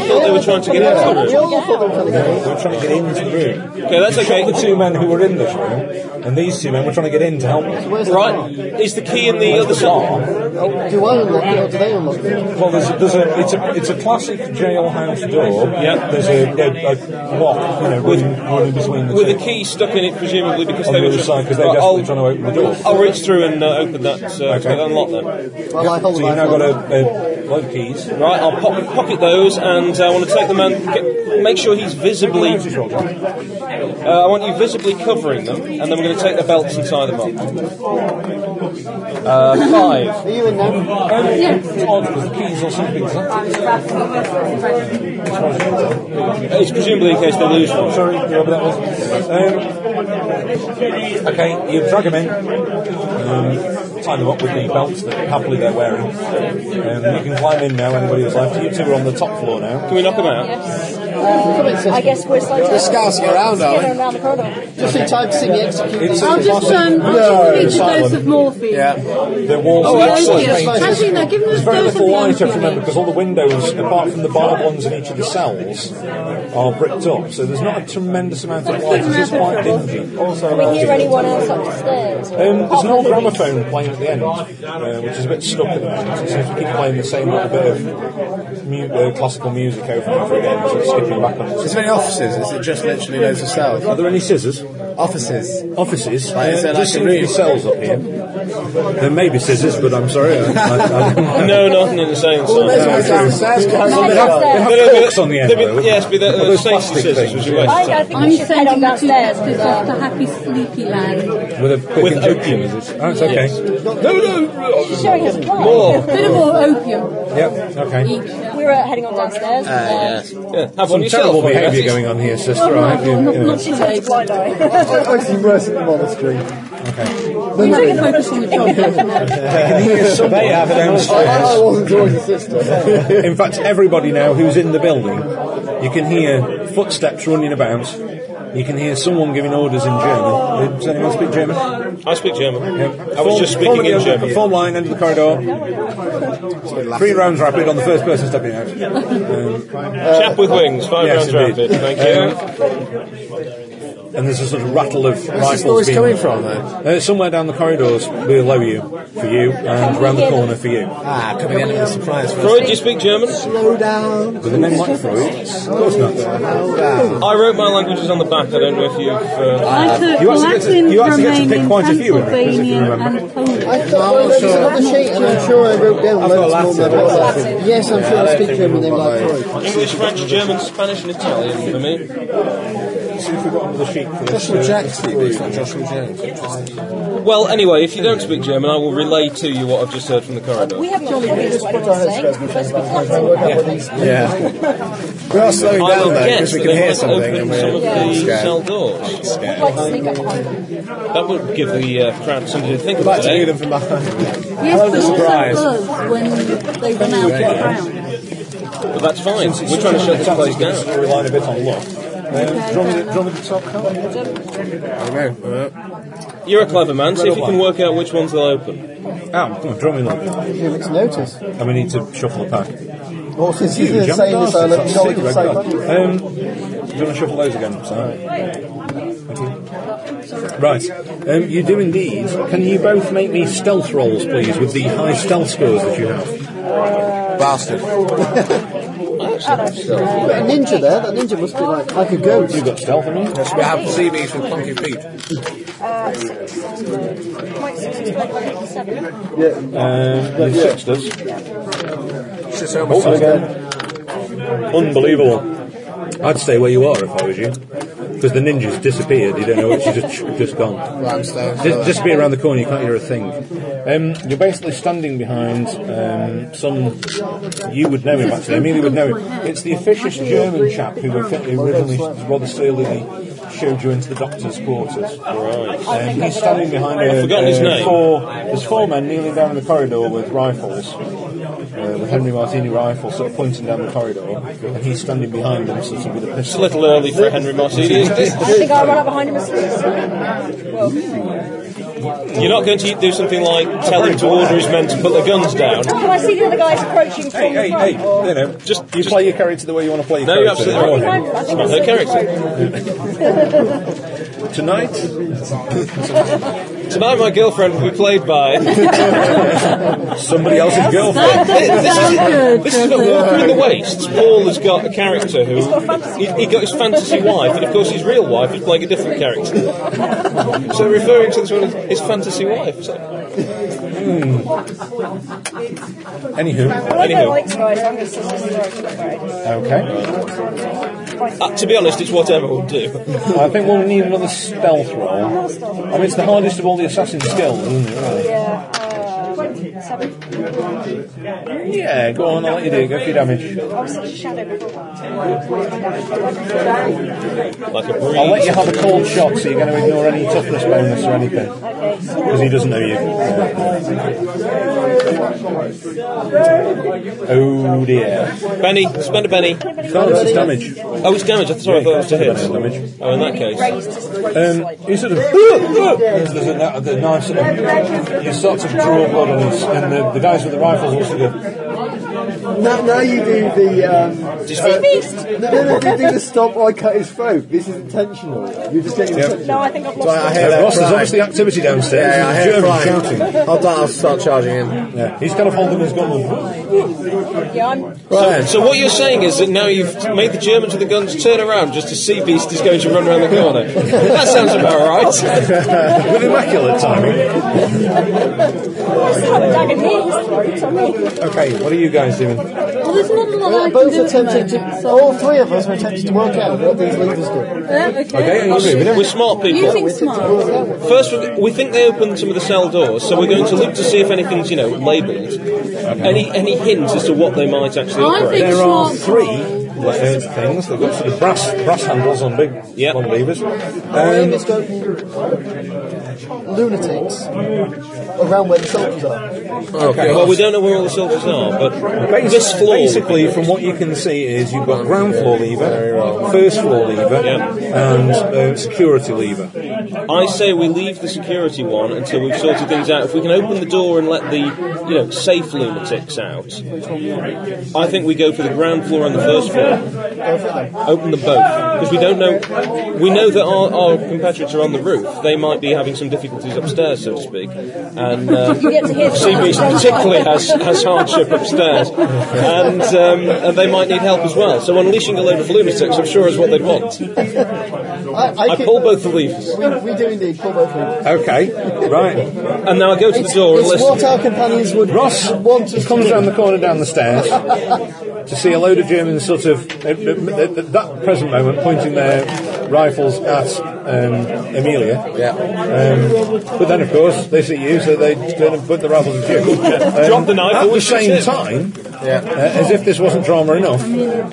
Speaker 2: thought they were trying to get out of
Speaker 6: We
Speaker 2: the room.
Speaker 6: all thought they were trying to get
Speaker 4: They were trying to get into the room.
Speaker 2: Okay, that's
Speaker 4: Shot the
Speaker 2: okay.
Speaker 4: two men who were in this room, and these two men were trying to get in to help them.
Speaker 6: Where's the bar?
Speaker 2: Right, is the key in the other side?
Speaker 6: Oh, do I unlock it or do they unlock it?
Speaker 4: Well, there's, there's a it's a it's a classic jailhouse door.
Speaker 2: Yeah.
Speaker 4: There's a, a, a lock, you know,
Speaker 2: With-
Speaker 4: running, running between the
Speaker 2: With
Speaker 4: two.
Speaker 2: the key stuck in it, presumably because
Speaker 4: On
Speaker 2: they
Speaker 4: the
Speaker 2: were
Speaker 4: other
Speaker 2: just-
Speaker 4: side, 'cause they're
Speaker 2: Right,
Speaker 4: desperately
Speaker 2: I'll-
Speaker 4: trying to open the door.
Speaker 2: I'll reach through and uh, open that. Uh,
Speaker 4: Okay.
Speaker 2: Unlock that.
Speaker 6: Well, I hold
Speaker 4: So
Speaker 6: the
Speaker 4: you've now
Speaker 6: rifle.
Speaker 4: got a, a load of keys.
Speaker 2: Right, I'll pop, pocket those, and uh, I want to take the man. Get, make sure he's visibly. Uh, I want you visibly covering them, and then we're going to take the belts and tie them up. Uh, five. Um,
Speaker 6: Are you in now?
Speaker 4: It's odd because Oh, the keys all seem to be exactly
Speaker 2: It's presumably in case they lose one.
Speaker 4: Sorry, whoever that was. Um, okay, you drag them in, um, tie them up with the belts that happily they're wearing. Um, you can climb in now, anybody who's left. You two are on the top floor now.
Speaker 2: Can we knock them out?
Speaker 7: I guess we're slightly.
Speaker 5: We're scouting around, aren't we?
Speaker 7: around the corridor.
Speaker 6: Just in time to see me execute
Speaker 4: It's
Speaker 6: these.
Speaker 4: a
Speaker 3: I'll just um, I'll
Speaker 4: No,
Speaker 3: just give each a
Speaker 4: silent.
Speaker 3: dose of morphine.
Speaker 5: Yeah.
Speaker 4: The walls
Speaker 2: Oh,
Speaker 4: are
Speaker 3: Thank
Speaker 2: excellent.
Speaker 3: you.
Speaker 6: Thank you.
Speaker 3: Actually, no, give them a
Speaker 4: There's very
Speaker 3: dose of
Speaker 4: little light, you have to remember,
Speaker 3: morphine.
Speaker 4: because all the windows, apart from the barred ones in each of the cells, are bricked up. So there's not a tremendous amount of light. It's just quite dingy. Also,
Speaker 7: Can we hear anyone else upstairs?
Speaker 4: Um, there's an old gramophone playing at the end, uh, which is a bit stuck at the moment. It seems to keep playing the same little bit of mu- uh, classical music over and over again, so it's skipping back on
Speaker 5: Is
Speaker 4: it.
Speaker 5: there any offices? Is it just literally loads of
Speaker 4: Are
Speaker 5: cells?
Speaker 4: there any scissors?
Speaker 5: Offices.
Speaker 4: Offices?
Speaker 5: Like, is there
Speaker 4: Uh, just
Speaker 5: like a
Speaker 4: seem to be
Speaker 5: room?
Speaker 4: cells up here. There may be scissors, but I'm sorry. I, I, I don't know.
Speaker 2: No, nothing in the same
Speaker 5: There's
Speaker 2: side.
Speaker 5: one downstairs.
Speaker 4: They have, they have
Speaker 2: There'll be-
Speaker 4: forks on the end,
Speaker 2: there'll
Speaker 4: though.
Speaker 2: be- Yes, be the, the
Speaker 4: Those
Speaker 2: safety
Speaker 4: plastic
Speaker 2: scissors,
Speaker 4: things.
Speaker 2: which you waste
Speaker 7: I, I
Speaker 2: time.
Speaker 7: think
Speaker 3: I'm
Speaker 7: we should head on
Speaker 3: sending the two
Speaker 7: downstairs.
Speaker 3: sisters off to happy sleepy land.
Speaker 4: With a quick
Speaker 2: With
Speaker 4: injection.
Speaker 2: opium, is it?
Speaker 4: Oh, it's okay. No, no.
Speaker 7: She's showing us why.
Speaker 3: Bit of more opium.
Speaker 4: Yep, okay.
Speaker 3: Each.
Speaker 7: We were heading on
Speaker 4: Ah,
Speaker 7: downstairs. and, uh,
Speaker 2: Yeah, have one
Speaker 4: Some
Speaker 2: yourself.
Speaker 4: terrible
Speaker 2: Matt.
Speaker 4: behaviour going on here, sister. I hope you-
Speaker 3: Oh, Not,
Speaker 4: you know.
Speaker 3: not today.
Speaker 7: uh, blind eye.
Speaker 8: I've seen worse at the monastery.
Speaker 3: We don't focus on the
Speaker 4: <laughs>
Speaker 3: job.
Speaker 4: They have
Speaker 8: I,
Speaker 4: downstairs.
Speaker 8: I wasn't always a sister.
Speaker 4: In fact, everybody now who's in the building, you can hear footsteps running about, you can hear someone giving orders in German. Does anyone speak German?
Speaker 2: I speak German.
Speaker 4: Yeah. uh,
Speaker 2: I was just
Speaker 4: Form
Speaker 2: speaking
Speaker 4: at the
Speaker 2: in
Speaker 4: end-
Speaker 2: German.
Speaker 4: Form line, end of the corridor. Three rounds rapid on the first person stepping out.
Speaker 2: Chap with wings, five
Speaker 4: uh, yes,
Speaker 2: rounds
Speaker 4: indeed. Uh,
Speaker 2: rapid. Thank you.
Speaker 4: And there's a sort of rattle of
Speaker 5: Where's
Speaker 4: rifles.
Speaker 5: the noise
Speaker 4: being-
Speaker 5: coming from,
Speaker 4: Uh, somewhere down the corridors below you, for you, and round the corner for you.
Speaker 5: Ah, coming in with a surprise for us.
Speaker 2: Freud, do you speak German?
Speaker 6: Slow down.
Speaker 4: With a name like Freud, of course not.
Speaker 6: Slow down.
Speaker 2: I wrote my languages on the back. I don't know if you've. Uh,
Speaker 3: I took
Speaker 4: you actually get to-
Speaker 3: Latin,
Speaker 4: you actually get to pick
Speaker 3: Romanian,
Speaker 4: quite a few of them, if you
Speaker 3: Transylvanian,
Speaker 4: remember.
Speaker 3: and Polish.
Speaker 6: I thought well, there was another sheet, and I'm sure I wrote down loads more than I wrote. Yes, I'm sure I speak German name like Freud.
Speaker 2: English, French, German, Spanish, and Italian for me.
Speaker 4: See if we've got another sheet for this.
Speaker 5: Joshua Jack, Steve, it's not Joshua Jack.
Speaker 2: Well, anyway, if you don't speak German, I will relay to you what I've just heard from the corridor.
Speaker 7: We haven't finished what I was saying. It's supposed to be Latin.
Speaker 5: Yeah. we are slowing
Speaker 2: I will
Speaker 5: down though,
Speaker 2: guess
Speaker 5: because we
Speaker 2: that
Speaker 5: can
Speaker 2: they
Speaker 5: hear
Speaker 2: might
Speaker 5: something and
Speaker 2: open some of
Speaker 5: we're
Speaker 2: the cell
Speaker 5: scared.
Speaker 2: doors.
Speaker 7: I'd like to sneak up behind them.
Speaker 2: That would give the uh, crowd something to think
Speaker 5: I'd like
Speaker 2: about.
Speaker 5: to hear
Speaker 2: Eh?
Speaker 5: them from behind.
Speaker 3: Yes, but also
Speaker 5: surprise.
Speaker 3: buzz when they run out of the ground.
Speaker 2: But that's fine. We're trying to shut this place down.
Speaker 4: Relying a bit on luck.
Speaker 3: <laughs>
Speaker 5: I don't know. Uh,
Speaker 2: You're a clever man. See if you can work out which ones they'll open.
Speaker 4: Ow, Ah, come on, draw me luck.
Speaker 6: It's notice.
Speaker 4: And we need to shuffle the pack.
Speaker 6: Well, since he's
Speaker 4: Huge,
Speaker 6: been saying
Speaker 4: haven't
Speaker 6: this,
Speaker 4: I?
Speaker 6: I'll let you know what
Speaker 4: Six,
Speaker 6: you
Speaker 4: I've
Speaker 6: say.
Speaker 4: got. Um, do you want to shuffle those again? Sorry. Right. Um, you do indeed. Can you both make me stealth rolls, please, with the high stealth scores that you have?
Speaker 5: Bastard.
Speaker 6: But a ninja there, that ninja must be like, like a ghost.
Speaker 4: You've got stealth, haven't you?
Speaker 5: Yes, we have CBs with clunky feet.
Speaker 7: Point six is point one seven.
Speaker 4: Um, they've sixed us.
Speaker 5: It's just so much
Speaker 4: again. Unbelievable. I'd stay where you are if I was you. Because the ninja's disappeared. You don't know which she's just, just gone.
Speaker 5: limestone.
Speaker 4: Just, just be around the corner, you can't hear a thing. Um, you're basically standing behind um, some. You would know him, actually. Amelia would know him. It's the officious German chap who offi- who originally rather surlily showed you into the doctor's quarters. Right. Um, he's standing behind a,
Speaker 2: forgotten his name.
Speaker 4: Four, there's four men kneeling down in the corridor with rifles. Uh, with Henry Martini rifles sort of pointing down the corridor, and he's standing behind them, sort of with a
Speaker 2: It's a
Speaker 4: pistol.
Speaker 2: little early for Henry Martini,
Speaker 7: <laughs>
Speaker 2: isn't it?
Speaker 7: I think I run up behind him and sneak.
Speaker 2: You're not going to do something like tell him to order his men to put their guns down.
Speaker 7: Can "Oh, I see the other guys approaching from
Speaker 4: Hey, hey,
Speaker 7: the
Speaker 4: hey!
Speaker 7: front? or-
Speaker 4: You know, just you play your character the way you want to play your
Speaker 2: No, you're
Speaker 4: character.
Speaker 2: absolutely
Speaker 4: Go on
Speaker 2: right.
Speaker 4: then.
Speaker 7: I think
Speaker 2: Not
Speaker 7: it's
Speaker 2: her character.
Speaker 7: appropriate.
Speaker 4: Tonight,
Speaker 2: Tonight, my girlfriend will be played by.
Speaker 4: somebody else's
Speaker 3: That
Speaker 4: girlfriend.
Speaker 3: doesn't sound good,
Speaker 2: This is
Speaker 3: does
Speaker 2: got
Speaker 3: it?
Speaker 2: Walker in the Wastes. Paul has got a character who. He, he got his fantasy wife, and of course, his real wife is playing a different character. so, referring to this one as his fantasy wife. It's like,
Speaker 4: Anywho,
Speaker 7: Well, I
Speaker 2: Anywho.
Speaker 7: don't like spies. I'm going to sit this
Speaker 4: okay.
Speaker 2: uh, to be honest, it's whatever will do.
Speaker 4: I think we'll need another stealth roll. I mean, it's the hardest of all the assassin skills, isn't it? really?
Speaker 7: Yeah, uh, seven.
Speaker 4: Yeah, go on, I'll let you do it. Go for your damage.
Speaker 7: I was such a shadow before.
Speaker 2: Like a
Speaker 4: I'll let
Speaker 2: breeze.
Speaker 4: you have a cold shot, so you're going to ignore any toughness bonus or anything.
Speaker 7: Okay,
Speaker 4: Because he
Speaker 7: so
Speaker 4: doesn't know you. Oh dear.
Speaker 2: Benny, spend a Benny.
Speaker 4: No, that's his damage.
Speaker 2: Oh, it's damage. I thought I thought it was to
Speaker 4: That's
Speaker 2: hit.
Speaker 4: damage.
Speaker 2: Oh, in that case.
Speaker 7: raised his waist
Speaker 4: Um,
Speaker 7: slightly.
Speaker 4: you sort of there's, there's a, na- the knife sort of you start to draw blood on his, and the, the guys with the rifles will sort of
Speaker 8: Now, now you do the. Um, uh, no, no, no, you do the stop. I cut his throat. This is intentional. You're just getting intentional.
Speaker 7: No, I think I've lost
Speaker 5: I
Speaker 7: it.
Speaker 5: hear that
Speaker 4: Ross, there's
Speaker 5: cry.
Speaker 4: obviously activity downstairs.
Speaker 5: Yeah, I hear
Speaker 4: German
Speaker 5: flying.
Speaker 4: shouting.
Speaker 5: I'll, die, I'll start charging in.
Speaker 4: Yeah, he's kind of holding his <laughs> gun.
Speaker 7: Yeah, I'm
Speaker 5: Right.
Speaker 2: So what you're saying is that now you've made the Germans with the guns turn around just as Sea Beast is going to run around the corner. That sounds about right. <laughs>
Speaker 4: With immaculate timing.
Speaker 7: I still have a dagger near his throat, so I'm
Speaker 4: Okay, what are you guys doing?
Speaker 3: Well, there's not a lot I
Speaker 6: We're
Speaker 3: can
Speaker 6: both
Speaker 3: do at the
Speaker 6: attempting
Speaker 3: moment.
Speaker 6: to, all three of us were attempting to work out what these leaders do.
Speaker 3: Yeah, okay.
Speaker 2: We're smart people.
Speaker 3: You think smart?
Speaker 2: First, we- we think they opened some of the cell doors, so we're going to look to see if anything's, you know, labelled. Any any hints as to what they might actually
Speaker 3: I
Speaker 2: operate?
Speaker 3: think
Speaker 4: There are
Speaker 3: smart.
Speaker 4: three lettered things. They've got sort of brass brass handles on big
Speaker 2: Yep.
Speaker 4: long levers.
Speaker 2: Oh,
Speaker 8: Um,
Speaker 4: Um,
Speaker 8: it's got lunatics around where the soldiers are.
Speaker 5: Okay.
Speaker 2: Well, we don't know where all the soldiers are, but
Speaker 4: Basi-
Speaker 2: this floor.
Speaker 4: Basically, from what you can see, is you've got ground floor lever, first floor lever, and uh, security lever.
Speaker 2: I say we leave the security one until we've sorted things out. If we can open the door and let the, you know, safe lunatics out, I think we go for the ground floor and the first floor. Open them both because we don't know. We know that our, our competitors are on the roof. They might be having some difficulties upstairs, so to speak, and uh, <laughs>
Speaker 7: get to hear
Speaker 2: CBeast
Speaker 7: them.
Speaker 2: particularly has, has hardship upstairs, and um, and they might need help as well. So unleashing a load of lunatics, I'm sure, is what they'd want.
Speaker 8: I,
Speaker 2: I
Speaker 8: could-
Speaker 2: pull both the levers,
Speaker 8: <laughs> We, we do indeed pull both levers.
Speaker 4: Okay, right.
Speaker 2: and now I go to the door and
Speaker 8: It's
Speaker 2: listen.
Speaker 8: what our companions would
Speaker 4: Ross
Speaker 8: want us
Speaker 4: comes
Speaker 8: to do.
Speaker 4: round the corner down the stairs to see a load of Germans sort of, at, at- at that present moment, pointing their rifles at um, Amelia. Yeah. Um, but then, of course, they see you, so they turn and put the rifles at you. Um,
Speaker 2: <laughs> Drop the knife,
Speaker 4: At the
Speaker 2: always shoot
Speaker 4: same
Speaker 2: him.
Speaker 4: time, uh, as if this wasn't drama enough,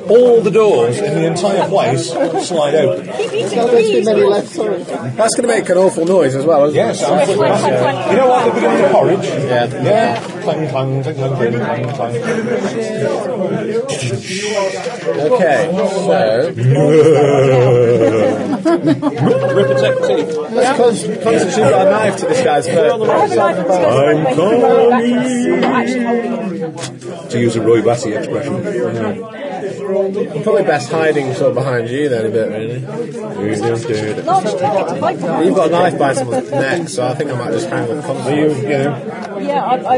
Speaker 4: all the doors in the entire place slide open.
Speaker 7: There's
Speaker 8: There's not too many left, sorry.
Speaker 5: That's going to make an awful noise as well, isn't
Speaker 4: Yes,
Speaker 5: it?
Speaker 4: absolutely. You know what? They're beginning to porridge. Yeah. Yeah. Clang, clang, clang, clang, clang, clang, clang.
Speaker 5: Okay, <laughs> so
Speaker 2: Rip a tech teeth.
Speaker 5: let's con- concentrate our knife to this guy's throat.
Speaker 7: I'm
Speaker 4: To use a Roy Batty expression.
Speaker 5: Probably best hiding sort of behind you then a bit, really.
Speaker 7: Large target to fight
Speaker 5: You've got a knife by someone's neck, so I think I might just hang with
Speaker 4: Are
Speaker 5: constantly.
Speaker 4: you, you know,
Speaker 7: Yeah, I, I,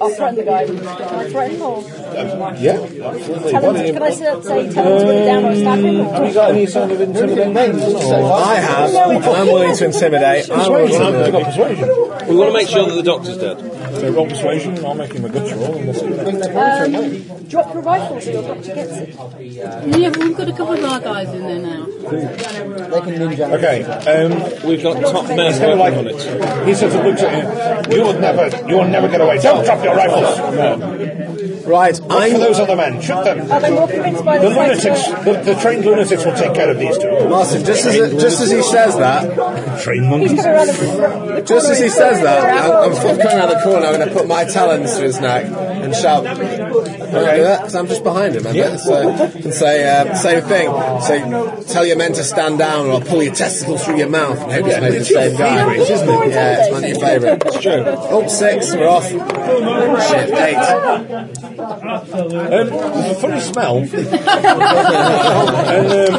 Speaker 7: I'll threaten the guy. Can I threaten or tell
Speaker 4: yeah, absolutely.
Speaker 7: him? Can I say, say tell him to put it down or stab him? Or?
Speaker 4: got any sort of intimidation?
Speaker 5: I have, and I'm willing to intimidate. I'm willing to
Speaker 4: got persuasion.
Speaker 2: We want to make sure that the doctor's dead.
Speaker 4: So roll persuasion, and I'll make him a good roll. And we'll see what happens.
Speaker 7: Um, drop your rifle so your doctor gets it.
Speaker 3: Yeah, but we've got a couple of our guys in there now.
Speaker 8: They can ninja.
Speaker 4: Okay, um,
Speaker 2: We've got top men
Speaker 4: he's kind of
Speaker 2: working on it.
Speaker 4: like he sort of looks at you. You will never, you will never get away. Don't drop your rifles.
Speaker 5: Right,
Speaker 4: Look for
Speaker 5: I'm
Speaker 4: those other men. Shoot them.
Speaker 7: Are they more convinced by
Speaker 4: The
Speaker 7: the sight
Speaker 4: lunatics,
Speaker 7: of-
Speaker 4: the, the trained lunatics will take care of these two.
Speaker 5: Martin. Just as just as he says that,
Speaker 4: Trained
Speaker 7: He's
Speaker 4: monkeys.
Speaker 7: going to run a-
Speaker 5: just as he says that, I'm, I'm sort of coming around the corner. I'm going to put my talons to his neck and shout. Because I'm just behind him. And, so, and say uh, same thing. Say tell your men to stand down, or I'll pull your testicles through your mouth. And hope it's made the same guy.
Speaker 7: favourite, isn't it?
Speaker 5: Yeah, it's my new favourite. It's true. Oh, six. We're off. Shit, eight.
Speaker 4: Um, there's a funny smell. um,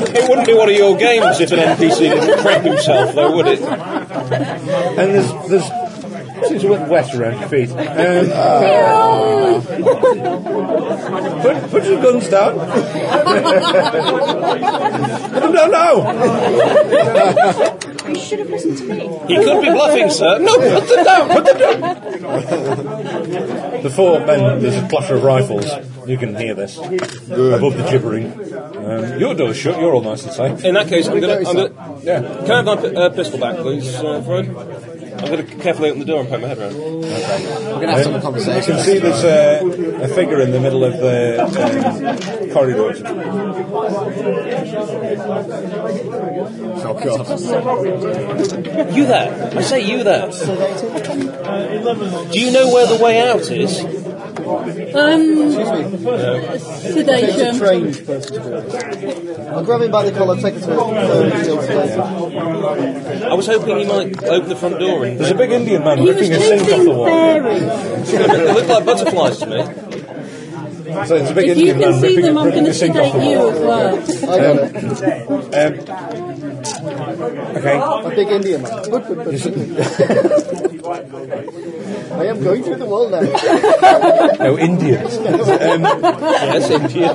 Speaker 2: It wouldn't be one of your games if an NPC didn't crack himself, though, would it?
Speaker 4: And there's there's seems a bit wet around your feet. Um,
Speaker 5: Ah.
Speaker 4: put, put your guns down. no, no.
Speaker 7: You should have listened to me.
Speaker 2: He could be bluffing, sir. No, put them down, put them down.
Speaker 4: The four men. There's a clatter of rifles. You can hear this above the gibbering. Um, your door's shut. You're all nice and safe.
Speaker 2: In that case, I'm going to. I'm gonna,
Speaker 4: Yeah.
Speaker 2: Can I have my p- uh, pistol back, please, uh, Freud? I'm going to carefully open the door and poke my head around.
Speaker 8: We're going to have some conversation.
Speaker 4: You can see there's a, a figure in the middle of the um, corridor.
Speaker 2: You there. I say you there. Do you know where the way out is?
Speaker 3: Um,
Speaker 8: It's a
Speaker 3: sedation.
Speaker 8: trained person to do it. I'll grab him by the collar, take him to a
Speaker 2: I was hoping he might open the front door and. <laughs>
Speaker 4: There's a big Indian man
Speaker 3: He was
Speaker 4: lifting a sink off
Speaker 3: chasing
Speaker 4: the wall.
Speaker 3: fairies.
Speaker 2: They look like butterflies to me.
Speaker 4: So there's a big
Speaker 3: If you
Speaker 4: Indian
Speaker 3: can
Speaker 4: man
Speaker 3: see
Speaker 4: ripping,
Speaker 3: them, I'm
Speaker 4: ripping
Speaker 3: going
Speaker 4: the
Speaker 3: to
Speaker 4: sink off
Speaker 3: sedate
Speaker 4: the Um, wall.
Speaker 3: you as
Speaker 8: I
Speaker 3: well.
Speaker 8: got it.
Speaker 4: Okay.
Speaker 8: Oh, A big Indian man. Good, good, good, good. <laughs> I am going through the wall now.
Speaker 4: No,
Speaker 5: <laughs>
Speaker 4: Indians. Um,
Speaker 2: Yes, India.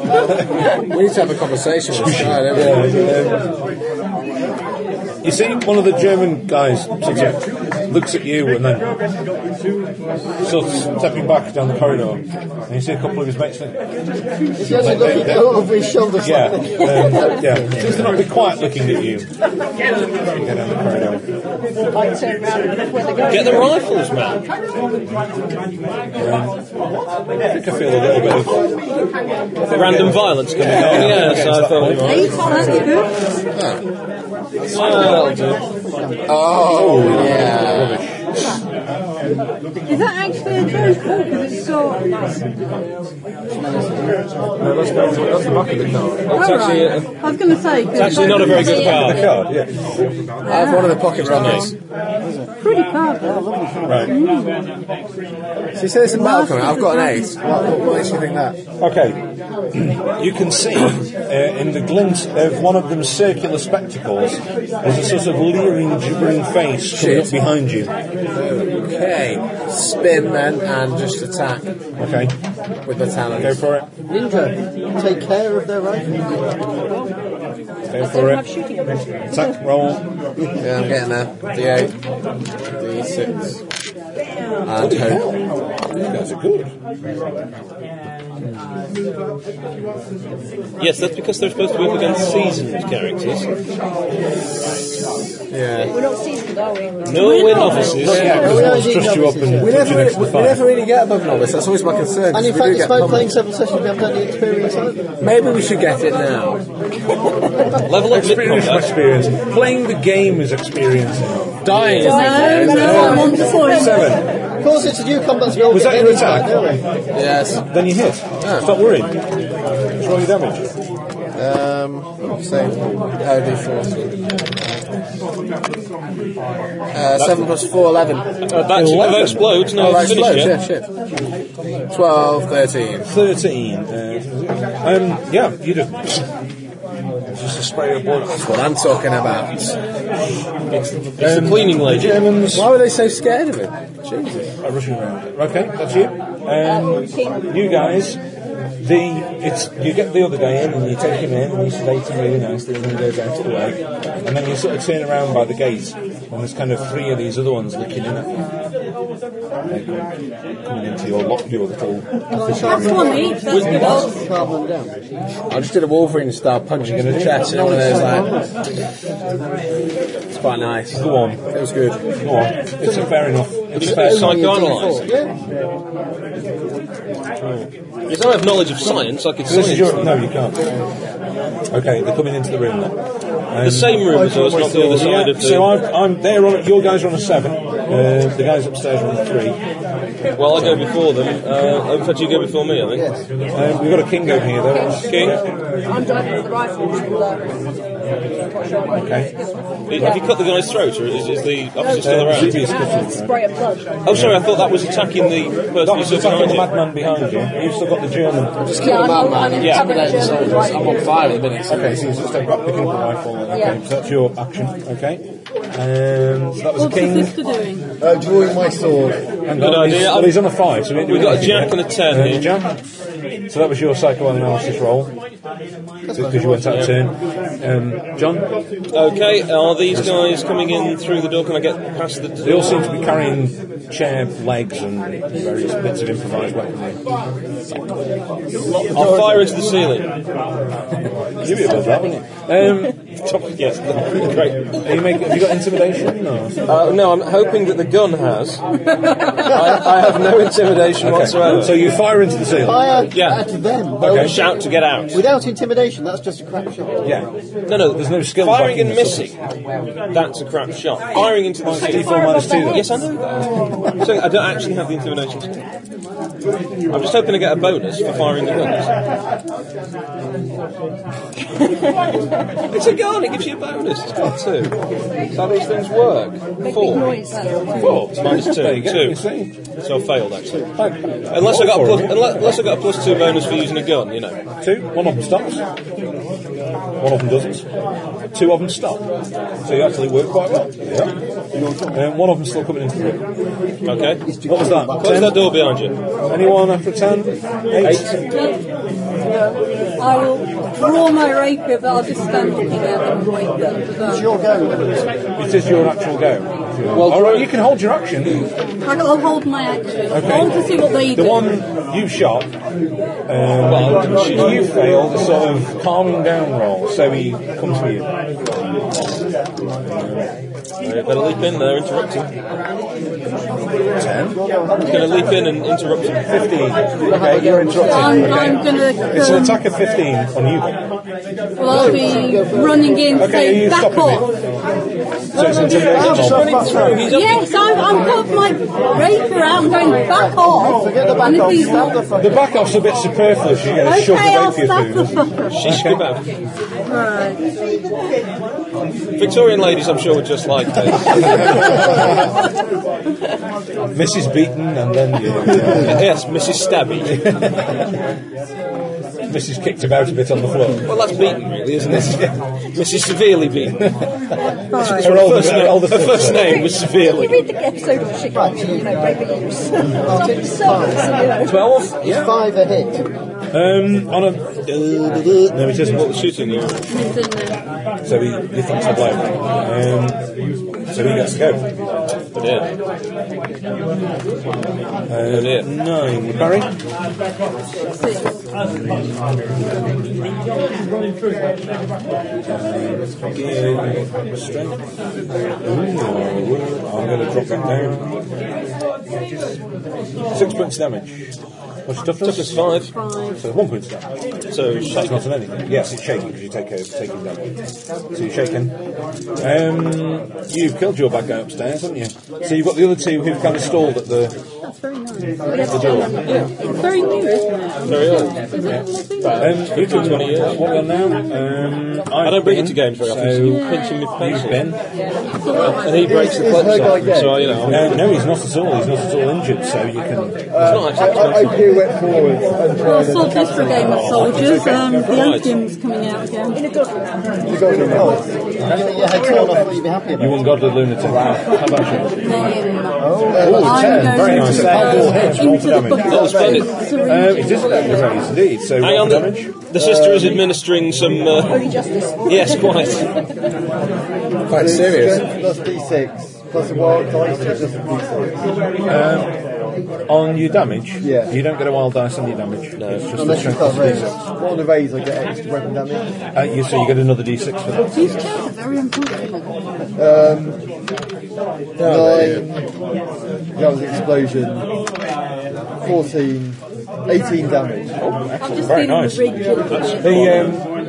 Speaker 5: We need to have a conversation with this guy, don't we?
Speaker 4: you see, one of the German guys sits up. looks at you and then sort of stepping back down the corridor. And you see a couple of his mates. Think,
Speaker 8: She has a look at- over his shoulder
Speaker 4: yeah,
Speaker 8: slightly.
Speaker 4: um, yeah. Seems to not be quite looking at you. Get down the corridor.
Speaker 7: I turn around and look where they're going.
Speaker 2: Get the rifles, man.
Speaker 4: I think I feel a little bit of
Speaker 2: Random violence coming on. Yeah, so I thought we might.
Speaker 3: Eight, that's good.
Speaker 2: Well, that'll do.
Speaker 5: Oh, yeah.
Speaker 3: Is that actually a joke? Because it's so.
Speaker 5: No, that's, that's, that's the back of the car.
Speaker 3: All
Speaker 2: actually
Speaker 3: right. I was going to say.
Speaker 2: It's actually not a very good card.
Speaker 4: card. Yeah,
Speaker 5: I have one of the pocket rockets.
Speaker 3: Pretty card. though.
Speaker 4: right.
Speaker 5: So you say it's a Malcolm, I've got an eight. What, what makes you think that?
Speaker 4: Okay. You can see uh, in the glint of one of them circular spectacles, there's a sort of leering, gibbering face coming up
Speaker 5: Shit.
Speaker 4: behind you.
Speaker 5: Okay, spin then and just attack
Speaker 4: Okay,
Speaker 5: with the
Speaker 4: go
Speaker 5: talons.
Speaker 4: for it.
Speaker 8: Ninja, take care of their rifles.
Speaker 4: Go for
Speaker 7: Have
Speaker 4: it.
Speaker 7: shooting ability.
Speaker 4: Attack roll.
Speaker 5: Yeah, I'm getting there. D8, D6, and hope.
Speaker 4: That's good.
Speaker 2: Yes, that's because they're supposed to be up against seasoned characters.
Speaker 5: Yeah.
Speaker 7: We're not seasoned, are we?
Speaker 2: No, we're novices.
Speaker 4: Yeah, because
Speaker 8: we
Speaker 4: no
Speaker 8: only
Speaker 4: one's trust you up
Speaker 8: novices.
Speaker 4: and
Speaker 5: We
Speaker 4: put
Speaker 5: never,
Speaker 4: you next to
Speaker 5: we
Speaker 4: the fire.
Speaker 5: never really get above novice. That's always my concern.
Speaker 8: And in
Speaker 5: we
Speaker 8: fact,
Speaker 5: do get
Speaker 8: despite
Speaker 5: above
Speaker 8: playing
Speaker 5: novice.
Speaker 8: several sessions, we haven't had any experience either.
Speaker 5: Maybe we should get it now.
Speaker 2: Level up
Speaker 4: Experience from
Speaker 2: mid-combat.
Speaker 4: experience. Playing the game is experience.
Speaker 5: Dying is
Speaker 3: No, no, I'm on the point.
Speaker 4: Seven.
Speaker 8: Of course, it's a new combat spell.
Speaker 4: Was
Speaker 8: we
Speaker 4: that
Speaker 8: get
Speaker 4: your
Speaker 8: any
Speaker 4: attack?
Speaker 8: attack, don't we?
Speaker 5: Yes.
Speaker 4: Then you hit. Stop worrying. Just roll your damage.
Speaker 5: Um, same. OD40. Uh, 7 plus 4, 11.
Speaker 2: Uh, that, that explodes. No,
Speaker 5: Oh, that
Speaker 2: it's finished
Speaker 5: explodes,
Speaker 2: yet.
Speaker 5: yeah, shit. 12, 13.
Speaker 4: 13. Uh, um, yeah, you do. Just a spray of blood.
Speaker 5: That's what I'm talking about.
Speaker 2: It's
Speaker 4: Um,
Speaker 2: the cleaning lady.
Speaker 4: Germans
Speaker 5: Why were they so scared of it? Jesus.
Speaker 4: are rushing around. Okay, that's you. Um, you guys, the it's you get the other guy in and you take him in and you sedate him really nicely and he goes out of the way. And then you sort of turn around by the gate and there's kind of three of these other ones looking in at you. They're Coming into your lock, your little.
Speaker 3: That's one each. That's good. odds.
Speaker 8: Calm them down.
Speaker 5: I just did a Wolverine style punching in the chest, and one of those like. It's quite nice. It
Speaker 4: Go on,
Speaker 5: was good.
Speaker 4: go on. It's a fair enough. It's a fair
Speaker 2: Psychoanalyzing.
Speaker 8: Yeah.
Speaker 2: If I have knowledge of science, I could
Speaker 4: This is
Speaker 2: science.
Speaker 4: your, no, you can't. Okay, they're coming into the room now. Um,
Speaker 2: The same room as us, not the other side
Speaker 4: yeah,
Speaker 2: of the.
Speaker 4: so I've, I'm there on. Your guys are on a seven. Uh, the guys upstairs are on a three.
Speaker 2: well, I go before them. Uh, in fact, you go before me, I think.
Speaker 4: Um, we've got a king over here though.
Speaker 2: King,
Speaker 7: I'm driving with the rifles. and, uh,
Speaker 4: Okay.
Speaker 2: have you cut the guy's throat, or is, is the opposite still
Speaker 4: Uh,
Speaker 2: around?
Speaker 4: Zubi's cutting.
Speaker 7: Spray of blood.
Speaker 2: Oh, sorry, I thought that was attacking the
Speaker 4: That
Speaker 2: person who
Speaker 4: was
Speaker 2: stood
Speaker 4: attacking
Speaker 2: behind
Speaker 4: the
Speaker 2: you.
Speaker 4: madman behind you. You've still got the German. Just
Speaker 7: Yeah, I'm, I'm, I'm
Speaker 2: Yeah.
Speaker 7: covering the German
Speaker 5: I'm on
Speaker 7: rifles.
Speaker 5: fire at the minute. so-
Speaker 4: Okay, so you just got picking up the rifle. Okay,
Speaker 7: Yeah.
Speaker 4: so that's your action. Okay. Um, so that was a
Speaker 3: What's the
Speaker 4: king.
Speaker 3: sister doing?
Speaker 8: Uh, drawing my sword.
Speaker 2: Good
Speaker 4: And well, he's-
Speaker 2: idea.
Speaker 4: well, he's on a five. So
Speaker 2: We've got a jack and a ten
Speaker 4: Uh,
Speaker 2: here.
Speaker 4: Jack. So that was your psychoanalysis roll. Because you went out of turn. Um, John,
Speaker 2: Okay, are these guys coming in through the door? Can I get past the
Speaker 4: they
Speaker 2: door?
Speaker 4: all seem to be carrying chair legs and various bits of improvised weaponry.
Speaker 2: I'll fire into the ceiling.
Speaker 4: You'd be above that, wouldn't you? Um, <laughs> top, yes, great. Are you make, have you got intimidation? No.
Speaker 2: Uh, no, I'm hoping that the gun has. I, I have no intimidation whatsoever.
Speaker 4: So you fire into the ceiling.
Speaker 8: Fire
Speaker 2: Yeah.
Speaker 8: at them.
Speaker 2: okay. shout to get out.
Speaker 8: Without intimidation, that's just a crap shot.
Speaker 4: Yeah.
Speaker 2: No, no,
Speaker 4: There's no skill
Speaker 2: Firing
Speaker 4: back in
Speaker 2: and
Speaker 4: this
Speaker 2: missing. That's a crap shot. Firing into the
Speaker 4: D4 minus two, then.
Speaker 2: Yes, I know that. So I don't actually have the intimidation. skill. I'm just hoping to get a bonus for firing the guns. it's a gun, it gives you a bonus. It's got two. That's how these things work. Four.
Speaker 7: Noise. That's
Speaker 2: Four. Minus two.
Speaker 4: There you go, you
Speaker 2: Two.
Speaker 4: see.
Speaker 2: So I failed, actually. Unless I, got a plus, unless, unless I got a plus two bonus for using a gun, you know.
Speaker 4: Two. One of them stops. One of them doesn't. Two of them stop. So you actually work quite well. Yeah. Um, one of them's still coming into the room.
Speaker 2: Okay?
Speaker 4: What was that?
Speaker 2: Close that door behind you.
Speaker 4: Anyone after ten? Eight.
Speaker 3: I will draw my rapier, but I'll just stand looking at them and wait.
Speaker 8: It's your go.
Speaker 4: It is your actual go.
Speaker 2: Well,
Speaker 4: All right, you can hold your action.
Speaker 3: I'll hold my action.
Speaker 4: Okay.
Speaker 3: I want to see what they
Speaker 4: The
Speaker 3: do.
Speaker 4: one you shot, um, you failed a sort of calming down roll, so he comes for you.
Speaker 2: Alright, better leap in there, interrupt him. He's going to leap in and interrupt him.
Speaker 4: 15. Okay, you're interrupted.
Speaker 3: I'm,
Speaker 4: Okay.
Speaker 3: I'm gonna.
Speaker 4: It's an
Speaker 3: um,
Speaker 4: attack of 15 on you.
Speaker 3: Well, I'll be running in,
Speaker 4: Okay,
Speaker 3: saying
Speaker 4: you
Speaker 3: back
Speaker 4: stop a
Speaker 3: off.
Speaker 4: So it's an intimidation roll.
Speaker 3: Yes, I'm, I'm got my rapier out. I'm going back off. Forget the back off.
Speaker 4: The back off's a bit superfluous, you get a shove
Speaker 3: okay, I'll
Speaker 4: the
Speaker 3: stab the
Speaker 4: rapier through.
Speaker 2: <laughs>
Speaker 3: fucker.
Speaker 2: Shish kebab.
Speaker 3: Right.
Speaker 2: Victorian ladies, I'm sure, would just like
Speaker 4: <laughs>
Speaker 2: this.
Speaker 4: Mrs. Beaton and then you.
Speaker 2: yes, Mrs.
Speaker 4: <laughs>
Speaker 2: Stabby.
Speaker 4: Mrs. kicked about a bit on the floor.
Speaker 2: Well, that's beaten, really, isn't it? <laughs> Mrs. Severely beaten.
Speaker 4: Her
Speaker 2: Her
Speaker 4: older,
Speaker 2: first,
Speaker 4: her
Speaker 2: name,
Speaker 4: older
Speaker 2: her first
Speaker 4: sister.
Speaker 2: name was
Speaker 7: You
Speaker 2: Severely.
Speaker 7: read the episode of Chicago, you know, baby loose. Twelve.
Speaker 2: 12? Yeah.
Speaker 6: Five a hit.
Speaker 4: Um, on a. No, he doesn't. What was shooting you?
Speaker 3: It's in there.
Speaker 4: So he, he thinks the blow. Um, so he gets to go.
Speaker 2: Oh dear. Oh dear.
Speaker 4: Nine. Um, Barry?
Speaker 3: Six.
Speaker 4: Give strength. Ooh, I'm going to drop that down. Six points damage. What's toughness?
Speaker 2: Toughness five.
Speaker 4: So one point damage.
Speaker 2: So
Speaker 4: It's
Speaker 2: shake
Speaker 4: not an anything. Yes, it's shaking because you take over, taking damage. So you're shaking. Um, you've killed your bad guy upstairs, haven't you? So you've got the other two who've kind of stalled at the.
Speaker 3: That's very nice. It's very new, isn't it?
Speaker 2: very old.
Speaker 3: Is it?
Speaker 4: Um, you can
Speaker 2: 20 years.
Speaker 4: What are we on now? Um,
Speaker 2: I don't bring it to games very often.
Speaker 4: So-
Speaker 2: you pinch him with pencil.
Speaker 4: Ben.
Speaker 2: And he breaks the
Speaker 8: Is- is her guy
Speaker 2: clutch.
Speaker 8: dead?
Speaker 2: So, you know,
Speaker 4: No, Uh, no, he's not at all. He's not at all injured, so you can.
Speaker 2: it's not
Speaker 8: I, I,
Speaker 2: actually
Speaker 8: I pirouette forwards and try
Speaker 3: Well,
Speaker 8: and
Speaker 3: sold this for Game of Soldiers. Um, the anthem's coming out again.
Speaker 8: you got to roll.
Speaker 6: Imagine that your head torn off, would you be happy about?
Speaker 4: You ungodly lunatic. How about you?
Speaker 3: Name.
Speaker 4: Oh,
Speaker 3: I'm going
Speaker 4: Very nice.
Speaker 3: to
Speaker 4: Five ball
Speaker 3: go
Speaker 4: hits. Roll
Speaker 3: into
Speaker 4: for
Speaker 3: the
Speaker 4: damage.
Speaker 3: bucket.
Speaker 2: Oh, splendid.
Speaker 4: Um,
Speaker 3: Syringe.
Speaker 4: it is raised indeed. So
Speaker 2: Hang
Speaker 4: roll
Speaker 2: on,
Speaker 4: for damage.
Speaker 2: the, the sister is administering some. Uh,
Speaker 7: Only justice.
Speaker 2: yes, quite.
Speaker 5: Quite serious.
Speaker 8: Strength plus d6 plus a wild dice is just a d6.
Speaker 4: Uh, On your damage,
Speaker 8: Yeah.
Speaker 4: you don't get a wild dice on your damage. No, it's just the
Speaker 8: Unless you
Speaker 4: strength
Speaker 8: start
Speaker 4: of the
Speaker 8: raise.
Speaker 4: d6.
Speaker 8: On the raise, I get extra weapon damage.
Speaker 4: Uh, you, so you get another d6 for that.
Speaker 3: These chairs are very uncomfortable.
Speaker 8: Nine. That was explosion. 14. 18 damage.
Speaker 3: I've just
Speaker 4: Very
Speaker 3: been in
Speaker 4: nice.
Speaker 3: the rig.
Speaker 4: The, um,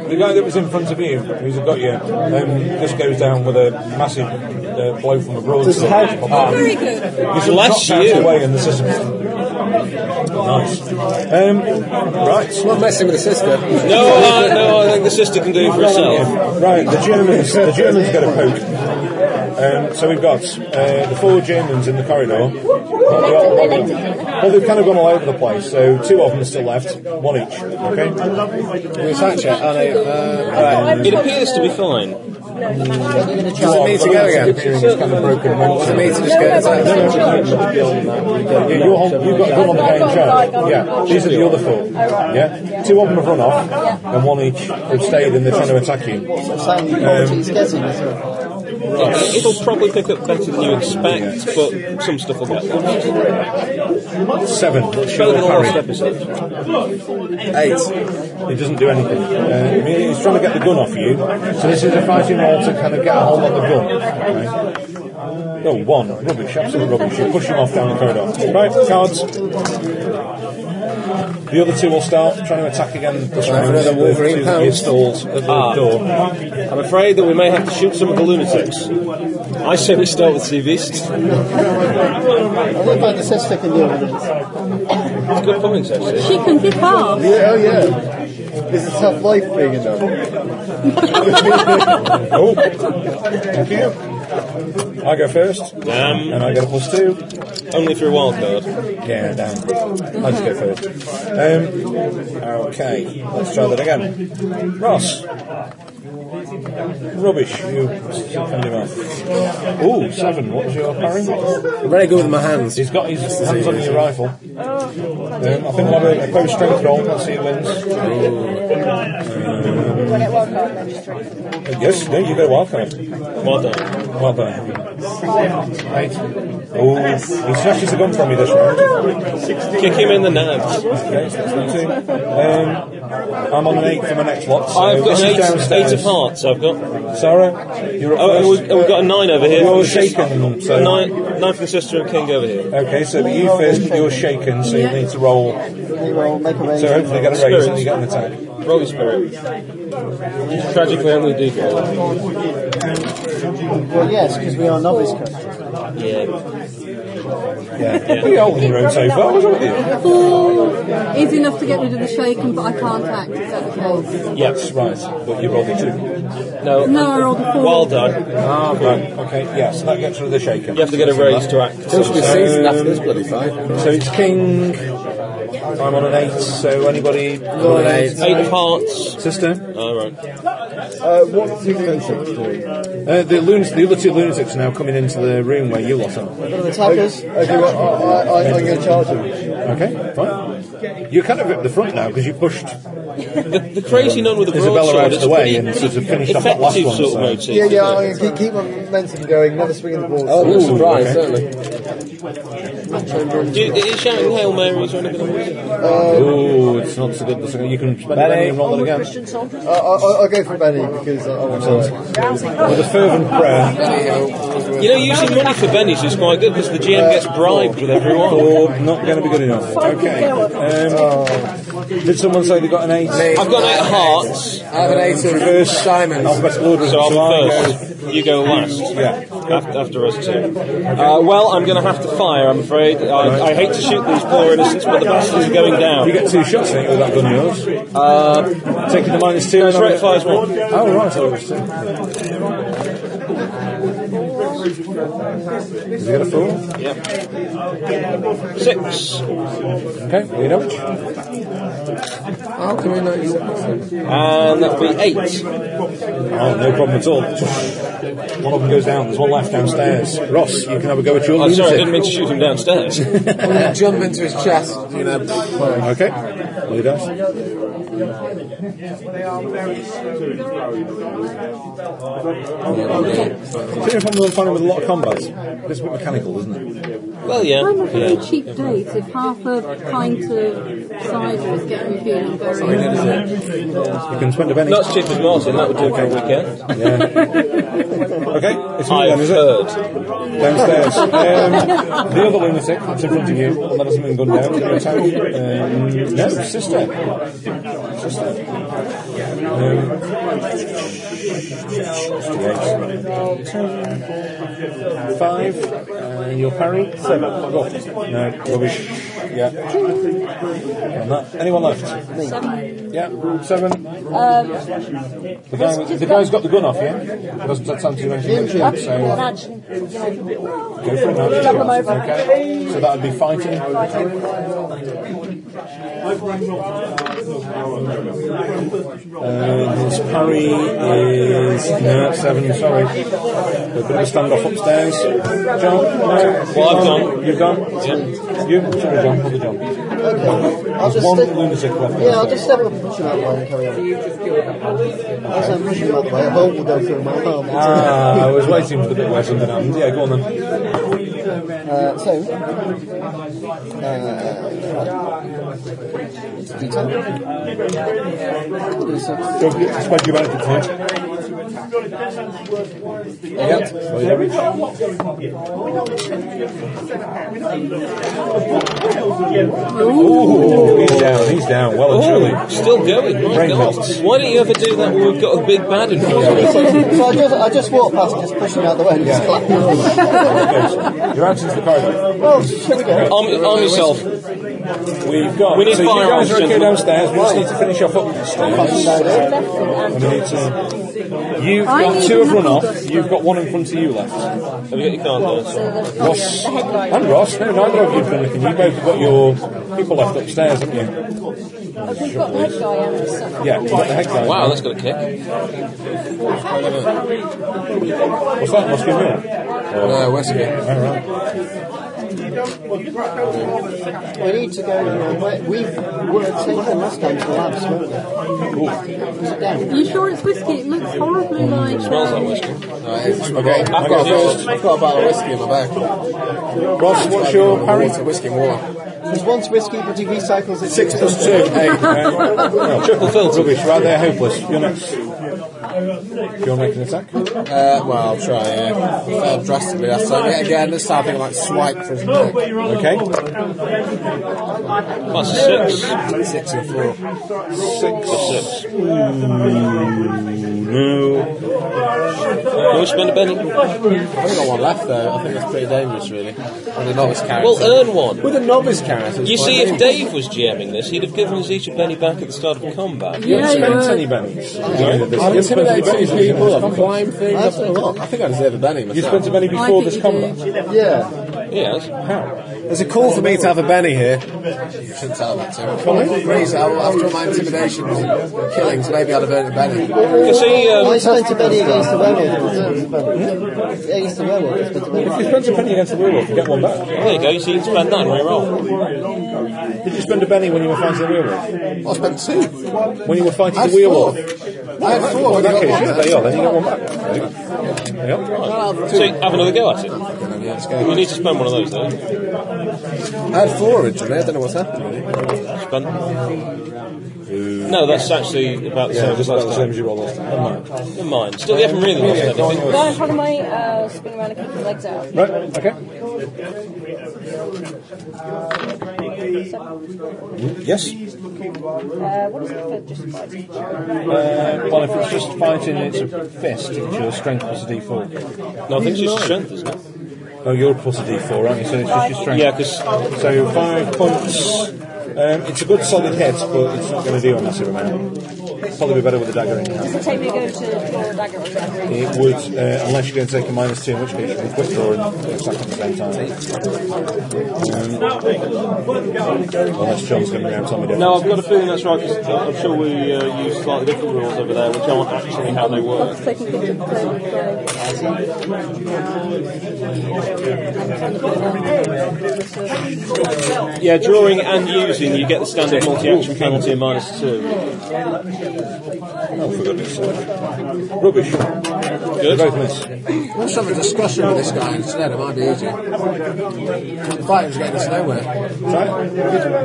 Speaker 4: the guy that was in front of you, who's got you, um, just goes down with a massive uh, blow from a broadsword.
Speaker 3: Very good.
Speaker 4: He's
Speaker 2: Bless
Speaker 4: knocked out
Speaker 2: you.
Speaker 4: of the way in the system. Nice. Um, right.
Speaker 5: Not messing with the sister.
Speaker 2: No, I, no, I think the sister can do it for herself.
Speaker 4: Right, the Germans, the Germans get a poke. Um, so we've got uh, the four Germans in the corridor. Well, they've kind of gone all over the place, so two of them are still left, one each. Okay?
Speaker 5: We attacked her, and I, uh,
Speaker 2: It appears to be fine.
Speaker 5: does it need to go again?
Speaker 4: It's kind of broken.
Speaker 5: Does it need to just get attacked?
Speaker 4: Yeah, you're hol- you've got a gun on the guy in charge. Yeah, these are the other four. Yeah? Two of them have run off, and one each have stayed and they're trying to attack you.
Speaker 6: Sound quality is getting as well.
Speaker 2: It, it'll probably pick up better than you expect, but some stuff will get better
Speaker 4: Seven. What's your
Speaker 2: than the last
Speaker 4: parry?
Speaker 2: episode.
Speaker 5: Eight.
Speaker 4: It doesn't do anything. Uh, I mean, he's trying to get the gun off you. So this is a fighting roll to kind of get a hold of the gun. Right. Oh, one. Rubbish. Absolute rubbish. You push him off down the corridor. Right, cards. The other two will start trying to attack again. Push
Speaker 5: Right,
Speaker 4: round.
Speaker 5: another
Speaker 4: The
Speaker 5: Wolverine
Speaker 4: two
Speaker 5: pounce.
Speaker 4: give stalls at the
Speaker 2: Ah.
Speaker 4: door.
Speaker 2: I'm afraid that we may have to shoot some of the lunatics. I say we start with CVs.
Speaker 6: I don't find the sister can deal with this.
Speaker 2: Good points, actually.
Speaker 3: She can kick off.
Speaker 8: Yeah, oh yeah. It's a tough life being a nun.
Speaker 4: Oh, thank you. I go first,
Speaker 2: Um,
Speaker 4: and I get a plus two.
Speaker 2: only through wild card.
Speaker 4: Yeah, damn. I just go first. Um, okay, let's try that again. Ross. Rubbish. You fend him off. Ooh, seven. What was your parry?
Speaker 5: I'm very good with my hands.
Speaker 4: He's got his hands on your rifle. Um, I think we'll have a, a post strength roll. Let's see who wins. Um, yes, no, you go wild card.
Speaker 2: Well done.
Speaker 4: Well done. Right. Oh, he snatches a gun from me this round.
Speaker 2: Kick him in the nabs.
Speaker 4: Okay, so that's two. Um, I'm on an eight for my next lot. So
Speaker 2: I've
Speaker 4: this
Speaker 2: got an
Speaker 4: is
Speaker 2: eight,
Speaker 4: downstairs.
Speaker 2: eight of hearts. I've got.
Speaker 4: Sarah, you're up
Speaker 2: Oh, and
Speaker 4: first.
Speaker 2: we've, and we've got a nine over here.
Speaker 4: You're shaken, so
Speaker 2: Nine, nine for the sister and king over here.
Speaker 4: Okay, so but you first, but you're shaken, so you need to roll.
Speaker 8: Anyway, make a range.
Speaker 4: So hopefully get a raise and you get an attack.
Speaker 2: Roll your spirit. Tragically, only do go.
Speaker 8: Well, yes, because we are novice characters.
Speaker 2: Yeah.
Speaker 4: Yeah. Pretty old in your own so far, wasn't it?
Speaker 3: Four is enough to get rid of the shaken, but I can't act. Is that the case?
Speaker 4: Yes, right. But you rolled a two.
Speaker 2: No. um,
Speaker 3: No, I rolled a four.
Speaker 2: Wild die.
Speaker 4: Ah, right. Okay, yes, that gets rid of the shaken.
Speaker 2: You have to get a raise to act.
Speaker 5: Still should be seasoned after this bloody fight.
Speaker 4: So it's king. I'm on an eight, so anybody.
Speaker 5: Four eight.
Speaker 2: Eight hearts.
Speaker 4: Sister?
Speaker 2: All right.
Speaker 8: Uh, what's the defensive doing?
Speaker 4: Uh, the, lunatics, the other two lunatics are now coming into the room where you lot are.
Speaker 8: Attack us? Okay, well, I, I, I'm going to charge them.
Speaker 4: Okay, fine. You kind of ripped the front now because you pushed
Speaker 2: The, the crazy nun with the
Speaker 4: Isabella
Speaker 2: broadsword
Speaker 4: out of
Speaker 2: is
Speaker 4: the way
Speaker 2: pretty,
Speaker 4: and sort of finished off that
Speaker 2: effective
Speaker 4: last one,
Speaker 2: sort
Speaker 4: so.
Speaker 2: of motif.
Speaker 8: Yeah, yeah,
Speaker 2: isn't it?
Speaker 8: I'm going to keep my momentum going, never swinging the ball.
Speaker 5: Oh,
Speaker 4: Ooh,
Speaker 5: surprise,
Speaker 4: okay.
Speaker 5: certainly.
Speaker 2: Do you, is shouting Hail Marys or anything? like that?
Speaker 4: Oh, it's not so good. That's okay. You can spend a penny and roll it again.
Speaker 8: I, I, I'll go for Benny because I, I want to.
Speaker 4: With a fervent prayer.
Speaker 2: You know, using money for Benny's is quite good because the GM gets bribed with every one.
Speaker 4: Or not going to be good enough. Okay. Um, did someone say they got an eight?
Speaker 2: I've got eight hearts,
Speaker 5: I have an eight of reverse Simon.
Speaker 4: Alphabetical order.
Speaker 2: so
Speaker 4: I go-
Speaker 2: I'm first. You go last.
Speaker 4: Yeah.
Speaker 2: After, after us two. Uh, well, I'm going to have to fire, I'm afraid. I, I hate to shoot these poor innocents, but the bastards are going
Speaker 4: You
Speaker 2: down.
Speaker 4: get two shots, I think, with that gun of yours. Uh, Taking the minus two.
Speaker 2: That's
Speaker 4: and
Speaker 2: right,
Speaker 4: I'm-
Speaker 2: fires one.
Speaker 4: Oh, right, I thought it was two. Has he got a four?
Speaker 2: Six.
Speaker 4: Okay, you know.
Speaker 5: How can we not use that?
Speaker 2: And that'll be eight.
Speaker 4: Oh, no problem at all. One of them goes down. There's one left downstairs. Ross, you can have a go at your
Speaker 2: I'm Oh, sorry, I
Speaker 4: lunatic.
Speaker 2: didn't mean to shoot him downstairs.
Speaker 5: Jump into his chest, you know.
Speaker 4: Okay. Well, he does. Two from the final with a lot of combats. It's a bit mechanical, isn't it?
Speaker 2: Well, yeah.
Speaker 3: I'm offering
Speaker 2: yeah.
Speaker 3: a cheap date if half a pint of cider is getting me feeling very.
Speaker 4: You can spend a penny.
Speaker 2: Not as cheap as Martin, that would do for a weekend.
Speaker 4: Yeah. <laughs> okay, it's me then,
Speaker 2: I've
Speaker 4: is it?
Speaker 2: heard.
Speaker 4: Downstairs. Um, the other lunatic that's in front of you, and that hasn't been gone down. Your attack. Um, no, sister. Sister. Um, Five, and your parry, seven. Go. No, rubbish. Yeah. And that- Anyone left?
Speaker 7: Seven.
Speaker 4: Yeah, seven.
Speaker 7: Um,
Speaker 4: The, guy, with- the guy's got the gun off, yeah? Doesn't that sound too much?
Speaker 7: I've
Speaker 4: So, uh,
Speaker 7: nudged and, you know,
Speaker 4: Go for it now.
Speaker 7: Jump them over.
Speaker 4: Okay. So that would be fighting. Uh, his parry is no, seven. Sorry, we're going to stand off upstairs. John, no.
Speaker 2: Well, I've gone.
Speaker 4: You've gone. You, sorry, John. Other John.
Speaker 8: I'll
Speaker 4: There's
Speaker 8: just
Speaker 4: one
Speaker 8: step,
Speaker 4: lunatic left.
Speaker 8: yeah, I'll just step up and push him out the way and carry on. As I'm pushing him out the way, a hole will go through my arm.
Speaker 4: Ah, I was waiting for the bit where something happened. Yeah, go on then.
Speaker 8: Uh, so, <laughs> uh, it's D10. D6.
Speaker 4: Don't forget to spread your benefit point. Yep. Well, you reach. Ooh, he's down. He's down. Well and
Speaker 2: Oh,
Speaker 4: truly.
Speaker 2: still going. My
Speaker 4: Brain
Speaker 2: God.
Speaker 4: melts.
Speaker 2: Why don't you ever do that when we've got a big bad in front of us?
Speaker 8: So I just, I just walk past and just push him out the way and just clap.
Speaker 4: You're out into the corridor.
Speaker 8: Oh, here we go.
Speaker 2: Arm, arm yourself. Oh,
Speaker 4: We've got.
Speaker 2: We need
Speaker 4: so you
Speaker 2: firearms,
Speaker 4: guys are okay
Speaker 2: gentlemen.
Speaker 4: downstairs. We just need to finish off upstairs.
Speaker 7: left and
Speaker 4: And we need to. You've
Speaker 3: I
Speaker 4: got
Speaker 3: need
Speaker 4: two of
Speaker 3: another
Speaker 4: run off.
Speaker 3: gun.
Speaker 4: You've got one in front of you left.
Speaker 2: Have you got your card there?
Speaker 4: Ross and Ross. No, neither of you've done anything. You both got your people left upstairs, haven't you?
Speaker 7: Oh, we've got the head guy and the son.
Speaker 4: Yeah. You've got the head guy.
Speaker 2: Wow, that's got a kick.
Speaker 4: What's that? Must be a mirror.
Speaker 5: No, West again.
Speaker 4: All right.
Speaker 6: We need to go. uh, where- We've worked since the last time to the labs, haven't we? Is it down?
Speaker 3: You sure it's whiskey? It looks horribly like.
Speaker 2: Smells like
Speaker 3: um,
Speaker 2: whiskey.
Speaker 5: Okay, I've got, a first, I've got a bottle of whiskey in my bag. Ross, what's your parry? Whiskey and water.
Speaker 6: There's once whiskey, but he recycles it.
Speaker 5: Six plus two, eight.
Speaker 2: <laughs> Triple filter.
Speaker 4: Rubbish, right there, hopeless. You're next. Do you want to make an attack?
Speaker 5: Uh, well, I'll try. Yeah. Failed drastically last time. Yet again, this time I think I might swipe for his neck.
Speaker 4: Okay.
Speaker 2: That's a six.
Speaker 5: Six and four.
Speaker 2: Six.
Speaker 4: No.
Speaker 2: You want to spend a penny?
Speaker 5: I've only got one left though. I think that's pretty dangerous, really. On the novice character.
Speaker 2: Well, earn one.
Speaker 5: With a novice character. it's
Speaker 2: You
Speaker 5: quite
Speaker 2: see, if
Speaker 5: dangerous.
Speaker 2: Dave was GMing this, he'd have given us each a penny back at the start of combat.
Speaker 3: Yeah, you
Speaker 4: Spend
Speaker 3: were.
Speaker 4: penny bennies. Yeah, there's-
Speaker 5: I've
Speaker 4: you spent a
Speaker 5: intimidated two
Speaker 4: penny
Speaker 5: people.
Speaker 4: bennies.
Speaker 5: I've climbed things. I've done a lot. I think I deserve a Benny myself.
Speaker 4: You spent a penny
Speaker 3: I
Speaker 4: before
Speaker 3: think
Speaker 4: this
Speaker 3: you
Speaker 4: combat.
Speaker 3: did.
Speaker 6: Yeah.
Speaker 2: Yes.
Speaker 5: There's a call for me to have a Benny here. You should tell that to him. Please, I- after all my intimidation and killings, maybe I'd have earned a Benny.
Speaker 2: You see,
Speaker 6: I
Speaker 2: um,
Speaker 6: spent a penny against the werewolf. Against the werewolf, I spent a penny.
Speaker 4: You spent a penny against the werewolf, you get one back.
Speaker 2: there you go. You see, you can spend nine. Reroll.
Speaker 4: Did you spend a penny when you were fighting the werewolf?
Speaker 5: I spent two.
Speaker 4: When you were fighting
Speaker 5: I had
Speaker 4: the werewolf?
Speaker 5: four. I had four.
Speaker 4: Well,
Speaker 5: I
Speaker 4: in that
Speaker 5: got
Speaker 4: case,
Speaker 5: one.
Speaker 4: yeah, there you are, then you get one back. There you are.
Speaker 2: So have another go at it. You need to spend one of those, don't you?
Speaker 5: I had four originally. I don't know what's happened. Really.
Speaker 2: Spend. No, that's actually about the same
Speaker 4: So
Speaker 2: as
Speaker 4: just about
Speaker 2: last
Speaker 4: the same
Speaker 2: time.
Speaker 4: as you were last time. Never mind.
Speaker 2: Never mind. Still, you haven't really lost anything.
Speaker 7: Go in front of my uh, spin around and kick your legs out.
Speaker 4: Right, okay. Yes.
Speaker 7: Uh, what is it for just fighting?
Speaker 4: Uh, well, if it's just fighting, it's a fist. It's your strength plus a d4.
Speaker 2: No, I think it's just strength, isn't it?
Speaker 4: Oh, you're plus a d4, aren't you? So it's just your strength.
Speaker 2: Yeah, because
Speaker 4: So five points. Um, it's a good solid hit, but it's not going to do a massive amount. Probably be better with a dagger in your hand.
Speaker 7: Does it take me a go to draw a dagger or something?
Speaker 4: It would, uh, unless you're going to take a minus two, in which case you can quick draw and attack at the same time. Um, unless John's going to be out on me different.
Speaker 2: No, I've got a feeling that's right. Cause uh, I'm sure we uh, use slightly different rules over there, which aren't actually how they work.
Speaker 7: Taking things to the
Speaker 2: Yeah, drawing and using, you get the standard multi-action penalty of minus two.
Speaker 4: Oh, for goodness sake. Rubbish. They both miss.
Speaker 5: Let's have a discussion with this guy instead. It might be easier. The fighting's getting us nowhere.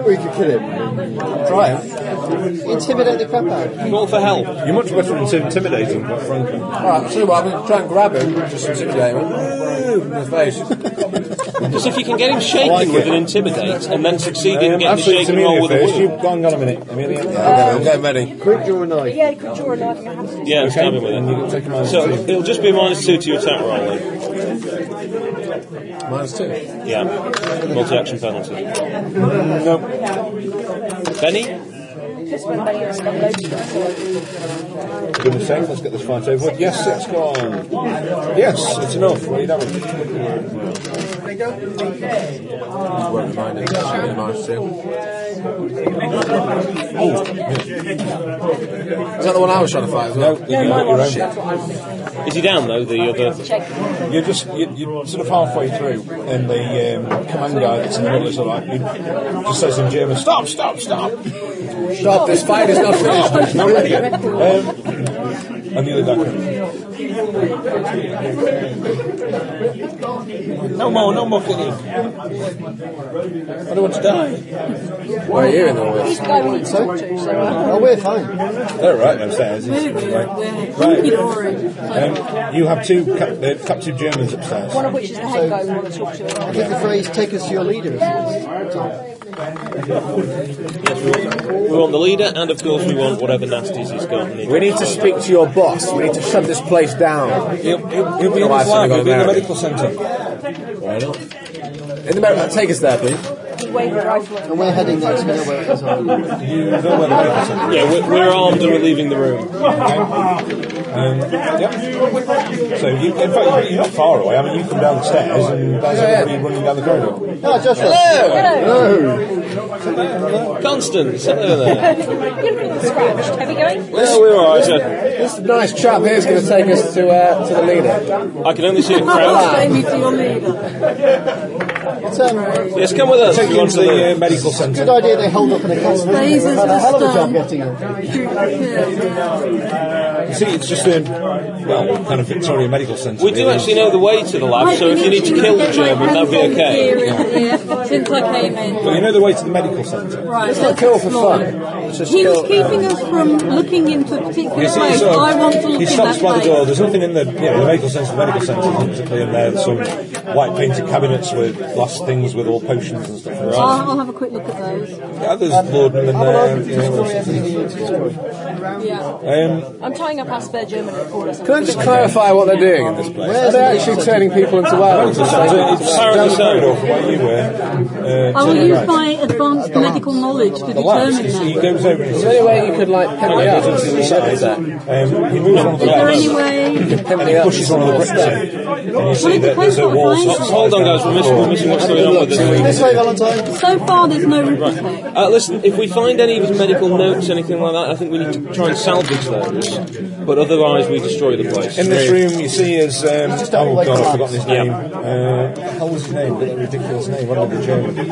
Speaker 6: We could kill him.
Speaker 5: Try him.
Speaker 6: Intimidate the crap out. of him.
Speaker 2: Call for help.
Speaker 4: You're much better at intimidating, quite frankly.
Speaker 5: Alright, so what? I'm going to try and grab him. Just intimidate him. Ooh, In the face.
Speaker 2: Because if you can get him shaking
Speaker 4: like
Speaker 2: with
Speaker 4: it.
Speaker 2: an intimidate and then succeed in getting
Speaker 4: Um,
Speaker 2: the
Speaker 4: actually, it's
Speaker 2: shaking
Speaker 4: Amelia
Speaker 2: roll with a
Speaker 4: first.
Speaker 2: wound,
Speaker 4: You've gone on a minute. Amelia.
Speaker 5: I'm getting ready.
Speaker 6: Quick draw a knife.
Speaker 7: Yeah, you could draw a knife and have to.
Speaker 2: yeah, stab him with
Speaker 4: And you can take a
Speaker 2: it.
Speaker 4: minus
Speaker 2: So
Speaker 4: two.
Speaker 2: it'll just be a minus two to your attack roll. eh? Then.
Speaker 5: Minus two.
Speaker 2: Yeah, multi-action penalty.
Speaker 4: No.
Speaker 2: Benny,
Speaker 7: This one, but you're going
Speaker 4: Goodness sake, let's get this fight over with. Yes, it's gone. Yes, it's enough. What are you doing?
Speaker 5: Just won't remind him. Should be a minus two. Is that the one I was trying to fight as well?
Speaker 4: No, you got your own.
Speaker 2: is he down though? The other.
Speaker 4: You're just you're, you're sort of halfway through, and the um, command guy that's in the middle is like, he just says in German, "Stop! Stop! Stop!"
Speaker 5: Stop, this fight is not finished.
Speaker 4: Not ready yet. Um, and the other guy. No more, no more killing. I don't want to die.
Speaker 5: Where are you in all this?
Speaker 7: He's going to talk to, so uh,
Speaker 6: Oh, we're fine.
Speaker 4: They're right upstairs.
Speaker 3: Very
Speaker 4: It's-
Speaker 3: weird.
Speaker 4: right.
Speaker 3: Hunky
Speaker 4: Right.
Speaker 3: dory.
Speaker 4: Um, you have two cap- uh, captive Germans upstairs.
Speaker 7: one of which is the head guy we want to talk to.
Speaker 6: I think the phrase "take us to your leader" is
Speaker 2: We want the leader, and of course we want whatever nasties he's got. in
Speaker 9: We
Speaker 2: the-
Speaker 9: need to speak to your boss. We need to shut this place down.
Speaker 4: He'll, he'll, he'll be in
Speaker 9: Oh,
Speaker 4: the
Speaker 9: I've
Speaker 4: lab.
Speaker 9: got
Speaker 4: He'll be in the
Speaker 9: married.
Speaker 4: medical centre.
Speaker 5: Why not? In the America, take us there, please.
Speaker 7: He waved the rifle <laughs> at
Speaker 6: And we're heading next. We know where it is. already.
Speaker 4: You know where the medical centre.
Speaker 2: Yeah, we're, we're armed and we're leaving the room.
Speaker 4: Um, yep. So you, in fact, you're not far away. I mean, you come down the stairs and there's everybody running down the corridor.
Speaker 6: Ah, Joshua.
Speaker 2: Constance, hello there.
Speaker 7: You're looking scratched. Have you going?
Speaker 2: Yeah, we're all right, sir.
Speaker 9: This nice chap here is going to take us to uh, to the leader.
Speaker 2: I can only see a crowd.
Speaker 3: Take me to your leader.
Speaker 6: It's um,
Speaker 2: Yes, come with us.
Speaker 4: Take
Speaker 2: if you
Speaker 4: you
Speaker 2: want
Speaker 4: into
Speaker 2: to learn.
Speaker 4: the uh, medical centre.
Speaker 6: good idea they held up an account.
Speaker 3: Blazes
Speaker 6: They've
Speaker 3: at
Speaker 6: had a
Speaker 3: the
Speaker 6: hell of a job
Speaker 3: start.
Speaker 6: getting it.
Speaker 4: You see, it's just a well, kind of Victoria Medical Centre.
Speaker 2: We do
Speaker 4: really.
Speaker 2: actually know the way to the lab, so if you need to kill the German, that'd be okay.
Speaker 3: Since I came in.
Speaker 4: But you know the way to the medical centre.
Speaker 3: Right,
Speaker 6: It's not
Speaker 3: let's
Speaker 6: kill for
Speaker 3: explore
Speaker 6: fun.
Speaker 3: it.
Speaker 6: It's just
Speaker 3: He was
Speaker 6: kill-
Speaker 3: keeping us from looking into a particular
Speaker 4: You see,
Speaker 3: place.
Speaker 4: so
Speaker 3: I want to look
Speaker 4: he
Speaker 3: in
Speaker 4: stops
Speaker 3: that
Speaker 4: by the
Speaker 3: place.
Speaker 4: door. There's nothing in the you know, the medical centre. The medical centre is typically in there. Some white painted cabinets with glass things with all potions and stuff. in there.
Speaker 3: I'll, I'll have a quick look at those.
Speaker 4: Yeah, there's laudanum in there. you know, all sorts of things.
Speaker 3: Yeah.
Speaker 4: Um,
Speaker 7: I'm tying up our spare German recorder.
Speaker 5: Can I just clarify what they're doing in this place? Are they actually turning people into werewolves?
Speaker 4: it's down the corridor from where you were. Uh,
Speaker 3: I
Speaker 4: to
Speaker 3: will
Speaker 4: the
Speaker 3: use
Speaker 4: right.
Speaker 3: my advanced medical knowledge to
Speaker 4: the labs.
Speaker 3: determine
Speaker 4: It's- He
Speaker 3: that.
Speaker 4: goes over and he
Speaker 5: Is there
Speaker 4: says,
Speaker 5: any way you could like pick me
Speaker 4: Yeah,
Speaker 5: up?
Speaker 4: it's on the side there. Um, he moves on to the
Speaker 3: Is there
Speaker 4: left
Speaker 3: any way?
Speaker 4: and he pushes one of the bricks in. And you see that there's a wall.
Speaker 3: Well, it depends what
Speaker 4: slides
Speaker 2: Hold on,
Speaker 4: down
Speaker 2: guys, we're missing, we're missing what's going on with this.
Speaker 6: This way, Valentine.
Speaker 3: So far, there's no arithmetic.
Speaker 2: Uh, listen, if we find any of his medical notes, anything like that, I think we need to try and salvage those. But otherwise, we destroy the place.
Speaker 4: In this room, you see is um, oh god, I've forgotten his
Speaker 2: Yeah.
Speaker 4: name. Uh, what the hell was his name? That ridiculous name. One of the German.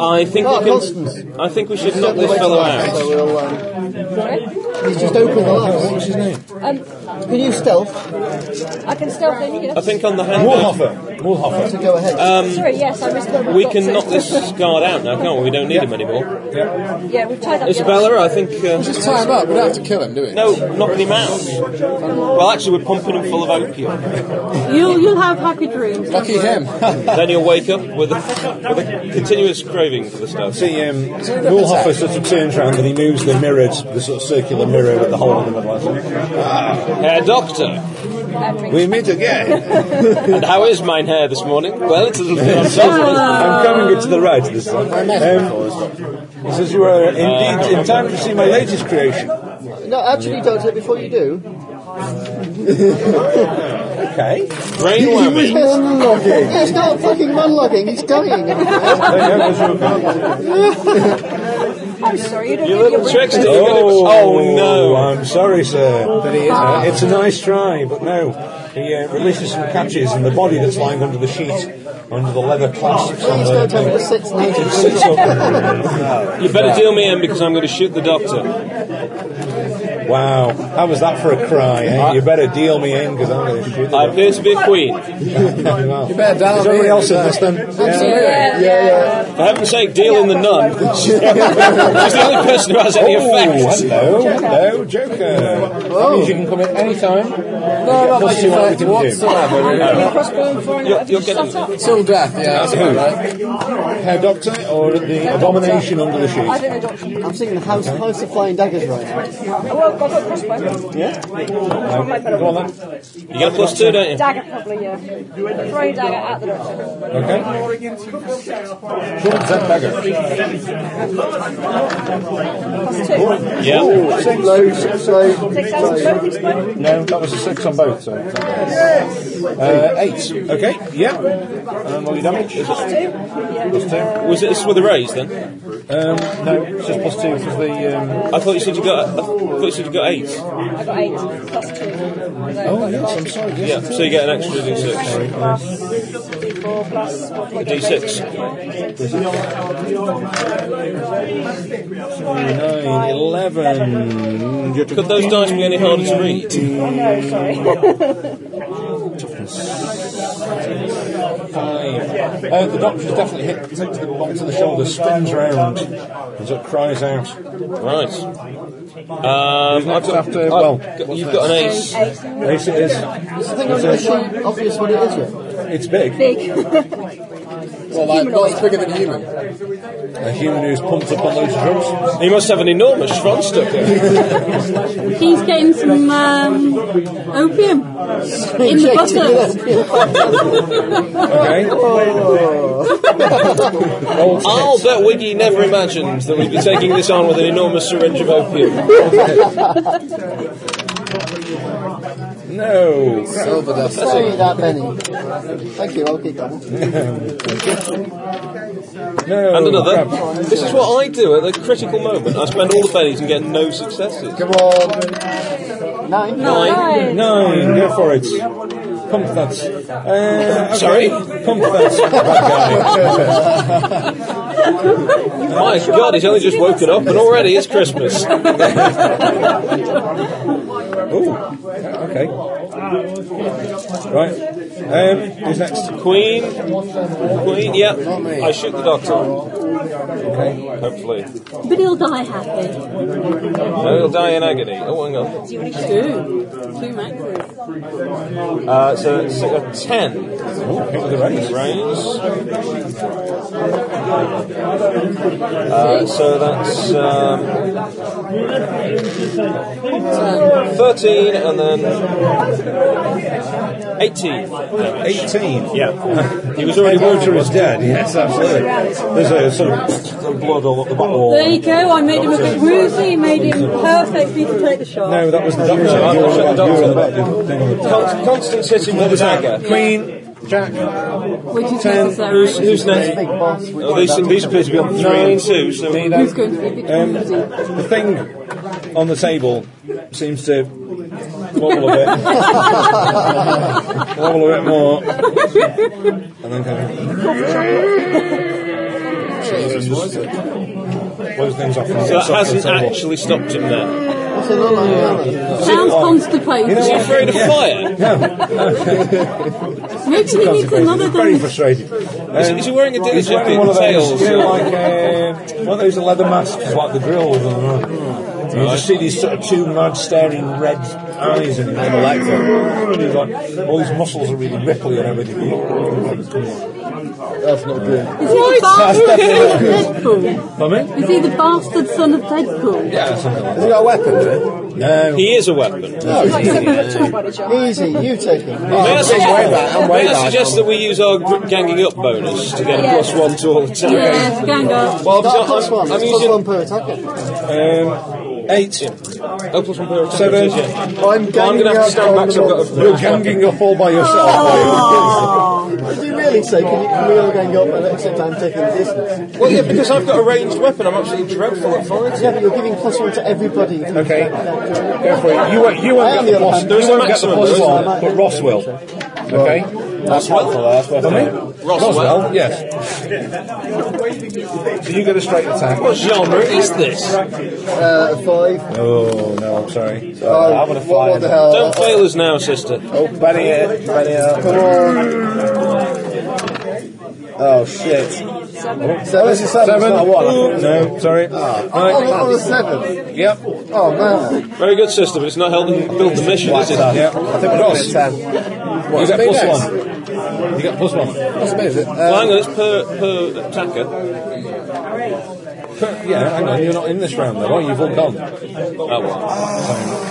Speaker 2: I think
Speaker 6: Oh,
Speaker 2: we
Speaker 6: Constance.
Speaker 2: can. I think we should knock
Speaker 6: He's
Speaker 2: this fellow out.
Speaker 6: So we'll, um,
Speaker 7: Sorry?
Speaker 6: he's just opened the last.
Speaker 4: his name?
Speaker 7: Um,
Speaker 6: Can you stealth
Speaker 7: I can stealth in here.
Speaker 2: I think on the hand,
Speaker 4: Moorhofer. Moorhofer.
Speaker 6: to go ahead?
Speaker 7: Uh, Sorry, yes, I missed the
Speaker 2: we can knock this guard out now, can't we? We don't need him anymore.
Speaker 7: <laughs> Yeah, we've tied up the other-
Speaker 2: Isabella, I think. Uh,
Speaker 5: Just tie him up. We don't have to kill him, do we?
Speaker 2: no, knocking him out. Well, actually, we're pumping him full of opium.
Speaker 3: You'll, you'll have happy dreams. don't
Speaker 5: Lucky
Speaker 3: worry.
Speaker 5: him.
Speaker 2: Then he'll wake up with a, with a continuous craving for the stuff.
Speaker 4: See, um, Moorhofer sort of turns round and he moves the mirrored, the sort of circular mirror with the hole in the middle.
Speaker 2: Herr Doctor,
Speaker 4: We meet again.
Speaker 2: and how is mine hair this morning? Well, it's a little bit unsettled.
Speaker 4: I'm coming to the right this time. Um, he says, You are indeed in time to see my latest creation.
Speaker 6: No, actually, Doctor, before you do,
Speaker 4: Okay.
Speaker 2: Brain
Speaker 6: He's
Speaker 2: whammy.
Speaker 6: monologuing. He's not fucking monologuing. He's dying.
Speaker 7: I'm sorry, you don't
Speaker 2: You
Speaker 7: need your
Speaker 2: little trickster.
Speaker 7: breakfast.
Speaker 2: you're gonna- Oh, no.
Speaker 4: I'm sorry, sir. Uh, it's a nice try, but no. He uh, releases some catches, and the body that's lying under the sheet, under the leather clasps,
Speaker 6: Please don't
Speaker 4: and
Speaker 6: have
Speaker 4: the,
Speaker 6: the six
Speaker 4: it sits <laughs> up.
Speaker 2: You better deal me in because I'm going to shoot the doctor.
Speaker 4: Wow, how was that for a cry? Eh? You better deal me in because I'm going to shoot.
Speaker 2: I appear to be a queen.
Speaker 4: you
Speaker 5: better dial
Speaker 4: Is
Speaker 5: me
Speaker 4: everybody
Speaker 5: in,
Speaker 4: else in
Speaker 5: sir.
Speaker 9: <laughs>
Speaker 4: this then?
Speaker 7: Yeah, yeah.
Speaker 2: For heaven's sake, deal in the nun.
Speaker 5: <laughs>
Speaker 2: She's the only person who has any
Speaker 4: Oh,
Speaker 2: effect.
Speaker 4: hello, hello, Joker. That means you can come in any time.
Speaker 5: Oh. No,
Speaker 4: Let's see what we can do.
Speaker 5: whatsoever.
Speaker 7: Your crossbow before I know it.
Speaker 2: you're
Speaker 7: Shut
Speaker 2: getting-
Speaker 7: up.
Speaker 5: Till death, yeah, that's about right.
Speaker 4: Hair doctor or the abomination under the sheet?
Speaker 7: I don't know, Doctor.
Speaker 6: I'm singing the House, House of Flying Daggers right now.
Speaker 7: Oh, Well, I've got a crossbow.
Speaker 4: Yeah. Go on then.
Speaker 2: You get a plus two, don't you?
Speaker 7: Dagger, probably, yeah. Throw a dagger at the doctor.
Speaker 4: Okay. Sean Zed Dagger.
Speaker 7: Plus two.
Speaker 2: Yeah.
Speaker 6: Low, slow.
Speaker 7: Six thousand both explode.
Speaker 4: No, that was a six on both. So. Uh, eight. Okay. Yeah. Um, all your damage.
Speaker 7: Plus two. Yeah.
Speaker 4: Plus two.
Speaker 2: Was this with a raise then?
Speaker 4: Um, no, it's just plus two for the. Um,
Speaker 2: I thought you said you got. I thought you said you got eight.
Speaker 7: I got eight. Plus two.
Speaker 4: oh yes, I'm sorry.
Speaker 2: Yeah. So you get an extra d6.
Speaker 7: Plus d4 plus what do I get?
Speaker 2: D6.
Speaker 4: Nine, eleven.
Speaker 2: Could those dice be any harder to read?
Speaker 7: Oh
Speaker 4: <laughs>
Speaker 7: no, sorry.
Speaker 4: Five. Uh, the doctor's definitely hit. Takes the bottom to the shoulder, spins round, and sort of cries out.
Speaker 2: Right. Um, I've got,
Speaker 4: after- well,
Speaker 2: I've got- you've got an ace.
Speaker 4: Ace it
Speaker 6: It's
Speaker 4: is.
Speaker 6: the thing I'm not sure obvious what it is yet.
Speaker 4: It's big.
Speaker 7: Big.
Speaker 5: Well, like, not as bigger than human.
Speaker 4: A human who's pumped up on loads of drugs.
Speaker 2: He must have an enormous Schwanstucker.
Speaker 3: He's getting some um, opium in
Speaker 4: <laughs>
Speaker 3: the buttocks.
Speaker 4: Okay.
Speaker 7: Oh.
Speaker 2: I'll bet Wiggy never imagined that we'd be taking this on with an enormous syringe of opium.
Speaker 4: No.
Speaker 5: Silver dust.
Speaker 6: Sorry, that many. Thank you, I'll keep that one.
Speaker 4: No.
Speaker 2: And another.
Speaker 4: Oh, Crap.
Speaker 2: This is what I do at the critical moment. I spend all the pennies and get no successes.
Speaker 6: Come on. Nine.
Speaker 2: Nine.
Speaker 7: Nine.
Speaker 4: Nine. Go for it. Pump That's. Uh, Sorry? Pump That's. <laughs> that
Speaker 2: My God, he's only just woken up, and already it's Christmas.
Speaker 4: guy. Ooh. Okay. Right. Um, who's next?
Speaker 2: Queen, Queen, yeah. I shoot the doctor. Okay, hopefully.
Speaker 7: But he'll die happy.
Speaker 2: No, he'll die in agony. Oh, hang on.
Speaker 7: Do you want to shoot?
Speaker 3: Two. Two maxes.
Speaker 2: Uh, so it's a ten.
Speaker 4: Ooh, pick the race.
Speaker 2: Range. Uh, so that's um, 13 and then 18.
Speaker 4: 18. <laughs> Yeah. he was already wounded to his dad. Yes, absolutely. There's a sort of blood all up the back wall.
Speaker 3: There you go. I made him a bit woozy. Made him perfectly to take the shot.
Speaker 4: No, that was the doctor. You were the doctor.
Speaker 2: Con- Constance hits him with a dagger.
Speaker 4: Queen, Jack,
Speaker 3: which is necessary.
Speaker 2: Who's, who's next? Oh, these, these appear to be on three and two, so
Speaker 3: Who's going to be the
Speaker 4: Um,
Speaker 3: um,
Speaker 4: the thing on the table seems to wobble a bit, wobble a bit more, and then kind of. Blows things off. and
Speaker 2: So
Speaker 4: gets
Speaker 2: that
Speaker 4: off
Speaker 2: hasn't
Speaker 4: the table.
Speaker 2: actually stopped him there.
Speaker 3: Sounds constipated.
Speaker 2: Is he afraid of fire?
Speaker 3: Maybe he needs another
Speaker 4: Very
Speaker 3: thing.
Speaker 4: frustrated.
Speaker 2: Is, is he wearing a
Speaker 4: He's
Speaker 2: diligent
Speaker 4: wearing one of
Speaker 2: tail?
Speaker 4: those, you know, like uh, one of those leather masks, like the grill with them. on. You just see these sort of two mad staring red eyes in him. And he's like, all his muscles are really ripply and everything.
Speaker 9: That's not good.
Speaker 3: Is he the
Speaker 4: <laughs>
Speaker 3: bastard son of Deadpool?
Speaker 4: Pardon me?
Speaker 3: Is he the bastard son of Deadpool?
Speaker 4: Yeah, something like
Speaker 9: Has he got a weapon there?
Speaker 4: that.
Speaker 2: He is a weapon.
Speaker 9: Easy, you take him.
Speaker 2: May I,
Speaker 9: I'm
Speaker 2: suggest,
Speaker 9: way back, I'm way
Speaker 2: may I
Speaker 9: back.
Speaker 2: suggest that we use our gr- ganging up bonus to get a plus one to all attacks?
Speaker 3: Yes, gang up.
Speaker 9: Well, that plus one.
Speaker 2: I'm
Speaker 9: That's plus
Speaker 2: using-
Speaker 9: one per attacker.
Speaker 4: Um, eight.
Speaker 2: Oh, plus one per attack.
Speaker 4: Seven.
Speaker 2: yeah.
Speaker 9: I'm
Speaker 2: Well, I'm going to have to stand back, so I've got
Speaker 4: You're ganging up all by yourself.
Speaker 9: Did you really say, can, you, can we all gang up and except I'm taking the distance?
Speaker 2: a... Well, yeah, because I've got a ranged weapon, I'm absolutely dreadful at fighting.
Speaker 9: Yeah, but you're giving plus one to everybody.
Speaker 4: okay, go for it. You won't, you
Speaker 9: I am
Speaker 4: won't
Speaker 9: the
Speaker 4: get the
Speaker 9: other
Speaker 4: plus,
Speaker 9: hand.
Speaker 4: you
Speaker 2: There's a
Speaker 4: won't get the
Speaker 2: maximum,
Speaker 4: plus
Speaker 2: isn't
Speaker 4: one,
Speaker 9: there?
Speaker 4: but Ross will. Okay?
Speaker 9: That's helpful, that's worth
Speaker 4: Pardon me?
Speaker 2: Roswell.
Speaker 4: yes. so you get a straight attack.
Speaker 2: What genre is this?
Speaker 9: Uh, five.
Speaker 4: Oh, no, I'm sorry.
Speaker 9: Oh,
Speaker 4: I'm going
Speaker 9: what,
Speaker 4: to fly.
Speaker 9: what the hell?
Speaker 2: Don't fail us now, sister.
Speaker 4: Oh, Benny, it, Benny, it.
Speaker 9: Come on.
Speaker 4: Oh, shit.
Speaker 9: Seven.
Speaker 4: This is seven.
Speaker 9: It's not a one.
Speaker 4: Ooh, Ah. no, sorry.
Speaker 9: Oh,
Speaker 4: Nine.
Speaker 9: not a seven.
Speaker 4: Yep.
Speaker 9: Oh, man.
Speaker 2: Very good, sister, but it's not helping you build the mission, is it?
Speaker 4: Yeah.
Speaker 9: I think we're not at ten.
Speaker 4: You get
Speaker 9: me
Speaker 4: plus
Speaker 9: next.
Speaker 4: one. You get plus one.
Speaker 9: That's amazing.
Speaker 2: Well,
Speaker 9: Uh,
Speaker 2: hang on, it's per, per attacker.
Speaker 4: Yeah, hang on, you're not in this round though, are you? You've all gone.
Speaker 2: Oh, well.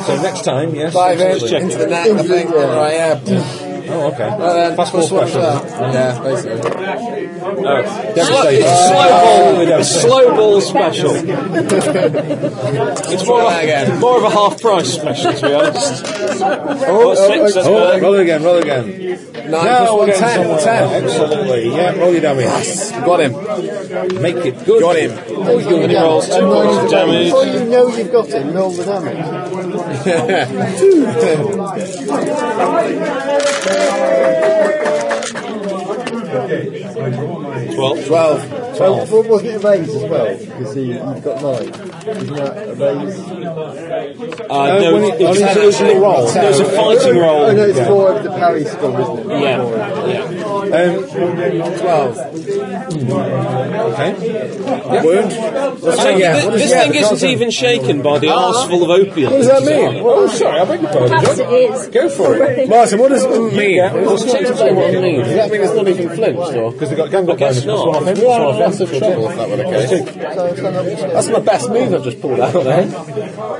Speaker 4: So next time, yes.
Speaker 9: five
Speaker 2: Just
Speaker 9: in,
Speaker 2: check
Speaker 9: into the net, I think. Right, yeah.
Speaker 4: Oh, okay.
Speaker 9: Uh,
Speaker 4: Fastball
Speaker 9: plus one to
Speaker 4: special.
Speaker 9: that. Yeah, basically.
Speaker 2: Oh. Slow,
Speaker 4: Devastating.
Speaker 2: it's a slow ball. It's
Speaker 4: Oh,
Speaker 2: a slow ball special. it's more
Speaker 9: that
Speaker 2: of,
Speaker 9: again.
Speaker 2: more of a half price special, to be honest. Well, six, that's
Speaker 4: Oh,
Speaker 2: better.
Speaker 4: roll it again, roll it again.
Speaker 9: Nine
Speaker 4: No,
Speaker 9: plus one,
Speaker 4: ten,
Speaker 9: ten.
Speaker 4: ten. Absolutely. Yeah, roll your damage.
Speaker 9: Got him.
Speaker 4: Make it good. Got him.
Speaker 9: Oh, you
Speaker 2: And he rolls two points of damage. Uh,
Speaker 9: Before you know you've got him, roll the damage.
Speaker 2: Twelve.
Speaker 9: Twelve. Twelve. Well, wasn't it a raise as well? Because he, you've got nine. Isn't that a raise?
Speaker 2: Uh, no,
Speaker 4: when it-
Speaker 2: it's-
Speaker 4: when it's
Speaker 2: it's-
Speaker 4: originally rolled.
Speaker 2: There's a fighting roll.
Speaker 9: Oh, no, it's four of the parry score, isn't it?
Speaker 2: Yeah, yeah.
Speaker 4: Um, 12. Okay. Wound.
Speaker 2: So
Speaker 4: yeah,
Speaker 2: thi-
Speaker 4: what is-
Speaker 2: this
Speaker 4: yeah,
Speaker 2: thing
Speaker 4: the
Speaker 2: isn't
Speaker 4: concept.
Speaker 2: even shaken by the arse full of opium.
Speaker 4: Ah. What does that mean? Oh, sorry, I beg your pardon.
Speaker 7: Perhaps
Speaker 4: John.
Speaker 7: it is.
Speaker 4: Go for it. Martin, what does it mean? Does
Speaker 9: that mean it's not even flinched, or?
Speaker 4: Because they've got gang up bonus.
Speaker 2: Guess not.
Speaker 4: That's
Speaker 9: We're out of massive
Speaker 4: trouble
Speaker 9: trouble
Speaker 4: if that were the case.
Speaker 9: That's my best move I've just pulled out there.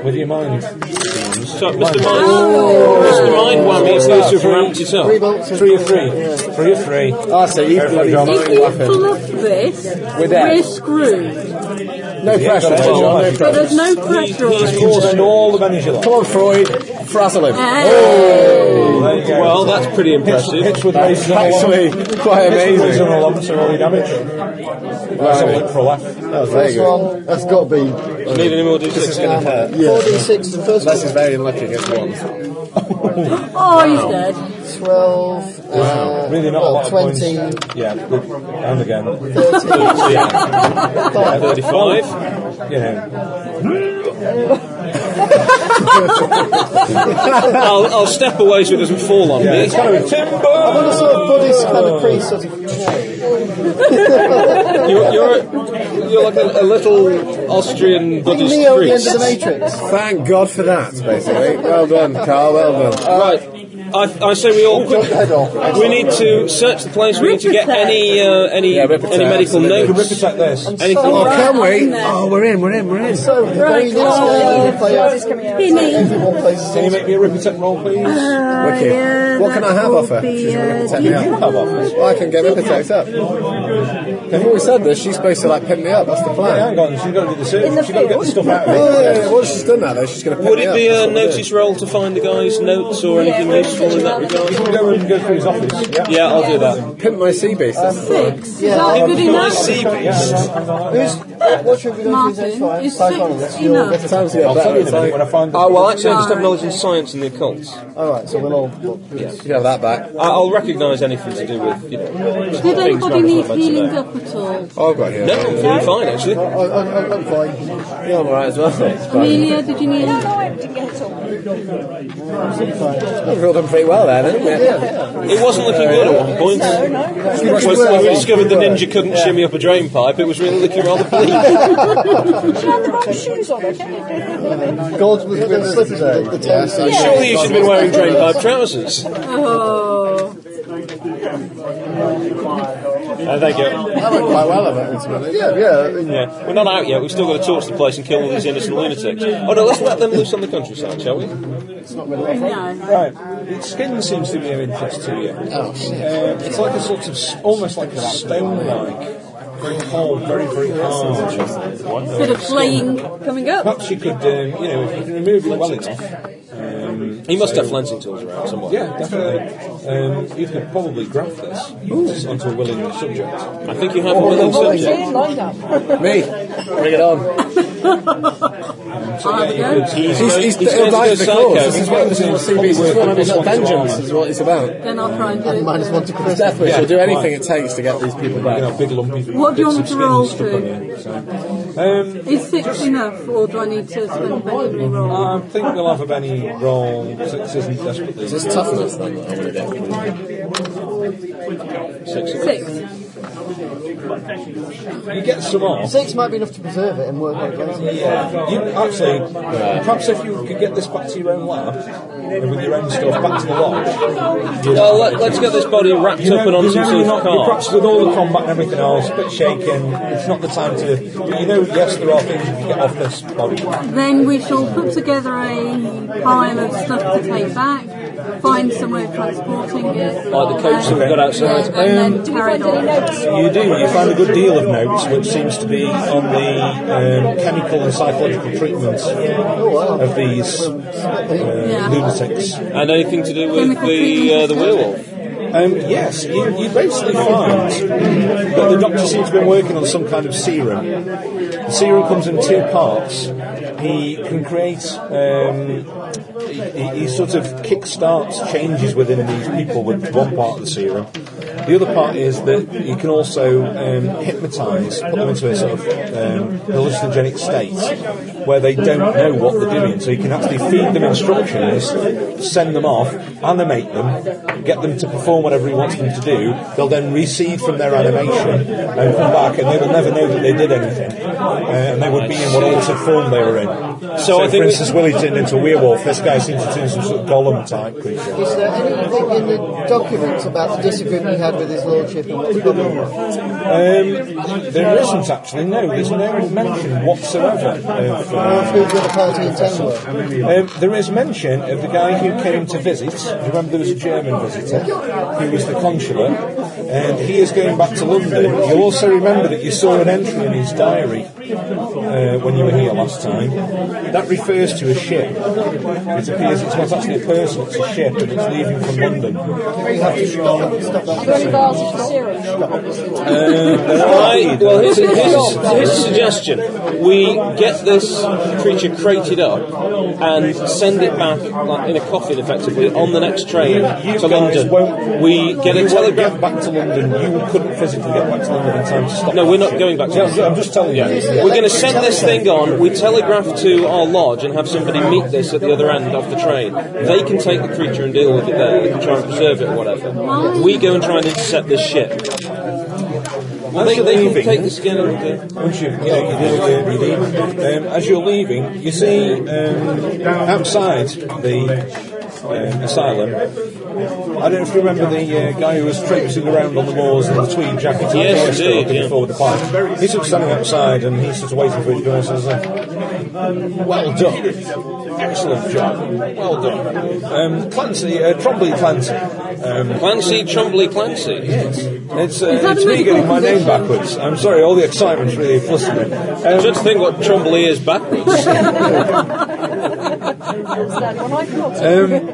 Speaker 4: With your mind.
Speaker 2: So, Mr.
Speaker 4: Oh.
Speaker 2: Mind, Mr. Mind Whammy appears to have ramped it up.
Speaker 4: Three or three. Three or three.
Speaker 9: Ah, so you've bloody
Speaker 3: If you fluff this, we're screwed.
Speaker 9: No pressure,
Speaker 4: Got it.
Speaker 9: John.
Speaker 4: Oh,
Speaker 9: No
Speaker 4: no
Speaker 9: pressure.
Speaker 3: But there's no pressure on
Speaker 4: He's
Speaker 3: it.
Speaker 4: forcing all the energy.
Speaker 9: Oh, Come on, Freud. Frazzle him.
Speaker 3: Hey.
Speaker 2: Well, that's pretty impressive.
Speaker 4: Hits with razors and a lump.
Speaker 5: Actually, quite
Speaker 4: Hits with
Speaker 5: amazing.
Speaker 4: razors and a lump, so only damage. That's a link for a
Speaker 6: Uh,
Speaker 4: laugh.
Speaker 9: That's
Speaker 5: Very good.
Speaker 9: one. That's got to be.
Speaker 2: Need any more D6?
Speaker 5: This is going to hurt.
Speaker 9: Yeah.
Speaker 6: 4d6 the first
Speaker 5: Unless
Speaker 6: one.
Speaker 5: he's very unlucky against one.
Speaker 3: Oh, he's dead.
Speaker 9: 12. Uh,
Speaker 4: Really not a lot of
Speaker 9: 20.
Speaker 4: points. Yeah, good. And again. <laughs>
Speaker 2: Yeah, 35.
Speaker 4: You know,
Speaker 2: I'll, I'll step away so it doesn't fall on me.
Speaker 4: it's kind of a
Speaker 6: I want a
Speaker 4: timber!
Speaker 6: sort of Buddhist kind of priest, sort of.
Speaker 2: You're, you're, a, you're like a, a little Austrian Buddhist
Speaker 6: Neo at the end of the
Speaker 2: priest.
Speaker 6: Matrix.
Speaker 5: Thank God for that, basically. Well done, Carl. Well done.
Speaker 2: Right. I, I say we all quick. We need to search the place. We need to get any uh, any
Speaker 5: Yeah, Ripper
Speaker 2: any
Speaker 5: Tech,
Speaker 2: medical
Speaker 5: absolutely.
Speaker 2: notes.
Speaker 4: Check this.
Speaker 2: Anything
Speaker 5: Oh,
Speaker 2: like
Speaker 5: can we? Oh, we're in, we're in, we're in.
Speaker 9: So, the very next one, the player-
Speaker 3: Be me.
Speaker 9: one plays is
Speaker 4: Can you make me a Ripitech roll, please?
Speaker 5: Wicked.
Speaker 3: yeah,
Speaker 5: what can I
Speaker 3: that
Speaker 5: have
Speaker 3: will
Speaker 5: off her?
Speaker 3: be,
Speaker 5: She's
Speaker 3: uh,
Speaker 5: going to
Speaker 3: you
Speaker 5: me up.
Speaker 3: do
Speaker 5: Have off I can get Ripitect up. Before we said this, she's supposed to like pin me up. That's the plan.
Speaker 4: Hang on, she's got to do the same.
Speaker 7: In the
Speaker 4: She's got to get the stuff out of
Speaker 5: Oh,
Speaker 4: it.
Speaker 5: yeah, yeah, Once she's done that, though, she's going to pin
Speaker 2: Would
Speaker 5: me
Speaker 2: it
Speaker 5: up.
Speaker 2: be a
Speaker 5: That's what we'll do.
Speaker 2: notice roll to find the guy's notes or anything useful in that regard?
Speaker 4: Go and go through his office. Yeah.
Speaker 2: Yeah, I'll do that.
Speaker 5: Pimp my sea beast. that's-
Speaker 3: Six. Is that good enough?
Speaker 9: Who's,
Speaker 2: Uh,
Speaker 9: what should we go to next
Speaker 3: Martin,
Speaker 9: time?
Speaker 3: is
Speaker 9: Psychoanalyst,
Speaker 3: six
Speaker 9: you're-
Speaker 3: enough?
Speaker 5: Times get
Speaker 4: I'll tell you in
Speaker 5: better.
Speaker 4: a
Speaker 5: It's
Speaker 4: minute
Speaker 5: like,
Speaker 4: when I find the
Speaker 2: Oh, well, actually, I just have knowledge in science and the occult.
Speaker 9: Alright, so we'll all. Well,
Speaker 5: you can have that back.
Speaker 2: I- I'll recognise anything to do with, you know.
Speaker 3: Did anybody
Speaker 2: not
Speaker 3: need
Speaker 2: recommended
Speaker 3: healing
Speaker 2: there.
Speaker 3: up at all?
Speaker 5: Oh, I've got here.
Speaker 2: No, I'm doing fine, actually.
Speaker 9: I, I, I'm oh, fine.
Speaker 5: Yeah, I'm alright as well.
Speaker 3: Amelia, did you need?
Speaker 7: No, I didn't get it all.
Speaker 5: We've all done pretty well there, haven't we?
Speaker 2: It wasn't looking good at one point. When, when we discovered the ninja couldn't shimmy up a drain pipe, it was really looking
Speaker 4: <laughs>
Speaker 2: rather bleak.
Speaker 7: She had the wrong shoes on, okay?
Speaker 9: God was with us today.
Speaker 5: Yeah, so
Speaker 2: Surely you should have been wearing drain pipe trousers.
Speaker 3: Oh,
Speaker 2: Uh, thank you.
Speaker 5: that went quite well, I think.
Speaker 9: Yeah, yeah. I mean,
Speaker 2: Yeah, we're not out yet. We've still got to torch the place and kill all these innocent lunatics. Oh no, let's let them loose on the countryside, shall we?
Speaker 3: no.
Speaker 4: Right. Its skin seems to be of interest to you. Oh, shit. Uh, it's like a sort of, s- almost like a stone like. Very cold, very, very hard.
Speaker 3: Bit of playing coming up.
Speaker 4: Perhaps you could, um, you know, if you can remove it well enough. Um,
Speaker 2: He must have flensing tools around somewhere.
Speaker 4: yeah, definitely. Um, you could probably graft this onto a willing subject.
Speaker 2: I think you have a willing
Speaker 4: Oh,
Speaker 2: subject.
Speaker 5: Bring it on.
Speaker 3: I'll have a go.
Speaker 2: He's,
Speaker 5: He's, he's,
Speaker 2: he's
Speaker 5: he'll
Speaker 2: going
Speaker 5: die
Speaker 2: to
Speaker 5: for the
Speaker 2: go
Speaker 5: cause. This is
Speaker 2: psycho.
Speaker 5: what this is what sea beast is for. It's not vengeance. This is what it's about.
Speaker 3: Then I'll try and do it.
Speaker 9: minus one to Chris.
Speaker 5: Death wish.
Speaker 4: Yeah,
Speaker 5: She'll do
Speaker 4: right.
Speaker 5: anything it takes to get these people
Speaker 4: You
Speaker 5: back.
Speaker 4: know, big lumpy
Speaker 3: What do you want
Speaker 4: bits of
Speaker 3: me to roll
Speaker 4: skin stuck on you, so. Um,
Speaker 3: Is six enough, or do I need to spend a penny roll?
Speaker 4: I think we'll have a Benny roll. Six isn't desperately.
Speaker 5: It's toughness thing. I wanna do.
Speaker 3: Six.
Speaker 4: Um, You get some off.
Speaker 9: Six might be enough to preserve it and work on it later.
Speaker 4: You actually, perhaps if you could get this back to your own lab and with your own stuff back to the lodge. you'd-
Speaker 2: Well, let, let's get this body wrapped
Speaker 4: You know,
Speaker 2: up and on
Speaker 4: you
Speaker 2: some
Speaker 4: know
Speaker 2: sort
Speaker 4: you're
Speaker 2: of
Speaker 4: not, you're
Speaker 2: car.
Speaker 4: perhaps with all the combat and everything else, a bit shaken, it's not the time to. You know, yes, there are things you can get off this body.
Speaker 3: Then we shall put together a pile of stuff to take back, find somewhere transporting it.
Speaker 2: Like the coats that
Speaker 3: and,
Speaker 2: we've got outside.
Speaker 3: Yeah, and then carry it on.
Speaker 4: You do, you find a good deal of notes, which seems to be on the um, chemical and psychological treatments of these uh,
Speaker 3: Yeah.
Speaker 4: lunatics.
Speaker 2: And anything to do with the uh, the werewolf.
Speaker 4: Um, yes, you, you basically find that the doctor seems to be working on some kind of serum. The serum comes in two parts. He can create. Um, he, he- he sort of kickstarts changes within these people with one part of the serum. The other part is that he can also um, hypnotise, put them into a sort of um, hallucinogenic state where they don't know what they're doing. So you can actually feed them instructions, send them off, animate them, get them to perform whatever he wants them to do. They'll then recede from their animation and come back, and they will never know that they did anything. Uh, and they would be in what altered form they were in. So,
Speaker 2: I think
Speaker 4: for
Speaker 2: we-
Speaker 4: instance, Willie turned into a werewolf. This guy seems to turn into some sort of golem type creature.
Speaker 6: Is there anything in the documents about the disagreement he had with his lordship and what the problem was?
Speaker 4: Um, there isn't actually, no. There's no mention whatsoever of.
Speaker 6: How
Speaker 4: Uh,
Speaker 6: few the other party in town were?
Speaker 4: Um, there is mention of the guy who came to visit. Do you remember there was a German visitor who was the consular? And he is going back to London. You'll also remember that you saw an entry in his diary um, uh, when you were here last time. That refers to a ship. It appears it's not actually a person, it's a ship, and it's leaving from London.
Speaker 7: Have you got any bars of
Speaker 4: Uh,
Speaker 7: syrup?
Speaker 2: Right, well, here's a, here's, a, here's a suggestion. We get this creature crated up and send it back like, in a coffin, effectively, on the next train to
Speaker 4: guys
Speaker 2: London.
Speaker 4: won't-
Speaker 2: We get a
Speaker 4: You won't get
Speaker 2: telegram.
Speaker 4: back to London. You couldn't physically get back to London in time to stop.
Speaker 2: No,
Speaker 4: that
Speaker 2: we're not
Speaker 4: ship.
Speaker 2: going back to
Speaker 4: Yeah,
Speaker 2: London.
Speaker 4: I'm just telling you.
Speaker 2: We're going to send this thing on. We telegraph to our lodge and have somebody meet this at the other end of the train. They can take the creature and deal with it there. They can try and preserve it or whatever. We go and try and intercept this ship. Well, they, they can take the skin and do.
Speaker 4: Once you, you know, you do, you, you do. Um, as you're leaving, you see um, outside the um, asylum. I don't know if you remember the uh, guy who was traipsing around on the moors in the tweed jacket. and
Speaker 2: Yes,
Speaker 4: the oyster
Speaker 2: indeed,
Speaker 4: looking
Speaker 2: yeah.
Speaker 4: forward the pipe. He's sort of standing outside and he's sort of waiting for you to go and says, uh, "Well done, excellent job, well done, um, Clancy, uh, Trombley Clancy." Um,
Speaker 2: Clancy, Trumbly Clancy.
Speaker 4: it's, uh,
Speaker 3: Is that
Speaker 4: it's
Speaker 3: a
Speaker 4: me
Speaker 3: medical
Speaker 4: getting my name
Speaker 3: condition?
Speaker 4: backwards. I'm sorry, all the excitement's really flustered me. Um,
Speaker 2: Just think what Trumbly is backwards.
Speaker 7: Is that one I've got?
Speaker 4: Ehm,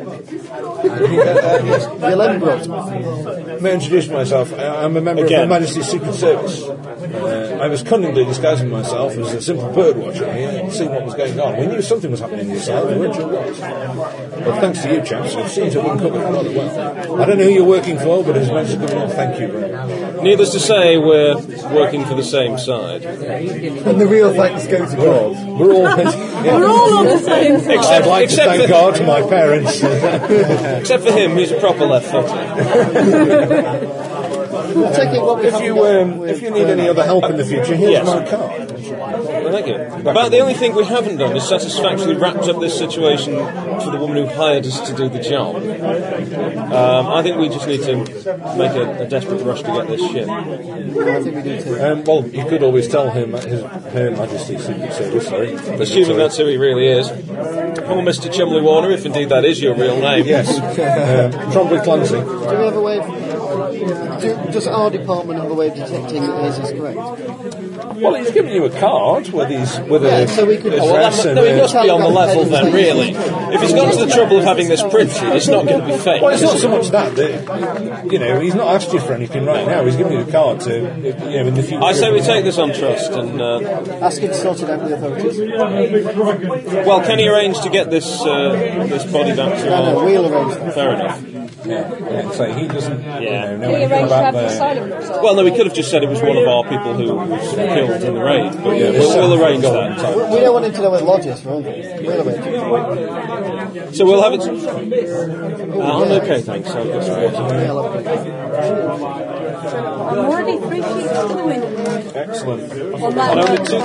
Speaker 4: May I introduce myself? I- I'm a member
Speaker 2: Again.
Speaker 4: of Her Majesty's Secret Service. Uh, I was cunningly disguising myself as a simple bird watcher here and seeing what was going on. We knew something was happening in the asylum, we weren't sure what. But thanks to you chaps, it seems to have uncovered rather well. I don't know who you're working for, but it's managed to come off. Thank you very much.
Speaker 2: Needless to say, we're working for the same side.
Speaker 9: And the real thanks go to God.
Speaker 2: <laughs>
Speaker 4: We're all. yeah.
Speaker 3: We're all on the same side.
Speaker 4: I'd like
Speaker 2: Except
Speaker 4: to
Speaker 2: for-
Speaker 4: thank God to my
Speaker 2: <laughs>
Speaker 4: parents.
Speaker 2: Except for him, he's a proper left footer.
Speaker 9: We'll take it what we
Speaker 4: if you um, if you need any other help in the future, here's
Speaker 2: Yes.
Speaker 4: my card.
Speaker 2: Well, thank you. About the only thing we haven't done is satisfactorily wrapped up this situation for the woman who hired us to do the job. Um, I think we just need to make a, a desperate rush to get this ship.
Speaker 4: Um, well, you could always tell him at his Her Majesty's Secret Service. Sorry,
Speaker 2: Assuming that's who he really is. Poor Mr. Chumley Warner, if indeed that is your real name.
Speaker 4: Yes, um, Trombley Clancy.
Speaker 10: Do we have a way of... Do, does our department have a way of detecting that his is correct?
Speaker 4: Well, he's given you a card with his with
Speaker 10: Yeah,
Speaker 4: a
Speaker 10: so we could-
Speaker 4: address
Speaker 10: Oh,
Speaker 2: Well, that, mu-
Speaker 4: and uh,
Speaker 2: no,
Speaker 4: a-
Speaker 2: he must be on the level then, really. If he's gone to the trouble of having this printed, it's not going to be fake.
Speaker 4: Well, it's not
Speaker 2: is
Speaker 4: so
Speaker 2: it?
Speaker 4: much that, that you know he's not asked you for anything right now. He's giving you the card to you know in the future.
Speaker 2: I say we take this on trust, and uh,
Speaker 10: Ask him to sort it out with the authorities.
Speaker 2: well, can he arrange to get this uh, this body back to?
Speaker 10: No,
Speaker 2: our-
Speaker 10: no, we'll arrange that.
Speaker 2: Fair enough.
Speaker 4: Yeah, yeah, so he doesn't. Yeah.
Speaker 2: Yeah.
Speaker 4: You know, know
Speaker 7: Can you
Speaker 4: anything
Speaker 7: arrange to
Speaker 4: about
Speaker 7: have the
Speaker 4: the.
Speaker 7: asylum resolved?
Speaker 2: Well, no, we could have just said it was one of our people who was killed in the raid. But yeah, we'll, we'll arrange that.
Speaker 10: We we don't want him to know where the lodge is, for one thing. We'll arrange it.
Speaker 2: So we'll have it. Ah, I'm okay, thanks. I've got some water.
Speaker 10: Yeah, lovely.
Speaker 3: I'm already three sheets to the wind.
Speaker 4: Excellent.
Speaker 7: Well,
Speaker 2: And
Speaker 7: that-
Speaker 2: only two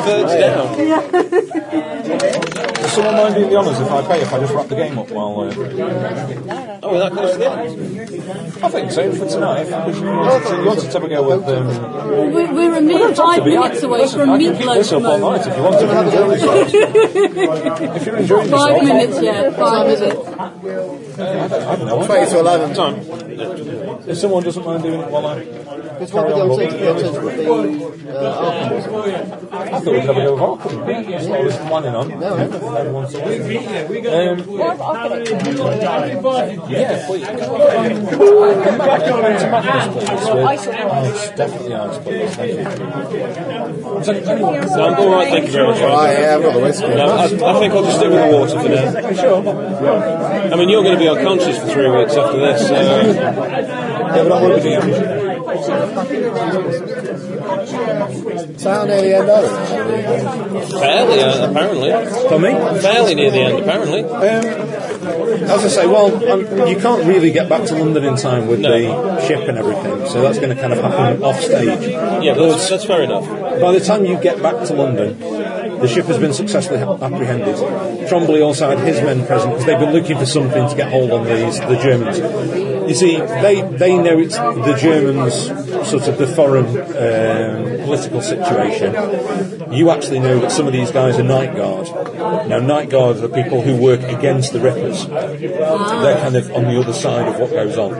Speaker 2: thirds down.
Speaker 4: Does someone mind doing the honours if I pay if I just wrap the game up while? Uh,
Speaker 2: Oh, well, that goes to the end.
Speaker 4: I think so for tonight. If we should- you want to have a go with. Um,
Speaker 3: We're, we're a mere five minutes away from
Speaker 4: I can keep this
Speaker 3: meatloaf
Speaker 4: up all
Speaker 3: mode.
Speaker 4: night if you want to. Enjoy yourself.
Speaker 2: <laughs>
Speaker 4: if you're enjoying
Speaker 3: Five
Speaker 4: yourself,
Speaker 3: minutes, yeah, five minutes.
Speaker 4: I don't know.
Speaker 5: 20 to 11.
Speaker 4: If someone doesn't mind doing it while I.
Speaker 10: Because what would the alternative the alternative would be? Uh, Arkham or something.
Speaker 4: I thought we'd have a go with Arkham. That's what I was planning on. Every once a week. Um,
Speaker 7: Well, I'll get it.
Speaker 4: yeah, please. Tomatoes,
Speaker 7: I saw
Speaker 4: please. Definitely ice, please. Thank you. Is there anyone?
Speaker 2: No, I'm all right. Thank you very much.
Speaker 5: I have got the whiskey.
Speaker 2: No, I, I think I'll just stick with the water for now. I mean, you're going to be unconscious for three weeks after this. So.
Speaker 4: Yeah, but I won't be doing it.
Speaker 5: So how nearly end over?
Speaker 2: Fairly, uh, apparently.
Speaker 4: For me?
Speaker 2: Fairly near the end, apparently.
Speaker 4: As I say, well, um, you can't really get back to London in time with the ship and everything, so that's going to kind of happen off stage.
Speaker 2: Yeah, but that's, that's fair enough.
Speaker 4: By the time you get back to London, the ship has been successfully ha- apprehended. Trombley also had his men present because they've been looking for something to get hold on these the Germans. You see, they, they know it's the Germans, sort of the foreign um, political situation. You actually know that some of these guys are night guard. Now, night guards are the people who work against the Rippers. They're kind of on the other side of what goes on.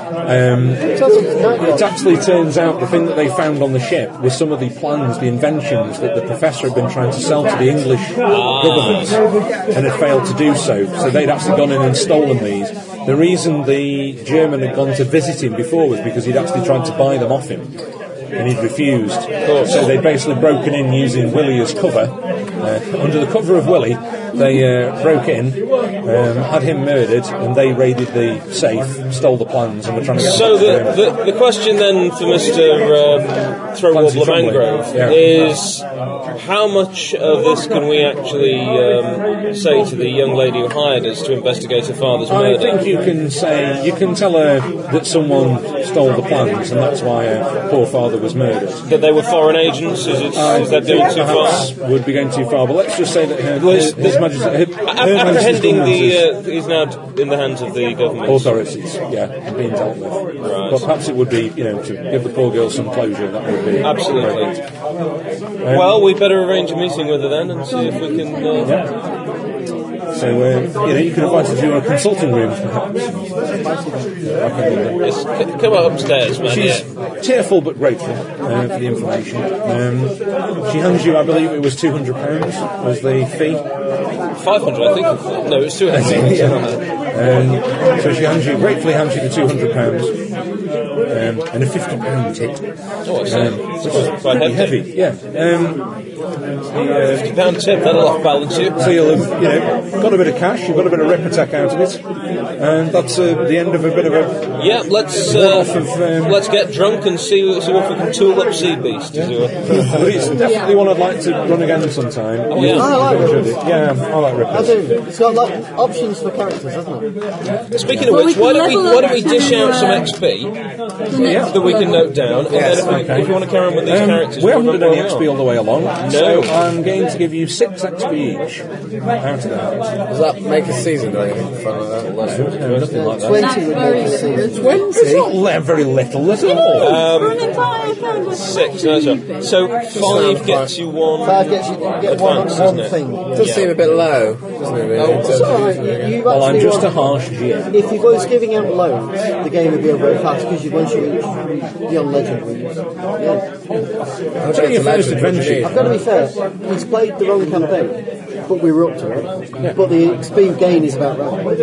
Speaker 4: Um, it actually turns out the thing that they found on the ship was some of the plans, the inventions that the professor had been trying to sell to the English government and had failed to do so. So they'd actually gone in and stolen these. The reason the German had gone to visit him before was because he'd actually tried to buy them off him. And he'd refused. So they'd basically broken in using Willie as cover. Uh, under the cover of Willie, they uh, broke in, um, had him murdered, and they raided the safe, stole the plans, and were trying to get
Speaker 2: So
Speaker 4: back to him.
Speaker 2: the, the, the question then for Mr. Um, Throwable
Speaker 4: Clancy
Speaker 2: the
Speaker 4: Trombley.
Speaker 2: Mangrove
Speaker 4: Yeah.
Speaker 2: is how much of this can we actually um, say to the young lady who hired us to investigate her father's
Speaker 4: I
Speaker 2: murder?
Speaker 4: think you can say you can tell her that someone stole the plans, and that's why her poor father was murdered.
Speaker 2: That they were foreign agents? Is, it, is that going too far?
Speaker 4: Perhaps would be going too far, but let's just say that her,
Speaker 2: Liz-
Speaker 4: his, his Majesty, her, her
Speaker 2: A-
Speaker 4: Majesty's
Speaker 2: Apprehending
Speaker 4: government is-
Speaker 2: the uh, is now in the hands of the government.
Speaker 4: Oh, authorities, yeah, and being dealt with. But perhaps it would be, you know, to give the poor girl some closure. That would be Um,
Speaker 2: Absolutely.
Speaker 4: appropriate.
Speaker 2: Well, we better arrange a meeting with her then and see if we can. Uh,
Speaker 4: So, uh, you know, you could invite her to your consulting room, perhaps.
Speaker 2: Yes, c- come up upstairs, man.
Speaker 4: She's
Speaker 2: yeah.
Speaker 4: tearful but grateful uh, for the information. Um, she hands you, I believe it was £200 was the fee.
Speaker 2: 500, I think. No, it's
Speaker 4: <laughs>
Speaker 2: 200.
Speaker 4: Um, so she hands you, gratefully hands you the £200 um, and a £50 tip.
Speaker 2: Oh, I see.
Speaker 4: Um, which is
Speaker 2: Quite
Speaker 4: pretty
Speaker 2: hefty.
Speaker 4: heavy, yeah. Um, the, uh,
Speaker 2: Pound tip, that'll off balance you.
Speaker 4: so you'll have, you know, got a bit of cash, you've got a bit of Reprotec out of it, and that's uh, the end of a bit of a
Speaker 2: Yeah, let's uh,
Speaker 4: um,
Speaker 2: let's get drunk and see, see if we can tool up Sea Beast. as it were.
Speaker 4: But it's definitely one I'd like to run again sometime.
Speaker 2: Oh, yeah.
Speaker 4: I like Rippers. Yeah, I like
Speaker 6: I
Speaker 4: Rippers.
Speaker 6: do. It's got lot options for characters, hasn't it?
Speaker 2: Speaking of
Speaker 3: Well,
Speaker 2: which,
Speaker 3: we
Speaker 2: why
Speaker 3: can
Speaker 2: don't we
Speaker 3: level
Speaker 2: why
Speaker 3: up
Speaker 2: don't we dish
Speaker 3: to,
Speaker 2: out some
Speaker 3: uh,
Speaker 2: XP
Speaker 3: The next
Speaker 2: that we can uh,
Speaker 3: level.
Speaker 2: note down, and
Speaker 4: Yes,
Speaker 2: then if,
Speaker 4: okay.
Speaker 2: we, if you want to carry on with these
Speaker 4: Um,
Speaker 2: characters,
Speaker 4: we
Speaker 2: we'll Um,
Speaker 4: haven't
Speaker 2: look
Speaker 4: done any
Speaker 2: where we are.
Speaker 4: XP all the way along,
Speaker 2: No.
Speaker 4: so I'm going to give you six XP each out of that.
Speaker 5: Does that make a season or anything fun like that?
Speaker 4: No, nothing like that.
Speaker 6: 20 would make a season.
Speaker 4: It's not le- very little at all.
Speaker 3: For an entire account, that's
Speaker 2: Six, no, sorry. So five gets you one.
Speaker 6: Five gets you get one,
Speaker 2: Advance,
Speaker 6: one
Speaker 2: isn't it?
Speaker 6: thing.
Speaker 5: It does seem a bit low, doesn't it? Really, in terms
Speaker 6: It's
Speaker 5: of-
Speaker 6: alright, you, you've
Speaker 4: Well, I'm
Speaker 6: actually
Speaker 4: just a
Speaker 6: won.
Speaker 4: harsh GM.
Speaker 6: If you was giving out loans, the game would be over very fast because you once you reach beyond legend rules. Yeah.
Speaker 5: I'll take
Speaker 4: your
Speaker 5: it to
Speaker 4: first
Speaker 5: legend,
Speaker 4: adventure.
Speaker 5: wouldn't
Speaker 6: I've got to be fair, he's played the wrong campaign, but we were up to it. But the XP gain is about right.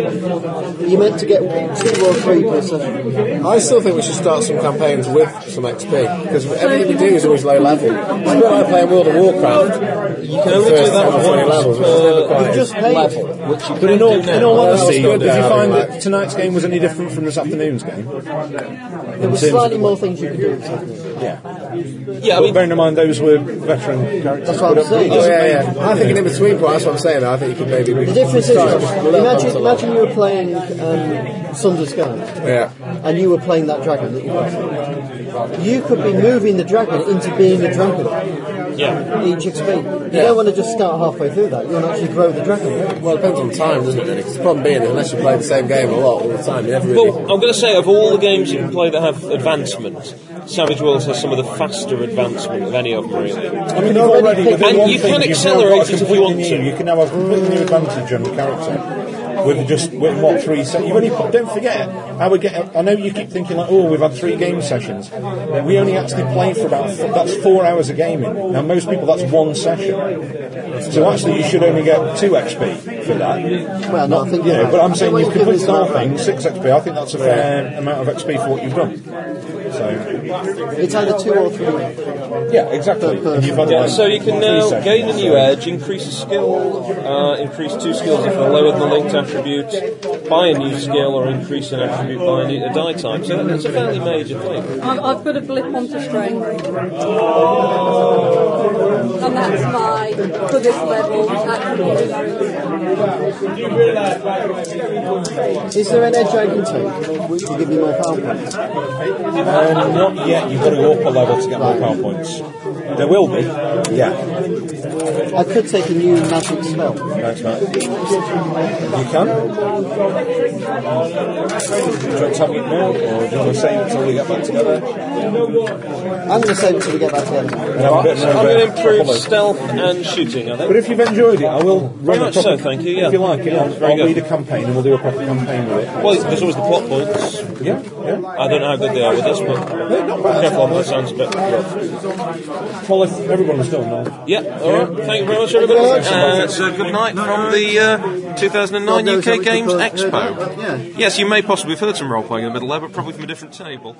Speaker 6: You meant to get two or three per session.
Speaker 5: you? I still think we should start some campaigns with some XP because everything we do is always low level. It's a bit like playing World of Warcraft. You
Speaker 2: can only do that once
Speaker 5: levels, which is never quite
Speaker 6: Just paid.
Speaker 2: Which you
Speaker 4: But in all,
Speaker 2: can't do
Speaker 4: in
Speaker 2: now.
Speaker 4: all honesty,
Speaker 5: honesty,
Speaker 4: did
Speaker 5: yeah,
Speaker 4: you find
Speaker 5: like-
Speaker 4: that tonight's game was any different from this afternoon's game?
Speaker 6: There were slightly more things you could do. so-
Speaker 4: Yeah.
Speaker 2: Yeah, I
Speaker 4: But
Speaker 2: mean,
Speaker 4: bearing in mind those were veteran characters.
Speaker 6: That's what I'm saying.
Speaker 5: Oh yeah, yeah. I think an in between point. That's what I'm saying. I think you could maybe.
Speaker 6: The difference is, imagine, imagine you were playing um, Sunder's Sky.
Speaker 5: Yeah.
Speaker 6: and you were playing that dragon that you got. You could be moving the dragon into being a dragon.
Speaker 2: Yeah.
Speaker 6: Each XP. You don't want to just start halfway through that. You want to actually grow the dragon.
Speaker 5: Well, it depends on time, doesn't it? Really? 'Cause the problem being, that unless you play the same game a lot all the time, you never really.
Speaker 2: well, I'm going to say of all the games you can play that have advancement, Savage Worlds has some of the faster advancement of any of them, really.
Speaker 4: I mean, you've already,
Speaker 6: pick-
Speaker 4: with
Speaker 2: And
Speaker 4: one
Speaker 2: you
Speaker 4: thing,
Speaker 2: can
Speaker 4: you've now
Speaker 2: accelerate
Speaker 4: got a
Speaker 2: it if you
Speaker 4: completely
Speaker 2: want
Speaker 4: new-
Speaker 2: to.
Speaker 4: You can now have a completely new advantage on the character with just with what three. Se- you've only don't forget. I would get. I know you keep thinking like, oh, we've had three game sessions. We only actually play for about f- that's four hours of gaming. Now most people that's one session. So actually, you should only get two XP for that.
Speaker 6: Well, no, I think
Speaker 4: You know, but I'm saying
Speaker 6: What
Speaker 4: you've
Speaker 6: you give
Speaker 4: completed
Speaker 6: is
Speaker 4: the whole
Speaker 6: about
Speaker 4: thing,
Speaker 6: right.
Speaker 4: six XP. I think that's a fair amount of XP for what you've done. So
Speaker 6: It's either two or three.
Speaker 4: yeah, exactly. And you've had,
Speaker 2: Yeah,
Speaker 4: like,
Speaker 2: so you can
Speaker 4: three
Speaker 2: now
Speaker 4: sessions.
Speaker 2: gain a new edge, increase a skill, uh, increase two skills if they're lower than the linked attribute, buy a new skill, or increase an attribute by a, new, a die type. So that's a fairly major thing.
Speaker 3: I've, I've got a blip onto strength. And that's my, for this level, attribute.
Speaker 6: Is there an edge I can take? Which will give me my power points.
Speaker 4: Um, not yet. You've got to go up a level to get more power points.
Speaker 2: There will be.
Speaker 4: Yeah.
Speaker 6: I could take a new magic spell.
Speaker 4: That's right. You can. Do you want to have it now, or do you want to save it till we get back together?
Speaker 6: I'm going to save it till we get back together.
Speaker 4: And have a bit more of
Speaker 2: I'm
Speaker 4: a
Speaker 2: going to improve
Speaker 4: follow.
Speaker 2: stealth and shooting, I think.
Speaker 4: But if you've enjoyed it, I will run
Speaker 2: much
Speaker 4: a proper,
Speaker 2: so, thank you, yeah.
Speaker 4: If you like it, I'll,
Speaker 2: Very
Speaker 4: I'll
Speaker 2: good.
Speaker 4: lead a campaign and we'll do a proper campaign with it.
Speaker 2: Well, there's always the plot points.
Speaker 4: Yeah, yeah.
Speaker 2: I don't know how good they are with this, but careful on the sounds a bit rough.
Speaker 4: Well, if everyone's done, I'll-
Speaker 2: Yeah, all right. Thank you very much, everybody. And it's a good night from the uh, 2009
Speaker 6: God knows how
Speaker 2: UK
Speaker 6: many
Speaker 2: Games
Speaker 6: people heard
Speaker 2: Expo.
Speaker 6: about it, yeah.
Speaker 2: Yes, you may possibly have heard some role playing in the middle there, but probably from a different table.